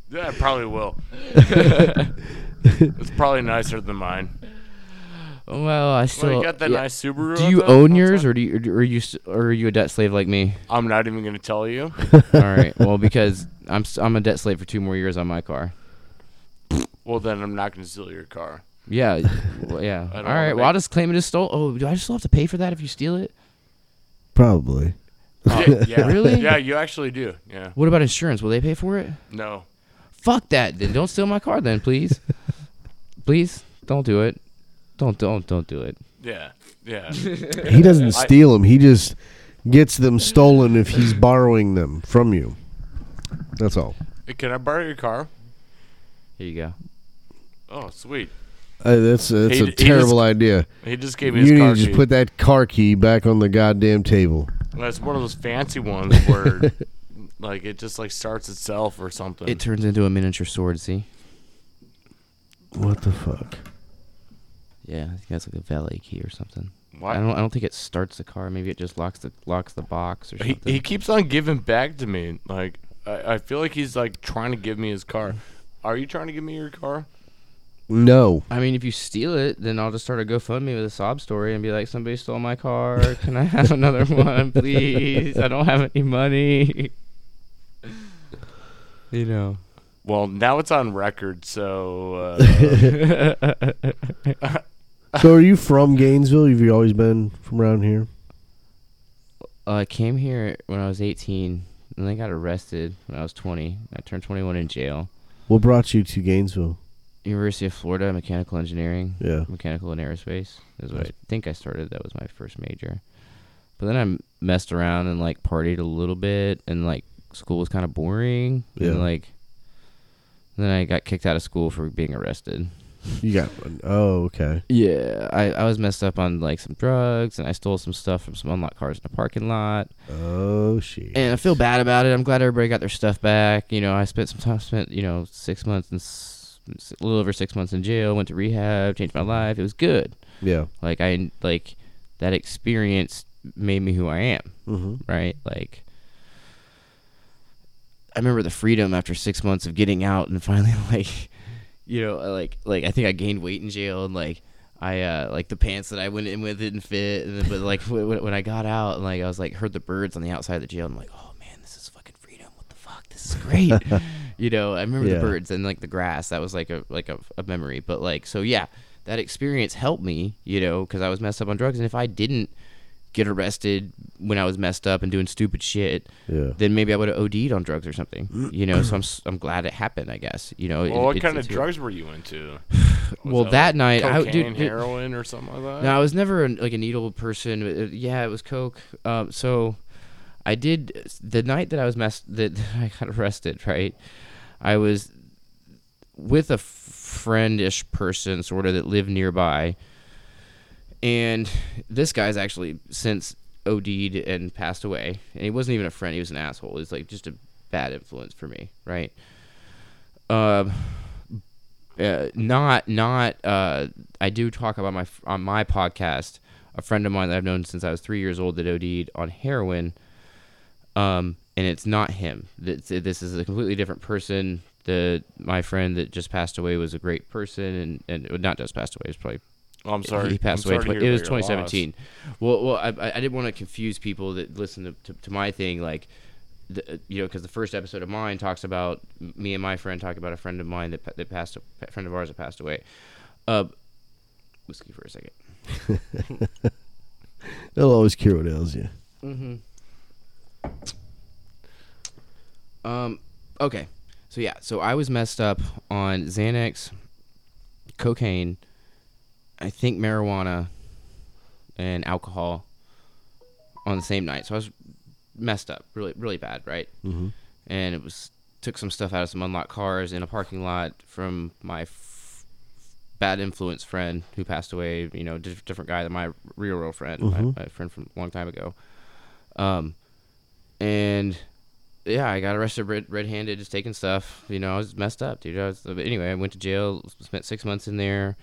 [SPEAKER 2] yeah, I probably will. it's probably nicer than mine.
[SPEAKER 3] well, I
[SPEAKER 2] Well,
[SPEAKER 3] still.
[SPEAKER 2] you got that
[SPEAKER 3] yeah.
[SPEAKER 2] nice Subaru.
[SPEAKER 3] Do
[SPEAKER 2] out
[SPEAKER 3] you
[SPEAKER 2] there?
[SPEAKER 3] own
[SPEAKER 2] That's
[SPEAKER 3] yours,
[SPEAKER 2] fine.
[SPEAKER 3] or do you, or do- or are you, s- or are you a debt slave like me?
[SPEAKER 2] I'm not even gonna tell you.
[SPEAKER 3] All right. Well, because I'm s- I'm a debt slave for two more years on my car.
[SPEAKER 2] Well, then I'm not gonna steal your car.
[SPEAKER 3] Yeah. well, yeah. All
[SPEAKER 2] don't
[SPEAKER 3] right.
[SPEAKER 2] wanna
[SPEAKER 3] Well, I'll
[SPEAKER 2] make-
[SPEAKER 3] just claim it as stolen. Oh, do I still have to pay for that if you steal it?
[SPEAKER 1] probably.
[SPEAKER 2] Yeah, yeah.
[SPEAKER 3] Really?
[SPEAKER 2] Yeah, you actually do. Yeah.
[SPEAKER 3] What about insurance? Will they pay for it?
[SPEAKER 2] No.
[SPEAKER 3] Fuck that. Then don't steal my car, then please. please don't do it. Don't don't don't do it.
[SPEAKER 2] Yeah, yeah.
[SPEAKER 1] He doesn't
[SPEAKER 2] I-
[SPEAKER 1] steal them. He just gets them stolen if he's borrowing them from you. That's all.
[SPEAKER 2] Can I borrow your car?
[SPEAKER 3] Here you go.
[SPEAKER 2] Oh, sweet.
[SPEAKER 1] Uh, that's that's
[SPEAKER 2] He-
[SPEAKER 1] a
[SPEAKER 2] he
[SPEAKER 1] terrible
[SPEAKER 2] just
[SPEAKER 1] idea.
[SPEAKER 2] He just gave me his
[SPEAKER 1] You need
[SPEAKER 2] car
[SPEAKER 1] to just
[SPEAKER 2] key.
[SPEAKER 1] put that car key back on the goddamn table.
[SPEAKER 2] That's one of those fancy ones where, like, it just like starts itself or something.
[SPEAKER 3] It turns into a miniature sword. See?
[SPEAKER 1] What the fuck?
[SPEAKER 3] Yeah, I think that's like a valet key or something.
[SPEAKER 2] Why-
[SPEAKER 3] I don't. I don't think it starts the car. Maybe it just locks the locks the box or
[SPEAKER 2] he,
[SPEAKER 3] something.
[SPEAKER 2] he keeps on giving back to me. Like, I, I feel like he's like trying to give me his car. Are you trying to give me your car?
[SPEAKER 1] No.
[SPEAKER 3] I mean, if you steal it, then I'll just start a GoFundMe with a sob story and be like, "Somebody stole my car. Can I have another one, please? I don't have any money." you know.
[SPEAKER 2] Well, now it's on record, so uh,
[SPEAKER 1] So are you from Gainesville? Have you always been from around here?
[SPEAKER 3] Uh, I came here when I was 18, and then got arrested when I was 20. I turned 21 in jail.
[SPEAKER 1] What brought you to Gainesville?
[SPEAKER 3] University of Florida, mechanical engineering.
[SPEAKER 1] Yeah.
[SPEAKER 3] mechanical and aerospace is what
[SPEAKER 1] Nice.
[SPEAKER 3] I think I started. That was my first major. But then I m- messed around and like partied a little bit, and like school was kind of boring.
[SPEAKER 1] Yeah.
[SPEAKER 3] And like, then I got kicked out of school for being arrested.
[SPEAKER 1] You got Oh, okay.
[SPEAKER 3] Yeah, I, I was messed up on like some drugs, and I stole some stuff from some unlocked cars in a parking lot.
[SPEAKER 1] Oh shit.
[SPEAKER 3] And I feel bad about it. I'm glad everybody got their stuff back. You know, I spent some time, spent you know six months and s- a little over six months in jail. Went to rehab, changed my life. It was good.
[SPEAKER 1] yeah.
[SPEAKER 3] like i like that experience made me who i am
[SPEAKER 1] Mm-hmm.
[SPEAKER 3] right like i remember the freedom after six months of getting out and finally like you know I, like like i think i gained weight in jail and like i uh like the pants that i went in with didn't fit and then, but like when, when- when i got out and like i was like heard the birds on the outside of the jail and i'm like oh man this is fucking freedom what the fuck this is great you know i remember
[SPEAKER 1] Yeah.
[SPEAKER 3] the birds and like the grass that was like a like a, a memory but like so yeah that experience helped me you know because i was messed up on drugs and if i didn't get arrested when i was messed up and doing stupid shit
[SPEAKER 1] Yeah.
[SPEAKER 3] then maybe I would have OD'd on drugs or something. You know, so I'm s- I'm glad it happened. I guess you know.
[SPEAKER 2] well,
[SPEAKER 3] it-
[SPEAKER 2] what
[SPEAKER 3] it's-
[SPEAKER 2] kind of
[SPEAKER 3] it's-
[SPEAKER 2] drugs were you into? Was
[SPEAKER 3] Well,
[SPEAKER 2] it,
[SPEAKER 3] that night, I-
[SPEAKER 2] cocaine,
[SPEAKER 3] dude, dude-
[SPEAKER 2] heroin, or something like
[SPEAKER 3] No,
[SPEAKER 2] that.
[SPEAKER 3] I was never an, like a needle person. but it- Yeah, it was coke. Um, so I did the night that I was messed that I got arrested. Right, I was with a friendish person, sort of that lived nearby, and this guy's actually since OD'd and passed away. And he wasn't even a friend; he was an asshole. He was like just a bad influence for me, right? Um, uh, not not uh, I do talk about my on my podcast a friend of mine that I've known since I was three years old that OD'd on heroin, um, and it's not him. This, this is a completely different person. The my friend that just passed away was a great person, and and not just passed away. It's probably
[SPEAKER 2] Oh, I'm sorry.
[SPEAKER 3] he passed
[SPEAKER 2] I'm
[SPEAKER 3] away.
[SPEAKER 2] sorry to
[SPEAKER 3] twen-
[SPEAKER 2] hear
[SPEAKER 3] it was
[SPEAKER 2] about your loss.
[SPEAKER 3] 2017. Well, well, I, I I didn't want to confuse people that listen to, to, to my thing, like, the, you know, because the first episode of mine talks about me and my friend talk about a friend of mine that pa- that passed, a friend of ours that passed away. Uh, whiskey for a second.
[SPEAKER 1] They'll always cure what ails you.
[SPEAKER 3] Um, okay, so yeah, so I was messed up on Xanax, cocaine, I think marijuana, and alcohol on the same night. So I was messed up, really, really bad, right? Mm-hmm. And it was took some stuff out of some unlocked cars in a parking lot from my f- bad influence friend who passed away. You know, diff- different guy than my real real friend, my, my friend from a long time ago. Um, and yeah, I got arrested red red handed, just taking stuff. You know, I was messed up, dude. I was but anyway. I went to jail, spent six months in there,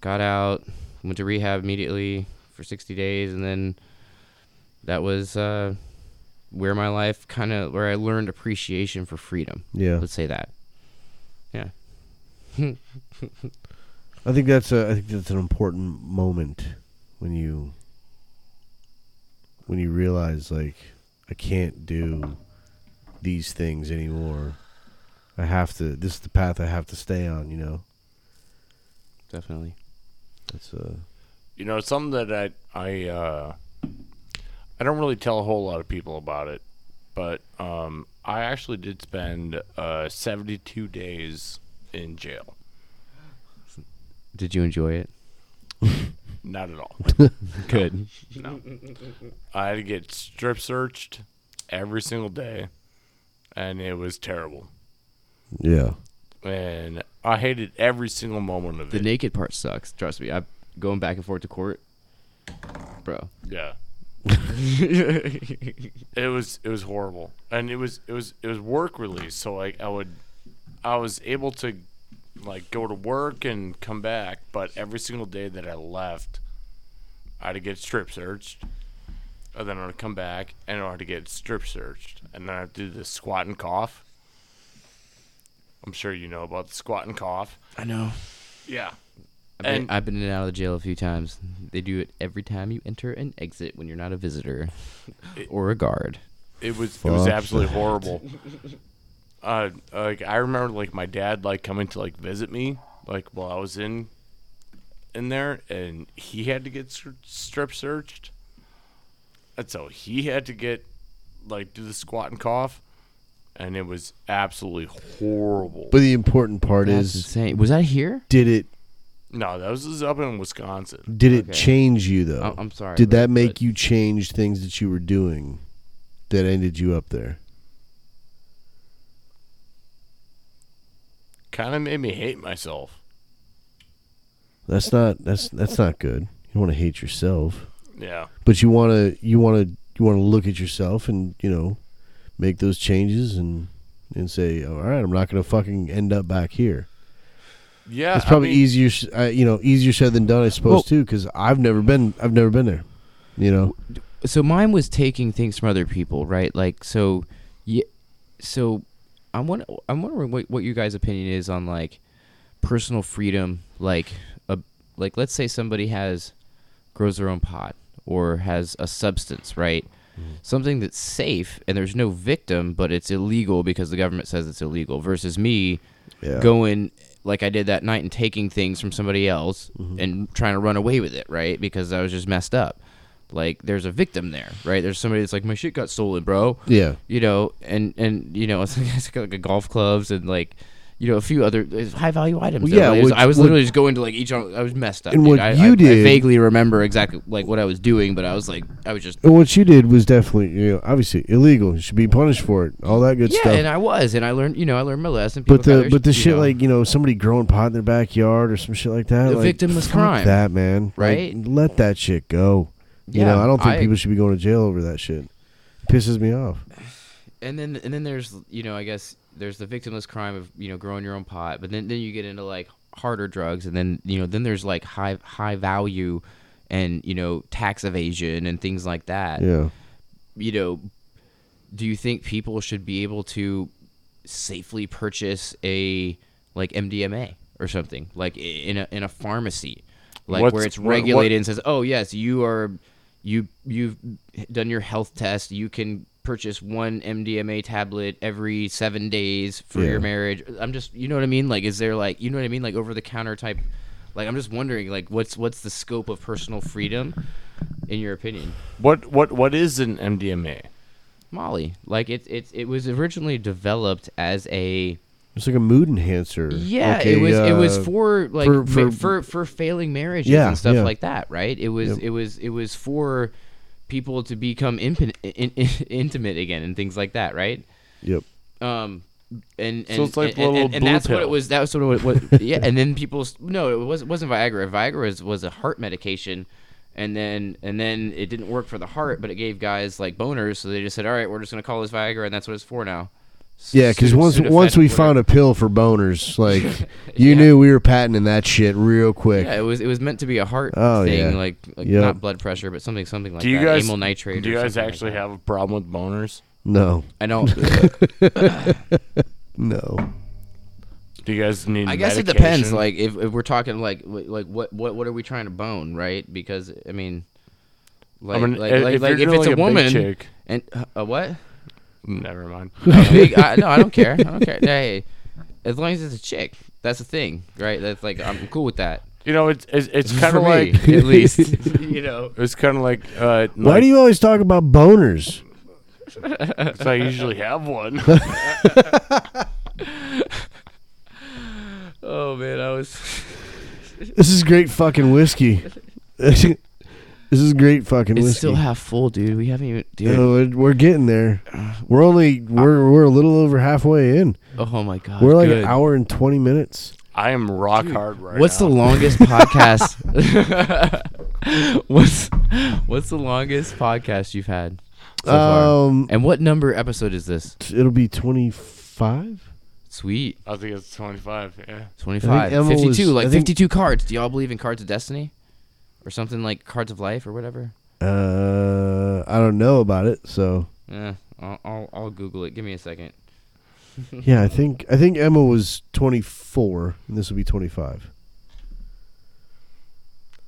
[SPEAKER 3] got out, went to rehab immediately for sixty days, and then that was uh, where my life kind of where I learned appreciation for freedom.
[SPEAKER 1] Yeah.
[SPEAKER 3] Let's say that. Yeah.
[SPEAKER 1] I think that's a I think that's an important moment when you when you realize like I can't do these things anymore. I have to this is the path I have to stay on, you know.
[SPEAKER 3] Definitely.
[SPEAKER 1] That's uh
[SPEAKER 2] You know, something that I I uh, I don't really tell a whole lot of people about it, but um, I actually did spend uh, 72 days in jail.
[SPEAKER 3] Did you enjoy it?
[SPEAKER 2] Not at all.
[SPEAKER 3] Good.
[SPEAKER 2] I had to get strip searched every single day, and it was terrible.
[SPEAKER 1] Yeah.
[SPEAKER 2] And I hated every single moment of
[SPEAKER 3] The
[SPEAKER 2] it.
[SPEAKER 3] naked part sucks. Trust me. I'm going back and forth to court, bro.
[SPEAKER 2] yeah, it was it was horrible, and it was it was it was work release. So like I would, I was able to like go to work and come back, but every single day that I left, I had to get strip searched. And then I would come back and I had to get strip searched. And then I would do the squat and cough. I'm sure you know about the squat and cough.
[SPEAKER 3] I know.
[SPEAKER 2] Yeah.
[SPEAKER 3] I've been,
[SPEAKER 2] And-
[SPEAKER 3] I've been in and out of the jail a few times. They do it every time you enter and exit when you're not a visitor or a guard.
[SPEAKER 2] It was it was
[SPEAKER 1] Fuck
[SPEAKER 2] absolutely horrible. Uh, like I remember, like my dad like coming to like visit me, like while I was in, in there, and he had to get stri- strip searched, and so he had to get, like, do the squat and cough, and it was absolutely horrible.
[SPEAKER 1] But the important part
[SPEAKER 3] That's
[SPEAKER 1] is,
[SPEAKER 3] insane. Was that here?
[SPEAKER 1] did it
[SPEAKER 2] no, that was, this is up in Wisconsin.
[SPEAKER 1] did it
[SPEAKER 3] Okay.
[SPEAKER 1] change you though?
[SPEAKER 3] I- I'm sorry,
[SPEAKER 1] Did
[SPEAKER 3] but-
[SPEAKER 1] that make
[SPEAKER 3] but-
[SPEAKER 1] you change things that you were doing that ended you up there?
[SPEAKER 2] Kind of made me hate myself.
[SPEAKER 1] That's not that's that's not good. You don't want to hate yourself,
[SPEAKER 2] Yeah,
[SPEAKER 1] but you want to you want to you want to look at yourself and you know make those changes and and say, all right, I'm not going to fucking end up back here.
[SPEAKER 2] yeah.
[SPEAKER 1] It's probably
[SPEAKER 2] I mean,
[SPEAKER 1] easier, sh- uh, you know, easier said than done, I
[SPEAKER 3] Well-
[SPEAKER 1] suppose, too too, because I've never been I've never been there. You know,
[SPEAKER 3] so mine was taking things from other people, right? Like so, yeah. So I'm wonder, I'm wondering what what your guys' opinion is on like personal freedom, like a like let's say somebody has grows their own pot or has a substance, right? Something that's safe and there's no victim, but it's illegal because the government says it's illegal. Versus me
[SPEAKER 1] Yeah.
[SPEAKER 3] going like I did that night and taking things from somebody else
[SPEAKER 1] Mm-hmm.
[SPEAKER 3] and trying to run away with it, right? Because I was just messed up. Like there's a victim there, right? There's somebody that's like my shit got stolen, bro.
[SPEAKER 1] Yeah.
[SPEAKER 3] You know, and and you know, it's like, it's like a golf clubs and like you know a few other high value
[SPEAKER 1] Well,
[SPEAKER 3] items. though,
[SPEAKER 1] yeah,
[SPEAKER 3] but it was-
[SPEAKER 1] what-
[SPEAKER 3] I was
[SPEAKER 1] what-
[SPEAKER 3] literally just going to like each. one- I was messed up.
[SPEAKER 1] And
[SPEAKER 3] dude.
[SPEAKER 1] what
[SPEAKER 3] I,
[SPEAKER 1] you
[SPEAKER 3] I,
[SPEAKER 1] did-
[SPEAKER 3] I vaguely remember exactly like what I was doing, but I was like, I was just
[SPEAKER 1] And what you did was definitely, you know, obviously illegal. You should be punished for it. All that good
[SPEAKER 3] yeah,
[SPEAKER 1] stuff.
[SPEAKER 3] and I was, and I learned, you know, I learned my lesson.
[SPEAKER 1] but
[SPEAKER 3] People got
[SPEAKER 1] the
[SPEAKER 3] their
[SPEAKER 1] but the
[SPEAKER 3] sh- you
[SPEAKER 1] shit
[SPEAKER 3] know.
[SPEAKER 1] like you know somebody growing pot in their backyard or some shit like that.
[SPEAKER 3] The
[SPEAKER 1] like,
[SPEAKER 3] victimless
[SPEAKER 1] fuck
[SPEAKER 3] crime,
[SPEAKER 1] That man, Like,
[SPEAKER 3] right?
[SPEAKER 1] let that shit go. you
[SPEAKER 3] Yeah,
[SPEAKER 1] know, I don't think
[SPEAKER 3] I-
[SPEAKER 1] people should be going to jail over that shit. pisses me off.
[SPEAKER 3] and then and then there's you know I guess there's the victimless crime of you know growing your own pot, but then then you get into like harder drugs, and then you know then there's like high high value, and you know tax evasion and things like that.
[SPEAKER 1] Yeah,
[SPEAKER 3] You know, do you think people should be able to safely purchase a like MDMA or something like i- in a in a pharmacy, like where
[SPEAKER 2] What's-
[SPEAKER 3] it's
[SPEAKER 2] what- what-
[SPEAKER 3] regulated and says, oh yes, you are you you've done your health test, you can purchase one MDMA tablet every seven days for
[SPEAKER 1] Yeah.
[SPEAKER 3] your marriage. I'm just you know what I mean. Like, is there like you know what I mean? Like over the counter type. Like I'm just wondering, like what's what's the scope of personal freedom, in your opinion?
[SPEAKER 2] what what what is an MDMA?
[SPEAKER 3] Molly. Like it's it's it was originally developed as a
[SPEAKER 1] it's like a mood enhancer.
[SPEAKER 3] yeah.
[SPEAKER 1] Like
[SPEAKER 3] it
[SPEAKER 1] a,
[SPEAKER 3] was it was
[SPEAKER 1] uh,
[SPEAKER 3] for like
[SPEAKER 1] for-
[SPEAKER 3] for
[SPEAKER 1] for-
[SPEAKER 3] for, for, failing marriages
[SPEAKER 1] Yeah,
[SPEAKER 3] and stuff
[SPEAKER 1] yeah.
[SPEAKER 3] like that, right? It was
[SPEAKER 1] Yep.
[SPEAKER 3] it was it was for people to become impin- in, in, intimate again and things like that, right?
[SPEAKER 1] Yep.
[SPEAKER 3] Um, and, and
[SPEAKER 2] So it's like
[SPEAKER 3] and, and-
[SPEAKER 2] little
[SPEAKER 3] and,
[SPEAKER 2] blue
[SPEAKER 3] that's what
[SPEAKER 2] pill.
[SPEAKER 3] it was. That was sort of what, what yeah. And then people s- no, it was it wasn't Viagra. Viagra was, was a heart medication, and then and then it didn't work for the heart, but it gave guys like boners. So they just said, all right, we're just gonna call this Viagra, and that's what it's for now.
[SPEAKER 1] Yeah, because once once we found a pill for boners, like you
[SPEAKER 3] Yeah.
[SPEAKER 1] knew we were patenting that shit real quick.
[SPEAKER 3] yeah, it was it was meant to be a heart
[SPEAKER 1] Oh,
[SPEAKER 3] thing,
[SPEAKER 1] yeah.
[SPEAKER 3] like, like
[SPEAKER 1] Yep.
[SPEAKER 3] not blood pressure, but something something like
[SPEAKER 2] Do you
[SPEAKER 3] that.
[SPEAKER 2] guys
[SPEAKER 3] amyl nitrate?
[SPEAKER 2] Do
[SPEAKER 3] or
[SPEAKER 2] you guys
[SPEAKER 3] something like
[SPEAKER 2] actually
[SPEAKER 3] that.
[SPEAKER 2] have a problem with boners?
[SPEAKER 1] No,
[SPEAKER 3] I don't.
[SPEAKER 1] no.
[SPEAKER 2] Do you guys need?
[SPEAKER 3] I guess it
[SPEAKER 2] medication?
[SPEAKER 3] depends. Like if, if we're talking like wh- like what what what are we trying to bone, right? Because I mean, like
[SPEAKER 2] mean,
[SPEAKER 3] like,
[SPEAKER 2] if-
[SPEAKER 3] like,
[SPEAKER 2] if
[SPEAKER 3] like,
[SPEAKER 2] you're
[SPEAKER 3] if it's
[SPEAKER 2] doing
[SPEAKER 3] a,
[SPEAKER 2] a big
[SPEAKER 3] woman
[SPEAKER 2] chick-
[SPEAKER 3] and uh, a what?
[SPEAKER 2] Never mind.
[SPEAKER 3] A big- I, no, I don't care. I don't care. Hey, as long as it's a chick, that's the thing, right? That's like I'm cool with that.
[SPEAKER 2] You know, it's it's, it's kind
[SPEAKER 3] For
[SPEAKER 2] of
[SPEAKER 3] me,
[SPEAKER 2] like
[SPEAKER 3] at least you know.
[SPEAKER 2] it's kind of like uh,
[SPEAKER 1] Why
[SPEAKER 2] like,
[SPEAKER 1] do you always talk about boners?
[SPEAKER 2] 'cause I usually have one.
[SPEAKER 3] Oh man, I was
[SPEAKER 1] This is great fucking whiskey. this is great fucking
[SPEAKER 3] It's
[SPEAKER 1] whiskey.
[SPEAKER 3] still half full, dude. We haven't even. Dude.
[SPEAKER 1] You know, we're, we're getting there. We're only we're we're a little over halfway in.
[SPEAKER 3] Oh my god.
[SPEAKER 1] We're like an
[SPEAKER 3] good.
[SPEAKER 1] hour and twenty minutes.
[SPEAKER 2] I am rock
[SPEAKER 3] Dude,
[SPEAKER 2] hard right
[SPEAKER 3] what's
[SPEAKER 2] now.
[SPEAKER 3] the longest podcast? what's What's the longest podcast you've had? So far?
[SPEAKER 1] um,
[SPEAKER 3] And what number episode is this?
[SPEAKER 1] t- it'll be twenty five.
[SPEAKER 3] Sweet.
[SPEAKER 2] I think it's 25. Yeah.
[SPEAKER 3] 25.
[SPEAKER 1] Emma
[SPEAKER 3] 52.
[SPEAKER 1] was- I
[SPEAKER 3] like
[SPEAKER 1] think-
[SPEAKER 3] 52 cards. Do y'all believe in cards of destiny? Or something like cards of life or whatever?
[SPEAKER 1] Uh, I don't know about it. So
[SPEAKER 3] Yeah, I'll, I'll, I'll Google it. Give me a second.
[SPEAKER 1] yeah, I think I think Emma was twenty four, and this will be twenty five.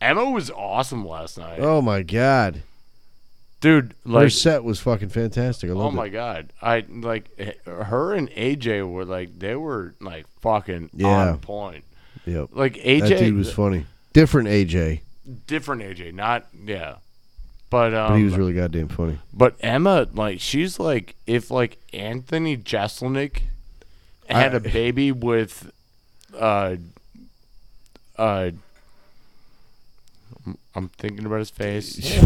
[SPEAKER 2] Emma was awesome last night.
[SPEAKER 1] Oh my god,
[SPEAKER 2] Dude,
[SPEAKER 1] her
[SPEAKER 2] like
[SPEAKER 1] set was fucking fantastic. I
[SPEAKER 2] Oh
[SPEAKER 1] love
[SPEAKER 2] my god! I like h- her and AJ were like they were like fucking
[SPEAKER 1] Yeah.
[SPEAKER 2] on point.
[SPEAKER 1] it. Yep,
[SPEAKER 2] Like
[SPEAKER 1] that
[SPEAKER 2] AJ
[SPEAKER 1] dude was funny. Different AJ,
[SPEAKER 2] different AJ, not yeah. But um,
[SPEAKER 1] but he was really goddamn funny.
[SPEAKER 2] But Emma, like, she's like, if like Anthony Jeselnik had
[SPEAKER 1] I-
[SPEAKER 2] a baby with, uh, uh, I'm- I'm thinking about his face.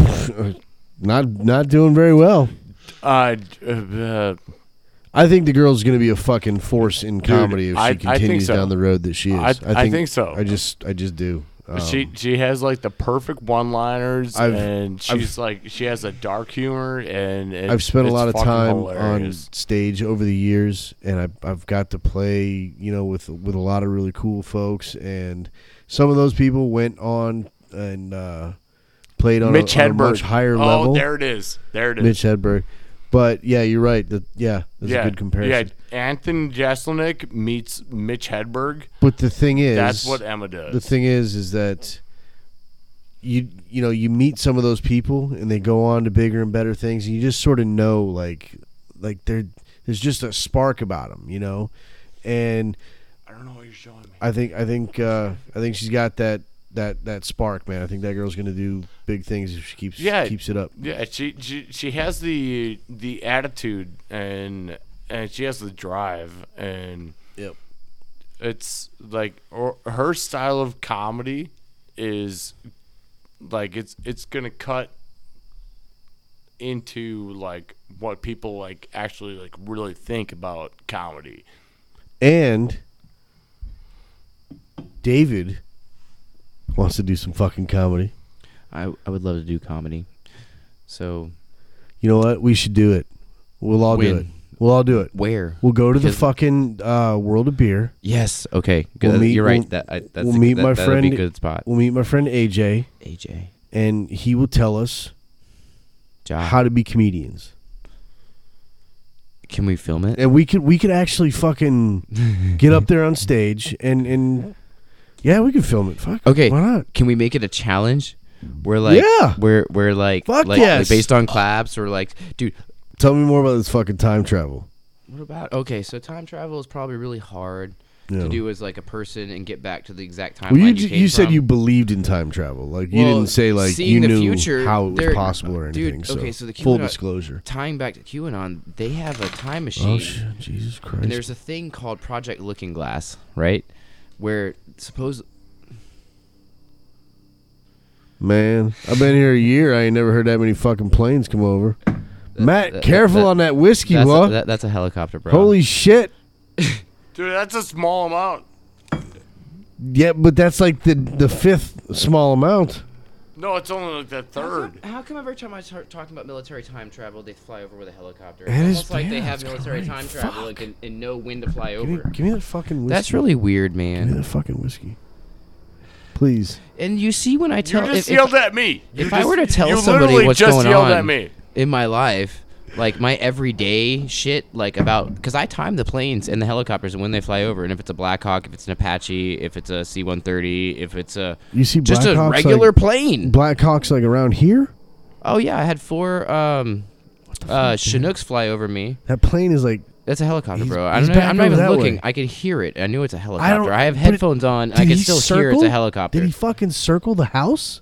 [SPEAKER 1] not not doing very well.
[SPEAKER 2] Uh, d-
[SPEAKER 1] Um,
[SPEAKER 2] uh,
[SPEAKER 1] I think the girl's going to be a fucking force in comedy if she
[SPEAKER 2] I- I think
[SPEAKER 1] continues
[SPEAKER 2] so.
[SPEAKER 1] down the road that she is.
[SPEAKER 2] I- I think so.
[SPEAKER 1] I just I just do. Um,
[SPEAKER 2] she she has like the perfect one-liners,
[SPEAKER 1] I've-
[SPEAKER 2] and she's like she has a dark humor, and it,
[SPEAKER 1] I've spent a
[SPEAKER 2] it's
[SPEAKER 1] lot of
[SPEAKER 2] fucking
[SPEAKER 1] time
[SPEAKER 2] hilarious.
[SPEAKER 1] on stage over the years, and I've, I've got to play, you know, with with a lot of really cool folks, and some of those people went on and uh, played on,
[SPEAKER 2] Mitch
[SPEAKER 1] a, on a
[SPEAKER 2] Hedberg.
[SPEAKER 1] much higher
[SPEAKER 2] oh,
[SPEAKER 1] level.
[SPEAKER 2] there it is. There it is.
[SPEAKER 1] Mitch Hedberg, but yeah, you're right. That yeah, that's a good comparison.
[SPEAKER 2] Yeah, Anthony Jeselnik meets Mitch Hedberg.
[SPEAKER 1] But the thing is,
[SPEAKER 2] That's what Emma does.
[SPEAKER 1] the thing is is that you you know you meet some of those people and they go on to bigger and better things and you just sort of know like like there there's just a spark about them you know and
[SPEAKER 2] I don't know what you're showing me.
[SPEAKER 1] I think I think uh, I think she's got that that that spark man I think that girl's gonna do big things if she keeps
[SPEAKER 2] Yeah.
[SPEAKER 1] keeps it up
[SPEAKER 2] Yeah, she, she she has the the attitude and and she has the drive and
[SPEAKER 1] yep
[SPEAKER 2] it's like or, her style of comedy is like it's it's gonna cut into like what people like actually like really think about comedy.
[SPEAKER 1] and David wants to do some fucking comedy
[SPEAKER 3] I, I would love to do comedy. So,
[SPEAKER 1] you know what we should do it we'll all do
[SPEAKER 3] When?
[SPEAKER 1] it we'll all do it
[SPEAKER 3] where?
[SPEAKER 1] We'll go to the
[SPEAKER 3] Because-
[SPEAKER 1] fucking uh, World of Beer.
[SPEAKER 3] Yes. Okay.
[SPEAKER 1] We'll
[SPEAKER 3] good.
[SPEAKER 1] meet-
[SPEAKER 3] You're right.
[SPEAKER 1] we'll-
[SPEAKER 3] that I, that's
[SPEAKER 1] we'll
[SPEAKER 3] a,
[SPEAKER 1] meet
[SPEAKER 3] that,
[SPEAKER 1] my
[SPEAKER 3] that'll be
[SPEAKER 1] friend-
[SPEAKER 3] a good spot.
[SPEAKER 1] We'll meet my friend AJ,
[SPEAKER 3] AJ,
[SPEAKER 1] and he will tell us
[SPEAKER 3] Josh,
[SPEAKER 1] how to be comedians.
[SPEAKER 3] can we film it?
[SPEAKER 1] And we could we could actually fucking get up there on stage and and yeah, we could film it. Fuck.
[SPEAKER 3] Okay.
[SPEAKER 1] Why not?
[SPEAKER 3] Can we make it a challenge? We're like,
[SPEAKER 1] Yeah.
[SPEAKER 3] we're we're like,
[SPEAKER 1] Fuck
[SPEAKER 3] like, like
[SPEAKER 1] yes.
[SPEAKER 3] based on claps or like, dude.
[SPEAKER 1] Tell me more about this fucking time travel.
[SPEAKER 3] What about okay? So time travel is probably really hard
[SPEAKER 1] Yeah.
[SPEAKER 3] to do as like a person and get back to the exact time.
[SPEAKER 1] Well, you
[SPEAKER 3] you,
[SPEAKER 1] ju-
[SPEAKER 3] came
[SPEAKER 1] you said
[SPEAKER 3] from.
[SPEAKER 1] you believed in time travel. Like you
[SPEAKER 3] Well,
[SPEAKER 1] didn't say like
[SPEAKER 3] seeing
[SPEAKER 1] you
[SPEAKER 3] the
[SPEAKER 1] knew
[SPEAKER 3] future,
[SPEAKER 1] how it was
[SPEAKER 3] there-
[SPEAKER 1] possible or
[SPEAKER 3] dude,
[SPEAKER 1] anything. so,
[SPEAKER 3] okay, so the
[SPEAKER 1] full
[SPEAKER 3] QAnon
[SPEAKER 1] disclosure.
[SPEAKER 3] tying back to QAnon, they have a time machine.
[SPEAKER 1] Oh shit, Jesus Christ.
[SPEAKER 3] And there's a thing called Project Looking Glass, right? Where suppose
[SPEAKER 1] Man, I've been here a year. I ain't never heard that many fucking planes come over. Matt,
[SPEAKER 3] that-
[SPEAKER 1] careful
[SPEAKER 3] that-
[SPEAKER 1] on that whiskey,
[SPEAKER 3] that's
[SPEAKER 1] bro.
[SPEAKER 3] a, that, that's a helicopter, bro.
[SPEAKER 1] Holy shit!
[SPEAKER 2] Dude, that's a small amount.
[SPEAKER 1] Yeah, but that's like the the fifth small amount.
[SPEAKER 2] No, it's only like the third.
[SPEAKER 3] How come, how come every time I start talking about military time travel, they fly over with a helicopter? It's
[SPEAKER 1] That is
[SPEAKER 3] almost like they
[SPEAKER 1] bad.
[SPEAKER 3] have
[SPEAKER 1] That's
[SPEAKER 3] military
[SPEAKER 1] great.
[SPEAKER 3] time travel and, can, and know when to fly
[SPEAKER 1] Give me,
[SPEAKER 3] over.
[SPEAKER 1] give me that fucking whiskey.
[SPEAKER 3] That's really weird,
[SPEAKER 1] Give me
[SPEAKER 3] man.
[SPEAKER 1] that fucking whiskey, please.
[SPEAKER 3] And you see, when I
[SPEAKER 2] You
[SPEAKER 3] tell
[SPEAKER 2] just
[SPEAKER 3] if- if-
[SPEAKER 2] yelled at me. You
[SPEAKER 3] if I
[SPEAKER 2] just,
[SPEAKER 3] were to tell
[SPEAKER 2] you
[SPEAKER 3] somebody
[SPEAKER 2] literally
[SPEAKER 3] what's
[SPEAKER 2] just
[SPEAKER 3] going
[SPEAKER 2] yelled
[SPEAKER 3] on-
[SPEAKER 2] at me.
[SPEAKER 3] in my life, like my everyday shit, like about because I time the planes and the helicopters and when they fly over, and if it's a Black Hawk, if it's an Apache, if it's a C-130, if it's a
[SPEAKER 1] You see,
[SPEAKER 3] just
[SPEAKER 1] Black
[SPEAKER 3] a
[SPEAKER 1] Hawks,
[SPEAKER 3] regular
[SPEAKER 1] like,
[SPEAKER 3] plane.
[SPEAKER 1] Black Hawks like around here.
[SPEAKER 3] oh yeah, I had four um, uh, Chinooks fly over me.
[SPEAKER 1] That plane is like
[SPEAKER 3] That's a helicopter,
[SPEAKER 1] He's-
[SPEAKER 3] bro. I
[SPEAKER 1] he's
[SPEAKER 3] don't know,
[SPEAKER 1] back
[SPEAKER 3] I'm not
[SPEAKER 1] over
[SPEAKER 3] even
[SPEAKER 1] that
[SPEAKER 3] looking.
[SPEAKER 1] way.
[SPEAKER 3] I can hear it. I knew it's a
[SPEAKER 1] I
[SPEAKER 3] helicopter. I,
[SPEAKER 1] don't-
[SPEAKER 3] have
[SPEAKER 1] but it-
[SPEAKER 3] headphones on. I
[SPEAKER 1] did
[SPEAKER 3] can
[SPEAKER 1] he
[SPEAKER 3] still
[SPEAKER 1] circle?
[SPEAKER 3] hear it's a helicopter.
[SPEAKER 1] Did he fucking circle the house?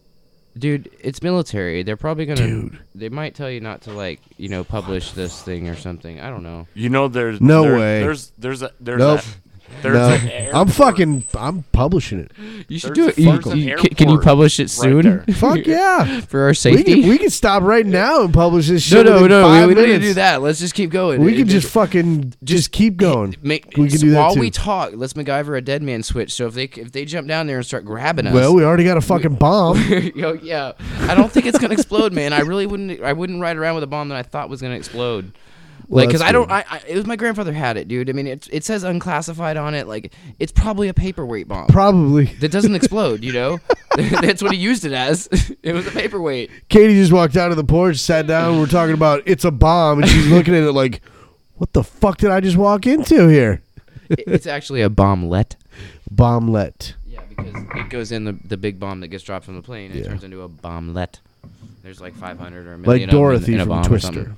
[SPEAKER 3] Dude, it's military. They're probably gonna.
[SPEAKER 1] Dude.
[SPEAKER 3] They might tell you not to like, you know, publish this thing or something. I don't know.
[SPEAKER 2] You know, there's
[SPEAKER 1] No
[SPEAKER 2] there-
[SPEAKER 1] way.
[SPEAKER 2] There's there's a there's
[SPEAKER 1] Nope.
[SPEAKER 2] a, There's
[SPEAKER 1] No,
[SPEAKER 2] an airport
[SPEAKER 1] I'm fucking. I'm publishing it.
[SPEAKER 3] You
[SPEAKER 2] There's
[SPEAKER 3] should do it. You-
[SPEAKER 2] first an
[SPEAKER 3] you- can, can you
[SPEAKER 2] airport
[SPEAKER 3] publish it
[SPEAKER 2] right
[SPEAKER 3] soon?
[SPEAKER 2] there.
[SPEAKER 1] Fuck yeah.
[SPEAKER 3] For our
[SPEAKER 1] We
[SPEAKER 3] safety.
[SPEAKER 1] can, we can stop right now and publish this
[SPEAKER 3] no,
[SPEAKER 1] shit.
[SPEAKER 3] no,
[SPEAKER 1] within
[SPEAKER 3] no.
[SPEAKER 1] five
[SPEAKER 3] We, we don't need to
[SPEAKER 1] minutes.
[SPEAKER 3] do that. Let's just keep going.
[SPEAKER 1] We
[SPEAKER 3] It-
[SPEAKER 1] can
[SPEAKER 3] it-
[SPEAKER 1] just fucking just keep going.
[SPEAKER 3] Make,
[SPEAKER 1] we can
[SPEAKER 3] so
[SPEAKER 1] do that
[SPEAKER 3] while
[SPEAKER 1] too.
[SPEAKER 3] we talk. Let's MacGyver a dead man switch. So if they if they jump down there and start grabbing us,
[SPEAKER 1] well, we already got a fucking bomb.
[SPEAKER 3] Yo, yeah, I don't think it's gonna explode, man. I really wouldn't. I wouldn't ride around with a bomb that I thought was gonna explode.
[SPEAKER 1] Well,
[SPEAKER 3] Like, cause
[SPEAKER 1] that's
[SPEAKER 3] I don't.
[SPEAKER 1] good.
[SPEAKER 3] I, I it was my grandfather had it, dude. I mean, it it says unclassified on it. Like, it's probably a paperweight bomb
[SPEAKER 1] Probably.
[SPEAKER 3] that doesn't explode. You know, that's what he used it as. it was a paperweight.
[SPEAKER 1] Katie just walked out of the porch, sat down. We're talking about it's a bomb, and she's looking at it like, "What the fuck did I just walk into here?"
[SPEAKER 3] It- it's actually a bomblet.
[SPEAKER 1] Bomblet.
[SPEAKER 3] Yeah, because it goes in the, the big bomb that gets dropped from the plane. and It
[SPEAKER 1] Yeah.
[SPEAKER 3] turns into a bomblet. There's like 500 or a million.
[SPEAKER 1] Like
[SPEAKER 3] of them in-
[SPEAKER 1] Dorothy
[SPEAKER 3] in a
[SPEAKER 1] from
[SPEAKER 3] bomb or
[SPEAKER 1] Twister.
[SPEAKER 3] something.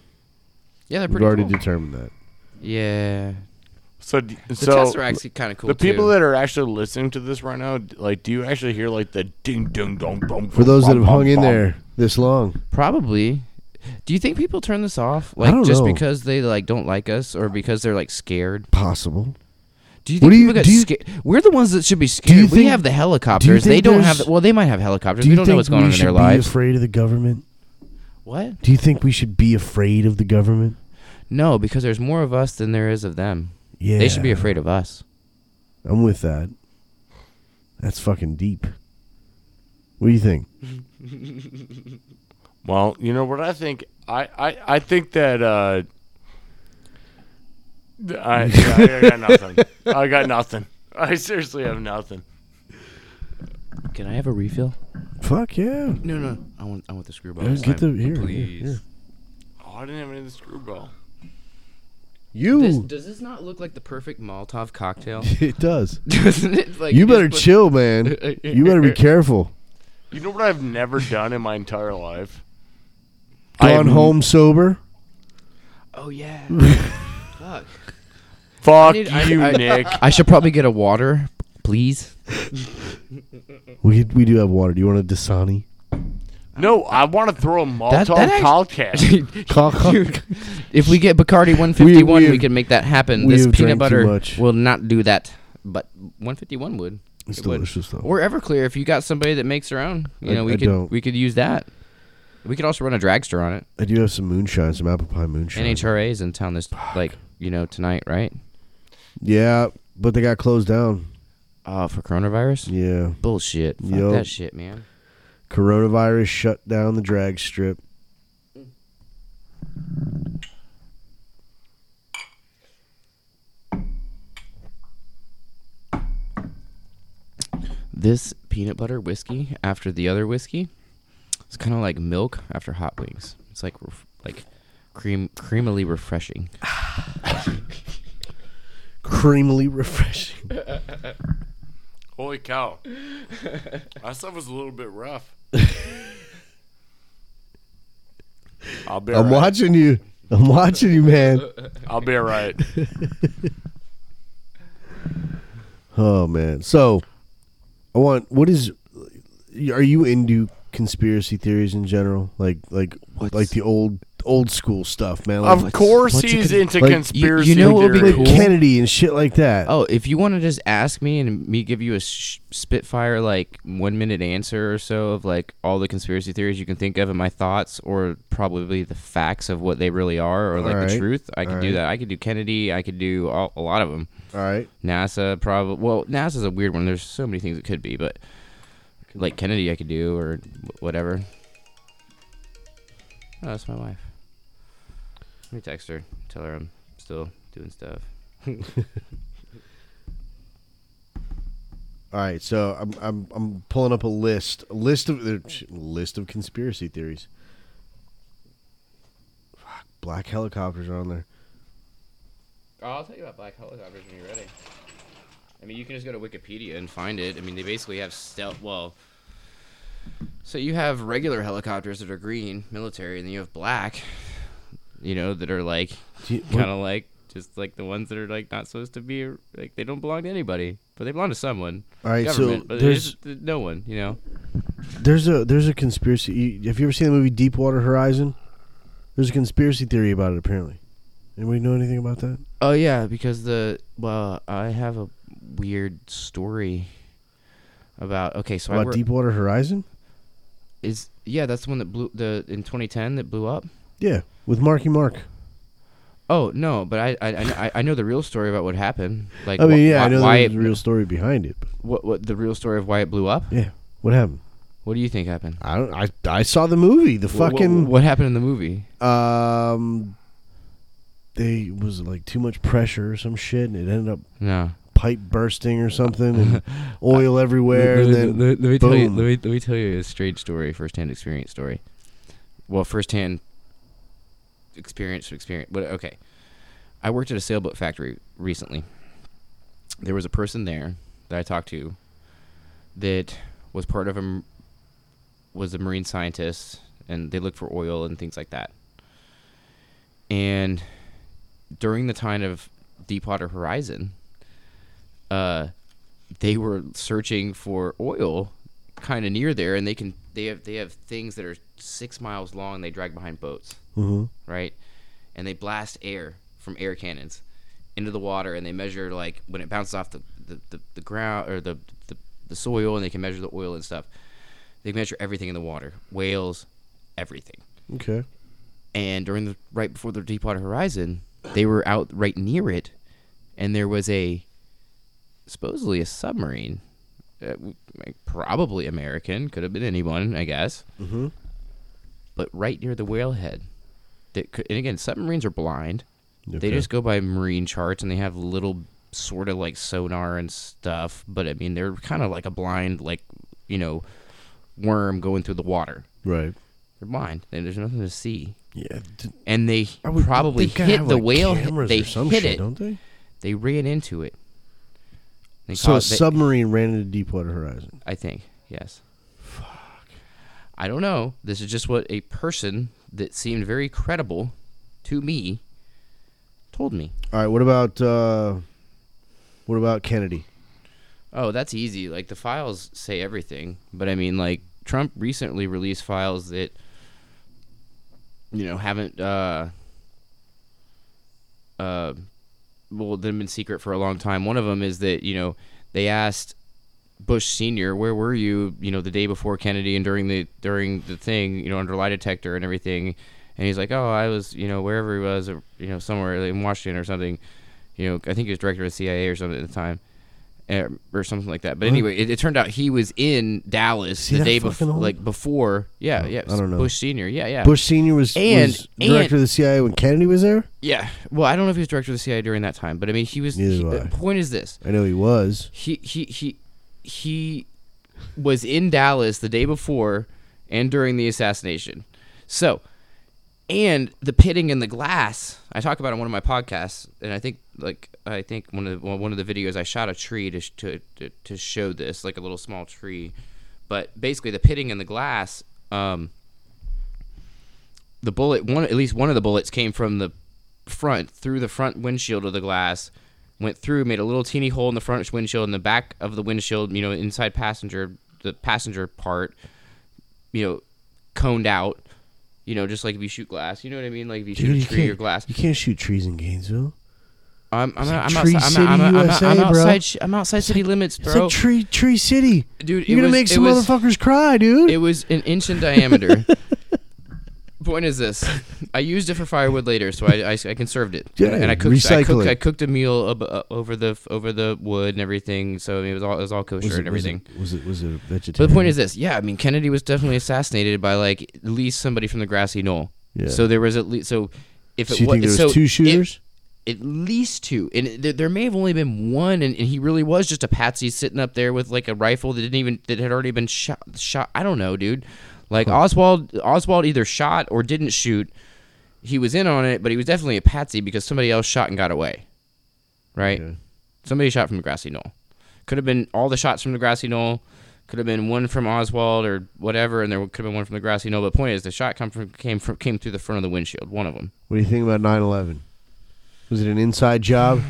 [SPEAKER 3] Yeah, they're
[SPEAKER 1] We've
[SPEAKER 3] pretty
[SPEAKER 1] already
[SPEAKER 3] cool.
[SPEAKER 1] determined that.
[SPEAKER 3] yeah,
[SPEAKER 2] So, d-
[SPEAKER 3] the
[SPEAKER 2] so
[SPEAKER 3] Tesseract's kind of cool.
[SPEAKER 2] the people
[SPEAKER 3] too.
[SPEAKER 2] that are actually listening to this right now, d- like, do you actually hear like the ding, ding, dong, dong?
[SPEAKER 1] For those that
[SPEAKER 2] bum,
[SPEAKER 1] have
[SPEAKER 2] bum,
[SPEAKER 1] hung in
[SPEAKER 2] bum?
[SPEAKER 1] there this long,
[SPEAKER 3] Probably. Do you think people turn this off, like
[SPEAKER 1] don't
[SPEAKER 3] just
[SPEAKER 1] know.
[SPEAKER 3] because they like don't like us, or because they're like scared?
[SPEAKER 1] possible.
[SPEAKER 3] Do you
[SPEAKER 1] What
[SPEAKER 3] think
[SPEAKER 1] do you-
[SPEAKER 3] people get
[SPEAKER 1] do you-
[SPEAKER 3] scared? We're the ones that should be scared. we
[SPEAKER 1] think-
[SPEAKER 3] have the helicopters. they
[SPEAKER 1] think
[SPEAKER 3] don't have.
[SPEAKER 1] there's-
[SPEAKER 3] The, well, they might have helicopters.
[SPEAKER 1] Do you
[SPEAKER 3] we don't know
[SPEAKER 1] think
[SPEAKER 3] what's going
[SPEAKER 1] we
[SPEAKER 3] on in
[SPEAKER 1] should
[SPEAKER 3] their
[SPEAKER 1] be
[SPEAKER 3] lives.
[SPEAKER 1] afraid of the government?
[SPEAKER 3] What?
[SPEAKER 1] Do you think we should be afraid of the government?
[SPEAKER 3] No, because there's more of us than there is of them.
[SPEAKER 1] Yeah,
[SPEAKER 3] They should be afraid of us.
[SPEAKER 1] I'm with that. That's fucking deep. What do you think?
[SPEAKER 2] Well, you know what I think. I I, I think that. uh th- I, I got nothing. I got nothing. I seriously have nothing.
[SPEAKER 3] Can I have a refill?
[SPEAKER 1] Fuck yeah.
[SPEAKER 3] No, no. I want. I want the screwball.
[SPEAKER 1] Yeah,
[SPEAKER 3] this
[SPEAKER 1] get
[SPEAKER 3] time.
[SPEAKER 1] the- here, here,
[SPEAKER 3] please.
[SPEAKER 1] here.
[SPEAKER 2] Oh, I didn't have any of the screwball.
[SPEAKER 1] You.
[SPEAKER 3] This, does this not look like the perfect Molotov cocktail?
[SPEAKER 1] it does.
[SPEAKER 3] Doesn't it? Like
[SPEAKER 1] you
[SPEAKER 3] just
[SPEAKER 1] better
[SPEAKER 3] put-
[SPEAKER 1] chill, man. You better be careful.
[SPEAKER 2] You know what I've never done in my entire life? I have
[SPEAKER 1] Gone home sober.
[SPEAKER 3] Oh yeah. Fuck.
[SPEAKER 2] Fuck
[SPEAKER 3] need- I-
[SPEAKER 2] you,
[SPEAKER 3] I-
[SPEAKER 2] Nick.
[SPEAKER 3] I should probably get a water, please.
[SPEAKER 1] We we do have water. Do you want a Dasani?
[SPEAKER 2] No, I want to throw a
[SPEAKER 3] that
[SPEAKER 2] Molotov
[SPEAKER 3] act-
[SPEAKER 2] cocktail.
[SPEAKER 1] Cock- cock-
[SPEAKER 3] if we get Bacardi 151,
[SPEAKER 1] We-
[SPEAKER 3] we,
[SPEAKER 1] we have-
[SPEAKER 3] can make that happen.
[SPEAKER 1] we
[SPEAKER 3] This
[SPEAKER 1] have
[SPEAKER 3] peanut
[SPEAKER 1] drank too
[SPEAKER 3] butter
[SPEAKER 1] much.
[SPEAKER 3] will not do that, but 151 would.
[SPEAKER 1] It's
[SPEAKER 3] It would.
[SPEAKER 1] delicious though.
[SPEAKER 3] Or Everclear, if you got somebody that makes their own, you
[SPEAKER 1] I-
[SPEAKER 3] know, we
[SPEAKER 1] I
[SPEAKER 3] could
[SPEAKER 1] don't.
[SPEAKER 3] we could use that. We could also run a dragster on it.
[SPEAKER 1] I do have some moonshine, some apple pie moonshine.
[SPEAKER 3] NHRA is in town this like you know tonight, right?
[SPEAKER 1] Yeah, but they got closed down.
[SPEAKER 3] Uh, for coronavirus.
[SPEAKER 1] Yeah,
[SPEAKER 3] Bullshit. Fuck
[SPEAKER 1] Yo.
[SPEAKER 3] that shit, man.
[SPEAKER 1] coronavirus shut down the drag strip.
[SPEAKER 3] This peanut butter whiskey after the other whiskey, it's kind of like milk after hot wings. It's like ref- like cream creamily refreshing.
[SPEAKER 1] Creamily refreshing.
[SPEAKER 2] Holy cow. That stuff was a little bit rough. I'll be
[SPEAKER 1] I'm
[SPEAKER 2] alright.
[SPEAKER 1] watching you. I'm watching you, man.
[SPEAKER 2] I'll be alright.
[SPEAKER 1] Oh man. So, I want. What is? Are you into conspiracy theories in general? Like like like the old old school stuff, man. Like,
[SPEAKER 2] Of course
[SPEAKER 3] what's a
[SPEAKER 2] he's
[SPEAKER 3] con-
[SPEAKER 2] into
[SPEAKER 1] like, you-
[SPEAKER 2] conspiracy
[SPEAKER 3] you know what would be
[SPEAKER 1] like
[SPEAKER 2] theories.
[SPEAKER 3] cool?
[SPEAKER 1] Kennedy and shit like that.
[SPEAKER 3] Oh, if you want to just ask me and me give you a sh- spitfire like one minute answer or so of like all the conspiracy theories you can think of and my thoughts or probably the facts of what they really are or like the
[SPEAKER 1] Alright,
[SPEAKER 3] truth, I could do
[SPEAKER 1] alright.
[SPEAKER 3] that. I could do Kennedy. I could do all, a lot of them.
[SPEAKER 1] All right.
[SPEAKER 3] NASA probably. Well, NASA's a weird one. There's so many things it could be, but like Kennedy, I could do or wh- whatever. Oh, that's my wife. Let me text her. Tell her I'm still doing stuff.
[SPEAKER 1] All right, so I'm I'm I'm pulling up a list, a list of there- sh- list of conspiracy theories. Fuck, black helicopters are on there.
[SPEAKER 3] Oh, I'll tell you about black helicopters when you're ready. I mean, you can just go to Wikipedia and find it. I mean, they basically have stealth. Well, so you have regular helicopters that are green, military, and then you have black, you know, that are like
[SPEAKER 1] Do you-
[SPEAKER 3] kind of like just like the ones that are like not supposed to be like they don't belong to anybody, but they belong to someone.
[SPEAKER 1] all right,
[SPEAKER 3] government,
[SPEAKER 1] so
[SPEAKER 3] but
[SPEAKER 1] there's
[SPEAKER 3] there's no one, you know.
[SPEAKER 1] there's a there's a conspiracy. You, have you ever seen the movie Deepwater Horizon? There's a conspiracy theory about it. Apparently, anybody know anything about that?
[SPEAKER 3] Oh yeah, because the well, I have a weird story about okay, so I
[SPEAKER 1] About
[SPEAKER 3] work,
[SPEAKER 1] Deepwater Horizon?
[SPEAKER 3] is yeah, that's the one that blew the in 2010 that blew up.
[SPEAKER 1] Yeah, with Marky Mark.
[SPEAKER 3] Oh no, but I I- I kn- I, I know the real story about what happened. Like
[SPEAKER 1] I mean,
[SPEAKER 3] wh-
[SPEAKER 1] yeah,
[SPEAKER 3] why,
[SPEAKER 1] I know
[SPEAKER 3] why
[SPEAKER 1] there's
[SPEAKER 3] it-
[SPEAKER 1] a real story behind it. But
[SPEAKER 3] what, what the real story of why it blew up.
[SPEAKER 1] yeah, what happened?
[SPEAKER 3] What do you think happened?
[SPEAKER 1] I don't. I I saw the movie. The
[SPEAKER 3] Wh- wh-
[SPEAKER 1] fucking
[SPEAKER 3] what happened in the movie?
[SPEAKER 1] um, they was it like too much pressure or some shit, and it ended up
[SPEAKER 3] No.
[SPEAKER 1] pipe bursting or something, and oil everywhere.
[SPEAKER 3] Let,
[SPEAKER 1] and then
[SPEAKER 3] let- let- let me tell you.
[SPEAKER 1] boom.
[SPEAKER 3] Let me, let me tell you a strange story, first-hand experience story. Well, first-hand experience, experience. But okay, I worked at a sailboat factory recently. There was a person there that I talked to that was part of a m- was a marine scientist, and they looked for oil and things like that. And during the time of Deepwater Horizon, uh, they were searching for oil kind of near there and they can they have they have things that are six miles long they drag behind boats
[SPEAKER 1] Mhm.
[SPEAKER 3] right and they blast air from air cannons into the water and they measure like when it bounces off the the, the, the ground or the, the the soil and they can measure the oil and stuff they measure everything in the water whales everything
[SPEAKER 1] Okay.
[SPEAKER 3] and during the right before the Deepwater Horizon, they were out right near it, and there was a supposedly a submarine, uh, w- like, probably American, could have been anyone, I guess. Mm-hmm. But right near the whalehead, that could, and again, submarines are blind. They
[SPEAKER 1] Okay.
[SPEAKER 3] just go by marine charts, and they have little sort of like sonar and stuff. But I mean, they're kind of like a blind, like you know, worm going through the water.
[SPEAKER 1] Right.
[SPEAKER 3] They're blind, and there's nothing to see
[SPEAKER 1] Yeah. d-
[SPEAKER 3] and they
[SPEAKER 1] I would
[SPEAKER 3] probably
[SPEAKER 1] think I'd
[SPEAKER 3] hit
[SPEAKER 1] have,
[SPEAKER 3] the
[SPEAKER 1] like,
[SPEAKER 3] whale.
[SPEAKER 1] cameras
[SPEAKER 3] They
[SPEAKER 1] or some
[SPEAKER 3] hit
[SPEAKER 1] shit,
[SPEAKER 3] it.
[SPEAKER 1] don't they?
[SPEAKER 3] They ran into it. They
[SPEAKER 1] So a
[SPEAKER 3] caused- they-
[SPEAKER 1] submarine ran into Deepwater Horizon.
[SPEAKER 3] I think yes. Fuck. I don't know. This is just what a person that seemed very credible to me told me.
[SPEAKER 1] All right. What about uh, what about Kennedy?
[SPEAKER 3] Oh, that's easy. Like the files say everything, but I mean, like Trump recently released files that you know haven't uh uh well they've been secret for a long time. One of them is that you know they asked Bush Senior, where were you? You know, the day before Kennedy and during the during the thing, you know, under lie detector and everything. And he's like, oh, I was, you know, wherever he was, or, you know, somewhere in Washington or something. You know, I think he was director of the CIA or something at the time, eh, or something like that. But anyway, it, it turned out he was in Dallas
[SPEAKER 1] See
[SPEAKER 3] the
[SPEAKER 1] that
[SPEAKER 3] day
[SPEAKER 1] fucking
[SPEAKER 3] before,
[SPEAKER 1] old? Oh,
[SPEAKER 3] like before. Yeah, yeah.
[SPEAKER 1] I don't know.
[SPEAKER 3] Bush Senior. Yeah, yeah.
[SPEAKER 1] Bush Senior was,
[SPEAKER 3] And-
[SPEAKER 1] was director of the CIA when Kennedy was there.
[SPEAKER 3] Yeah. Well, I don't know if he was director of the CIA during that time, but I mean, he was.
[SPEAKER 1] Neither
[SPEAKER 3] he-
[SPEAKER 1] do
[SPEAKER 3] the
[SPEAKER 1] I.
[SPEAKER 3] point is this:
[SPEAKER 1] I know he was.
[SPEAKER 3] he he he he was in Dallas the day before and during the assassination. So, and the pitting in the glass. I talk about it on one of my podcasts, and I think like I think one of the, one of the videos I shot a tree to, sh- to to to show this like a little small tree, but basically the pitting in the glass. Um, the bullet one at least one of the bullets came from the front through the front windshield of the glass went through made a little teeny hole in the front windshield and the back of the windshield you know inside passenger the passenger part you know coned out you know just like if you shoot glass you know what i mean like if you shoot
[SPEAKER 1] Dude,
[SPEAKER 3] a
[SPEAKER 1] you
[SPEAKER 3] tree or
[SPEAKER 1] can't-
[SPEAKER 3] glass
[SPEAKER 1] You can't shoot trees in Gainesville.
[SPEAKER 3] i'm i'm I'm
[SPEAKER 1] Tree
[SPEAKER 3] outside
[SPEAKER 1] City,
[SPEAKER 3] i'm I'm- I'm- I'm
[SPEAKER 1] USA, bro.
[SPEAKER 3] outside sh- i'm outside city limits
[SPEAKER 1] It's
[SPEAKER 3] bro
[SPEAKER 1] like tree tree city.
[SPEAKER 3] dude
[SPEAKER 1] You're gonna
[SPEAKER 3] it was-
[SPEAKER 1] make
[SPEAKER 3] it
[SPEAKER 1] some
[SPEAKER 3] was-
[SPEAKER 1] motherfuckers cry, dude.
[SPEAKER 3] It was an inch in diameter. Point is this: I used it for firewood later, so I, I, I conserved it.
[SPEAKER 1] Yeah,
[SPEAKER 3] and I cooked, I
[SPEAKER 1] recycle
[SPEAKER 3] cooked,
[SPEAKER 1] it.
[SPEAKER 3] I cooked a meal ab- uh, over the over the wood and everything, so it was all it was all kosher and everything.
[SPEAKER 1] Was it was it, was it a
[SPEAKER 3] But
[SPEAKER 1] vegetarian?
[SPEAKER 3] the point is this: yeah, I mean, Kennedy was definitely assassinated by like at least somebody from the grassy knoll.
[SPEAKER 1] Yeah.
[SPEAKER 3] So there was at least so if
[SPEAKER 1] so
[SPEAKER 3] it
[SPEAKER 1] you
[SPEAKER 3] was
[SPEAKER 1] think there was
[SPEAKER 3] so
[SPEAKER 1] two
[SPEAKER 3] it-
[SPEAKER 1] shooters?
[SPEAKER 3] at least two, and th- there may have only been one, and, and he really was just a patsy sitting up there with like a rifle that didn't even that had already been shot. Shot. I don't know, dude. Like Oswald, Oswald either shot or didn't shoot. He was in on it, but he was definitely a patsy because somebody else shot and got away. Right?
[SPEAKER 1] Okay.
[SPEAKER 3] Somebody shot from the grassy knoll. Could have been all the shots from the grassy knoll. Could have been one from Oswald or whatever, and there could have been one from the grassy knoll. But point is, the shot come from came from came through the front of the windshield. One of them.
[SPEAKER 1] What do you think about 9/11? Was it an inside job?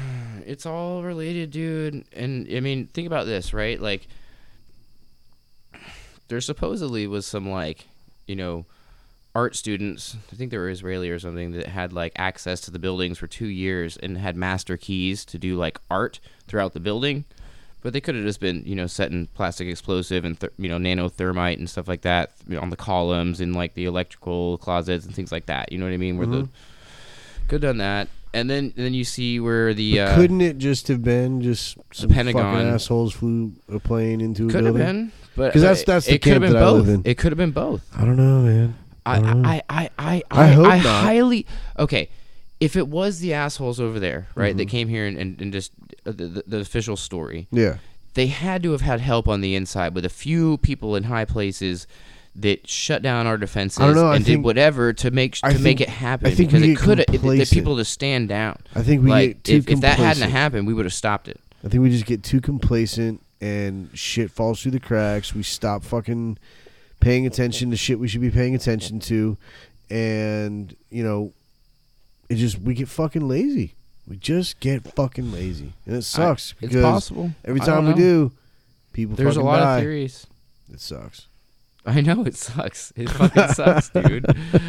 [SPEAKER 3] it's all related, dude. And I mean, think about this, right? Like, there supposedly was some like, you know, art students. I think they were Israeli or something that had like access to the buildings for two years and had master keys to do like art throughout the building. But they could have just been, you know, setting plastic explosive and th- you know nanothermite and stuff like that you know, on the columns and like the electrical closets and things like that. You know what I mean? Where the could have done that, and then and then you see where the uh,
[SPEAKER 1] Couldn't it just have been just some
[SPEAKER 3] Pentagon.
[SPEAKER 1] fucking assholes flew a plane into a
[SPEAKER 3] could have
[SPEAKER 1] building?
[SPEAKER 3] been, but
[SPEAKER 1] 'Cause
[SPEAKER 3] but
[SPEAKER 1] that's- that's the
[SPEAKER 3] it could have
[SPEAKER 1] camp
[SPEAKER 3] been
[SPEAKER 1] that I
[SPEAKER 3] both.
[SPEAKER 1] live in.
[SPEAKER 3] It could have been both.
[SPEAKER 1] I don't know, man.
[SPEAKER 3] I
[SPEAKER 1] don't know.
[SPEAKER 3] I I I
[SPEAKER 1] I
[SPEAKER 3] I,
[SPEAKER 1] hope
[SPEAKER 3] I
[SPEAKER 1] not.
[SPEAKER 3] highly okay. If it was the assholes over there, right, that
[SPEAKER 1] Mm-hmm.
[SPEAKER 3] came here and, and, and just uh, the, the, the official story,
[SPEAKER 1] yeah,
[SPEAKER 3] they had to have had help on the inside with a few people in high places that shut down our defenses
[SPEAKER 1] I don't know, I
[SPEAKER 3] and
[SPEAKER 1] think-
[SPEAKER 3] did whatever to make to
[SPEAKER 1] I
[SPEAKER 3] make
[SPEAKER 1] think-
[SPEAKER 3] it happen
[SPEAKER 1] I think
[SPEAKER 3] because
[SPEAKER 1] we
[SPEAKER 3] it
[SPEAKER 1] get
[SPEAKER 3] could have the
[SPEAKER 1] complacent.
[SPEAKER 3] people to stand down.
[SPEAKER 1] I think we get
[SPEAKER 3] like
[SPEAKER 1] too
[SPEAKER 3] if, if that hadn't
[SPEAKER 1] complacent.
[SPEAKER 3] happened, we would have stopped it.
[SPEAKER 1] I think we just get too complacent and shit falls through the cracks. We stop fucking paying attention to shit we should be paying attention to, and you know, it just we get fucking lazy. We just get fucking lazy, and it sucks.
[SPEAKER 3] it's
[SPEAKER 1] because
[SPEAKER 3] possible.
[SPEAKER 1] Every
[SPEAKER 3] I
[SPEAKER 1] time
[SPEAKER 3] don't
[SPEAKER 1] we
[SPEAKER 3] know.
[SPEAKER 1] do, people
[SPEAKER 3] There's a
[SPEAKER 1] fucking
[SPEAKER 3] lot
[SPEAKER 1] die.
[SPEAKER 3] of theories.
[SPEAKER 1] It sucks.
[SPEAKER 3] I know it sucks. It fucking sucks, dude.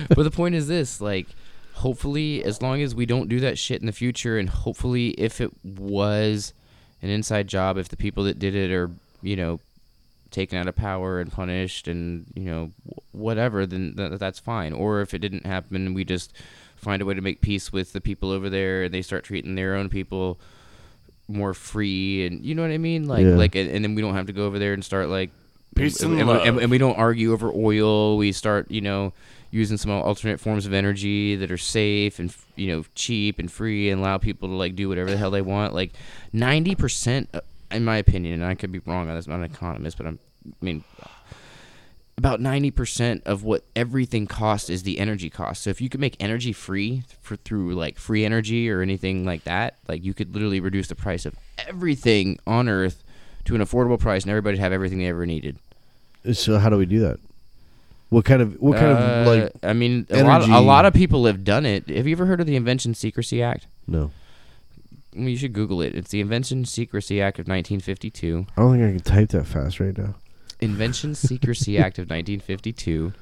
[SPEAKER 3] But the point is this, like hopefully as long as we don't do that shit in the future and hopefully if it was an inside job if the people that did it are, you know, taken out of power and punished and, you know, wh- whatever, then th- that's fine. Or if it didn't happen, we just find a way to make peace with the people over there and they start treating their own people more free and you know what I mean? Like
[SPEAKER 1] Yeah.
[SPEAKER 3] like and, and then we don't have to go over there and start like
[SPEAKER 2] Peace and
[SPEAKER 3] we-
[SPEAKER 2] love.
[SPEAKER 3] and, and we don't argue over oil. We start, you know, using some alternate forms of energy that are safe and you know cheap and free, and allow people to like do whatever the hell they want. Like ninety percent, uh, in my opinion, and I could be wrong on this. I'm not an economist, but I'm, I mean, about ninety percent of what everything costs is the energy cost. So if you could make energy free for through like free energy or anything like that, like you could literally reduce the price of everything on Earth. To an affordable price, and everybody have everything they ever needed.
[SPEAKER 1] So how do we do that? What kind of what kind of
[SPEAKER 3] Uh,
[SPEAKER 1] like
[SPEAKER 3] I mean, a lot, a
[SPEAKER 1] energy-
[SPEAKER 3] lot of people have done it. Have you ever heard of the Invention Secrecy Act?
[SPEAKER 1] no?
[SPEAKER 3] I mean, you should Google it. It's the Invention Secrecy Act of 1952.
[SPEAKER 1] I don't think I can type that fast right now.
[SPEAKER 3] Invention Secrecy Act of 1952.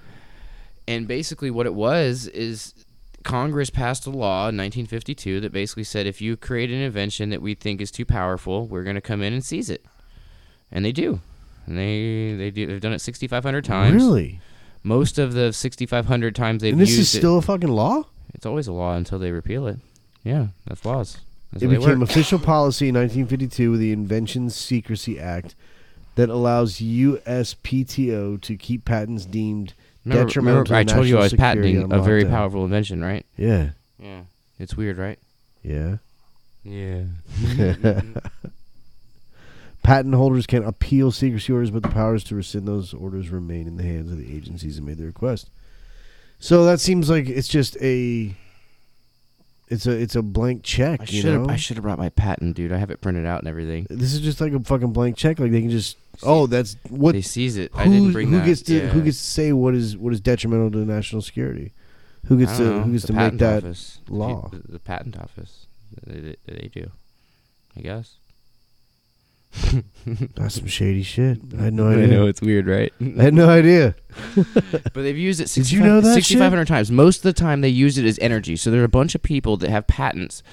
[SPEAKER 3] And basically, what it was is Congress passed a law in 1952 that basically said if you create an invention that we think is too powerful, we're going to come in and seize it. And they do. And they they do. They've done it 6,500 times.
[SPEAKER 1] Really?
[SPEAKER 3] Most of the 6,500 times they've
[SPEAKER 1] And this
[SPEAKER 3] used
[SPEAKER 1] is
[SPEAKER 3] it-
[SPEAKER 1] still a fucking law?
[SPEAKER 3] It's always a law until they repeal it. Yeah, that's laws. That's
[SPEAKER 1] It
[SPEAKER 3] how they
[SPEAKER 1] became
[SPEAKER 3] work.
[SPEAKER 1] official policy in 1952 with the Invention Secrecy Act that allows USPTO to keep patents deemed
[SPEAKER 3] Remember-
[SPEAKER 1] detrimental
[SPEAKER 3] remember
[SPEAKER 1] to
[SPEAKER 3] I told you
[SPEAKER 1] national
[SPEAKER 3] I was
[SPEAKER 1] security
[SPEAKER 3] patenting
[SPEAKER 1] on
[SPEAKER 3] a very
[SPEAKER 1] lockdown.
[SPEAKER 3] powerful invention, right?
[SPEAKER 1] Yeah,
[SPEAKER 3] Yeah. It's weird, right?
[SPEAKER 1] yeah.
[SPEAKER 3] Yeah.
[SPEAKER 1] Patent holders can appeal secrecy orders, but the powers to rescind those orders remain in the hands of the agencies that made the request. So that seems like it's just a, it's a it's a blank check.
[SPEAKER 3] I
[SPEAKER 1] you
[SPEAKER 3] should have.
[SPEAKER 1] know?
[SPEAKER 3] I should have brought my patent, dude. I have it printed out and everything.
[SPEAKER 1] This is just like a fucking blank check. Like they can just oh that's what
[SPEAKER 3] they seize it.
[SPEAKER 1] who,
[SPEAKER 3] I didn't bring
[SPEAKER 1] who
[SPEAKER 3] that.
[SPEAKER 1] gets to
[SPEAKER 3] yeah.
[SPEAKER 1] who gets to say what is what is detrimental to national security? Who
[SPEAKER 3] I
[SPEAKER 1] gets to
[SPEAKER 3] don't know.
[SPEAKER 1] who gets
[SPEAKER 3] The
[SPEAKER 1] to make
[SPEAKER 3] patent
[SPEAKER 1] that?
[SPEAKER 3] office. The pe-
[SPEAKER 1] law?
[SPEAKER 3] The, the patent office. They, they- they do. I guess.
[SPEAKER 1] That's some shady shit. I had no idea. I,
[SPEAKER 3] it's weird, right?
[SPEAKER 1] had no idea.
[SPEAKER 3] But they've used it
[SPEAKER 1] Did you know that shit?
[SPEAKER 3] 6,500 times. Most of the time, they use it as energy. So there are a bunch of people that have patents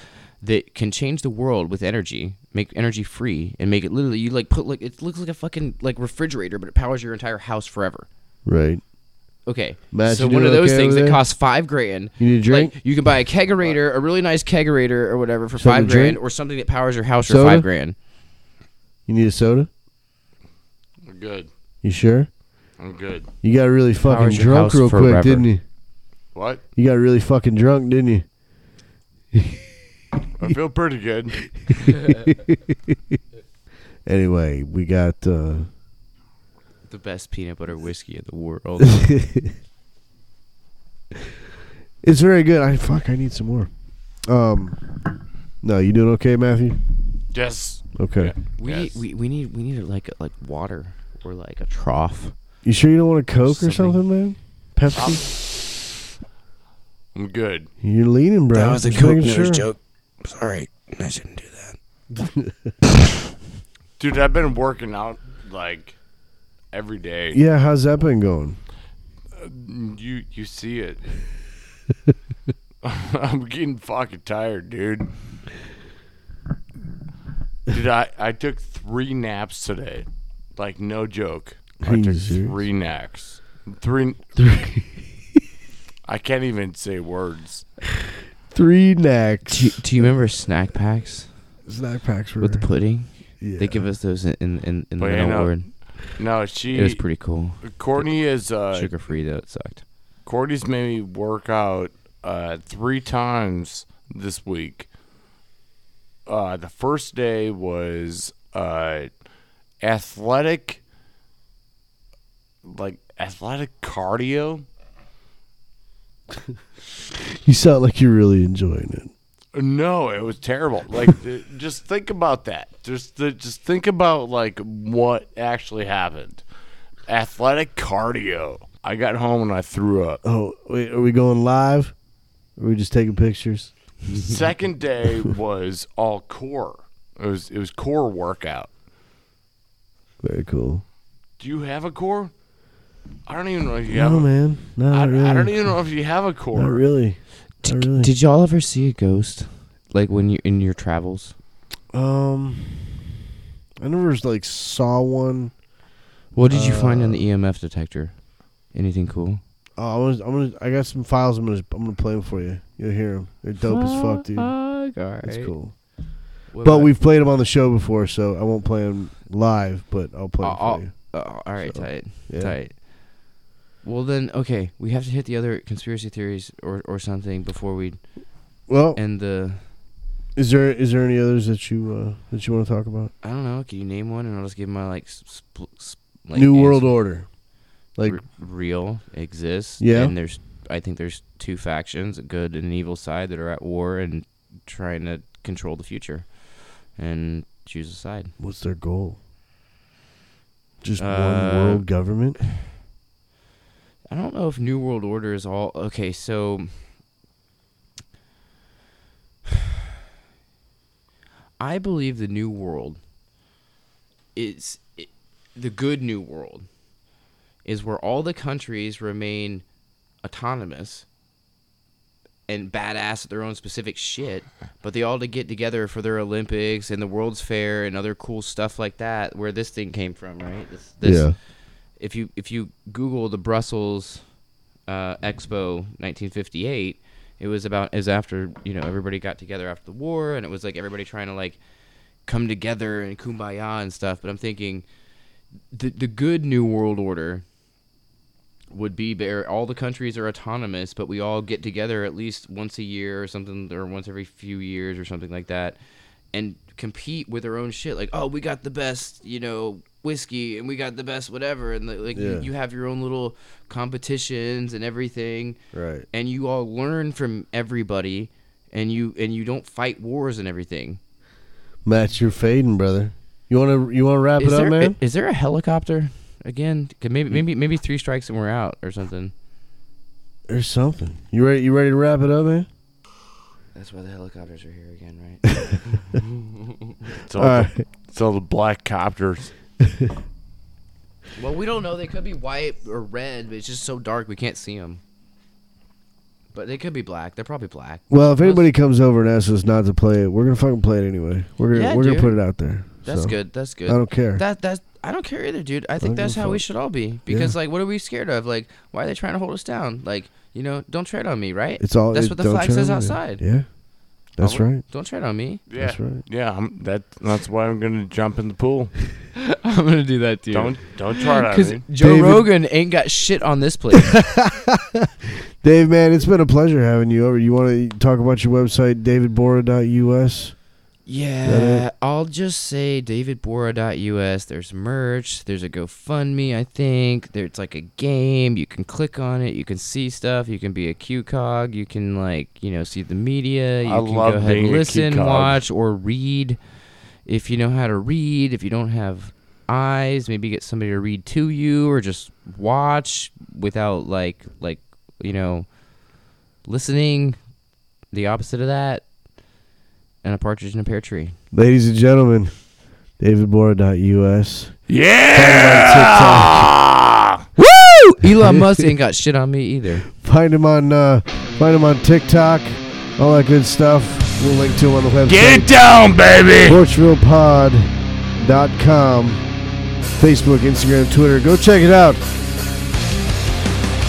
[SPEAKER 3] that can change the world with energy, make energy free, and make it literally. You like put like it looks like a fucking like refrigerator, but it powers your entire house forever.
[SPEAKER 1] Right.
[SPEAKER 3] Okay,
[SPEAKER 1] Matt,
[SPEAKER 3] so
[SPEAKER 1] you
[SPEAKER 3] one
[SPEAKER 1] doing
[SPEAKER 3] of those
[SPEAKER 1] okay
[SPEAKER 3] things
[SPEAKER 1] over
[SPEAKER 3] that
[SPEAKER 1] there?
[SPEAKER 3] costs five grand.
[SPEAKER 1] You need a drink?
[SPEAKER 3] Like, you can buy a kegerator, a really nice kegerator or whatever for
[SPEAKER 1] Something
[SPEAKER 3] five
[SPEAKER 1] to
[SPEAKER 3] grand,
[SPEAKER 1] drink?
[SPEAKER 3] or something that powers your house
[SPEAKER 1] Soda?
[SPEAKER 3] for five grand.
[SPEAKER 1] You need a soda?
[SPEAKER 2] I'm good.
[SPEAKER 1] You sure?
[SPEAKER 2] I'm good.
[SPEAKER 1] You got really fucking
[SPEAKER 3] Powers your
[SPEAKER 1] drunk
[SPEAKER 3] house
[SPEAKER 1] real quick,
[SPEAKER 3] forever.
[SPEAKER 1] didn't you?
[SPEAKER 2] What?
[SPEAKER 1] You got really fucking drunk, didn't you?
[SPEAKER 2] I feel pretty good.
[SPEAKER 1] Anyway, we got uh
[SPEAKER 3] The best peanut butter whiskey in the world.
[SPEAKER 1] It's very good. I fuck, I need some more. Um No, you doing okay, Matthew?
[SPEAKER 2] Yes.
[SPEAKER 1] Okay.
[SPEAKER 2] Yeah.
[SPEAKER 3] we,
[SPEAKER 2] Yes.
[SPEAKER 3] we we need we need like like water or like a trough.
[SPEAKER 1] You sure you don't want a Coke or
[SPEAKER 3] Something. Oh.
[SPEAKER 1] something, man? Pepsi?
[SPEAKER 2] I'm good.
[SPEAKER 1] You're leaning, bro.
[SPEAKER 4] That was a
[SPEAKER 1] Just
[SPEAKER 4] Coke
[SPEAKER 1] making
[SPEAKER 4] news
[SPEAKER 1] sure.
[SPEAKER 4] joke. Sorry, I shouldn't do that.
[SPEAKER 2] Dude, I've been working out like every day.
[SPEAKER 1] Yeah, how's that been going?
[SPEAKER 2] You you see it. I'm getting fucking tired, dude. Dude, I, I took three naps today. Like, no joke. I took
[SPEAKER 1] serious?
[SPEAKER 2] three naps. Three.
[SPEAKER 1] Three,
[SPEAKER 2] I can't even say words.
[SPEAKER 1] three necks.
[SPEAKER 3] Do you, do you remember snack packs
[SPEAKER 1] Snack packs were
[SPEAKER 3] with the pudding?
[SPEAKER 1] yeah.
[SPEAKER 3] They give us those in in in, in the
[SPEAKER 2] But, you
[SPEAKER 3] middle
[SPEAKER 2] know,
[SPEAKER 3] ward.
[SPEAKER 2] No,
[SPEAKER 3] It was
[SPEAKER 2] she.
[SPEAKER 3] pretty cool.
[SPEAKER 2] Courtney is. Uh,
[SPEAKER 3] Sugar free though, it sucked.
[SPEAKER 2] Courtney's made me work out uh, three times this week. Uh, the first day was uh, athletic, like athletic cardio.
[SPEAKER 1] You sound like you're really enjoying it.
[SPEAKER 2] No, it was terrible. Like, th- just think about that. Just, th- just think about like what actually happened. Athletic cardio. I got home and I threw up.
[SPEAKER 1] Oh, wait, are we going live? Or are we just taking pictures?
[SPEAKER 2] Second day was all core. It was it was core workout.
[SPEAKER 1] Very cool.
[SPEAKER 2] Do you have a core? I don't even know if you have.
[SPEAKER 1] No,
[SPEAKER 2] a,
[SPEAKER 1] man. No,
[SPEAKER 2] I,
[SPEAKER 1] not really.
[SPEAKER 2] I don't even know if you have a core.
[SPEAKER 1] Not really.
[SPEAKER 3] Did,
[SPEAKER 1] Not really.
[SPEAKER 3] did y'all ever see a ghost? Like when you in your travels?
[SPEAKER 1] Um, I never like saw one.
[SPEAKER 3] What did you find in
[SPEAKER 1] Uh,
[SPEAKER 3] the EMF detector? Anything cool?
[SPEAKER 1] Oh, I was, I'm gonna. I got some files. I'm gonna. I'm gonna play them for you. You'll hear them. They're dope as fuck, dude. It's cool. But we've played them on the show before, so I won't play them live. But I'll play them for you.
[SPEAKER 3] Oh, all right,
[SPEAKER 1] So,
[SPEAKER 3] tight,
[SPEAKER 1] yeah.
[SPEAKER 3] tight. Well then, okay, we have to hit the other conspiracy theories or or something before we
[SPEAKER 1] Well,
[SPEAKER 3] end the.
[SPEAKER 1] is there is there any others that you uh, that you want to talk about?
[SPEAKER 3] I don't know. Can you name one, and I'll just give my like, spl- sp- like
[SPEAKER 1] New World
[SPEAKER 3] answer.
[SPEAKER 1] Order. Like
[SPEAKER 3] r- real exists.
[SPEAKER 1] Yeah.
[SPEAKER 3] and there's I think there's two factions, a good and an evil side, that are at war and trying to control the future, and choose a side.
[SPEAKER 1] What's their goal? Just
[SPEAKER 3] Uh,
[SPEAKER 1] one world government?
[SPEAKER 3] I don't know if New World Order is all okay. So I believe the New World is it, the good New World is where all the countries remain autonomous and badass at their own specific shit, but they all to get together for their Olympics and the World's Fair and other cool stuff like that. Where this thing came from, right? This, this,
[SPEAKER 1] Yeah.
[SPEAKER 3] If you if you Google the Brussels uh, Expo 1958, it was about is after you know everybody got together after the war and it was like everybody trying to like come together and kumbaya and stuff. But I'm thinking the the good New World Order would be where all the countries are autonomous, but we all get together at least once a year or something, or once every few years or something like that, and compete with our own shit. Like, oh, we got the best, you know, whiskey, and we got the best whatever, and like
[SPEAKER 1] Yeah.
[SPEAKER 3] you, you have your own little competitions and everything,
[SPEAKER 1] Right.
[SPEAKER 3] and you all learn from everybody, and you and you don't fight wars and everything.
[SPEAKER 1] Matt, you're fading, brother. You wanna you wanna wrap
[SPEAKER 3] Is
[SPEAKER 1] it up,
[SPEAKER 3] there,
[SPEAKER 1] man? Mm.
[SPEAKER 3] is there a helicopter again? 'Cause Maybe maybe maybe three strikes and we're out or something.
[SPEAKER 1] There's something. You ready you ready to wrap it up, man?
[SPEAKER 3] That's why the helicopters are here again, right?
[SPEAKER 2] It's all,
[SPEAKER 1] All
[SPEAKER 2] the, it's all the black copters.
[SPEAKER 3] well, we don't know. They could be white or red, but it's just so dark we can't see them. But they could be black. They're probably black.
[SPEAKER 1] Well, if anybody comes over and asks us not to play it, we're gonna fucking play it anyway. We're gonna
[SPEAKER 3] Yeah,
[SPEAKER 1] we're
[SPEAKER 3] dude.
[SPEAKER 1] gonna put it out there.
[SPEAKER 3] That's
[SPEAKER 1] So,
[SPEAKER 3] good. That's good.
[SPEAKER 1] I don't care.
[SPEAKER 3] That that's I don't care either, dude. I
[SPEAKER 1] don't
[SPEAKER 3] think that's
[SPEAKER 1] give a
[SPEAKER 3] how we
[SPEAKER 1] fuck.
[SPEAKER 3] should all be. Because like, what are we scared of? Like, why are they trying to hold us down? Like, you know, don't tread on me, right?
[SPEAKER 1] it's all
[SPEAKER 3] That's
[SPEAKER 1] it-
[SPEAKER 3] what the
[SPEAKER 1] don't
[SPEAKER 3] flag
[SPEAKER 1] turn
[SPEAKER 3] says
[SPEAKER 1] on it.
[SPEAKER 3] outside.
[SPEAKER 1] Yeah. That's
[SPEAKER 3] Probably.
[SPEAKER 1] right.
[SPEAKER 3] Don't tread on me.
[SPEAKER 2] Yeah,
[SPEAKER 1] That's right.
[SPEAKER 2] yeah. I'm, that that's why I'm gonna jump in the pool.
[SPEAKER 3] I'm gonna do that, dude.
[SPEAKER 2] Don't don't try to.
[SPEAKER 3] Because
[SPEAKER 2] me.
[SPEAKER 3] Joe
[SPEAKER 1] David-
[SPEAKER 3] Rogan ain't got shit on this place.
[SPEAKER 1] Dave man, it's been a pleasure having you over. You wanna talk about your website, davidbora.us?
[SPEAKER 3] Yeah, I'll just say davidbora.us. There's merch. There's a GoFundMe, I think. There's like a game. You can click on it. You can see stuff. You can be a Q cog. You can like you know see the media. You
[SPEAKER 2] I
[SPEAKER 3] can
[SPEAKER 2] love
[SPEAKER 3] go ahead
[SPEAKER 2] being
[SPEAKER 3] and
[SPEAKER 2] a
[SPEAKER 3] listen,
[SPEAKER 2] Q-cog.
[SPEAKER 3] watch, or read. If you know how to read, if you don't have eyes, maybe get somebody to read to you, or just watch without like like you know listening. The opposite of that, and a partridge in a pear tree.
[SPEAKER 1] Ladies and gentlemen, davidbora.us.
[SPEAKER 2] yeah.
[SPEAKER 3] Woo! Elon Musk ain't got shit on me either.
[SPEAKER 1] Find him on uh, find him on TikTok, all that good stuff. We'll link to them on the website.
[SPEAKER 2] Get it down, baby.
[SPEAKER 1] PorchvillePod.com. Facebook, Instagram, Twitter. Go check it out.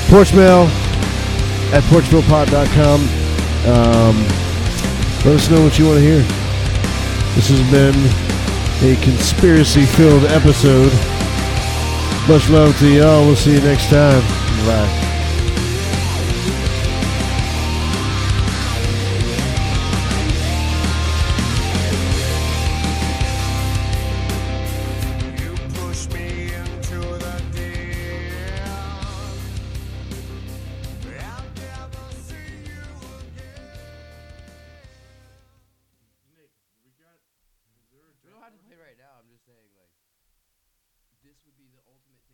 [SPEAKER 1] Porchmail at PorchvillePod.com. Um, let us know what you want to hear. This has been a conspiracy filled episode. Much love to y'all. We'll see you next time. Bye.
[SPEAKER 5] You push me into the deep. I'll never see you again.
[SPEAKER 3] right now. I'm just saying, like, this would be the ultimate.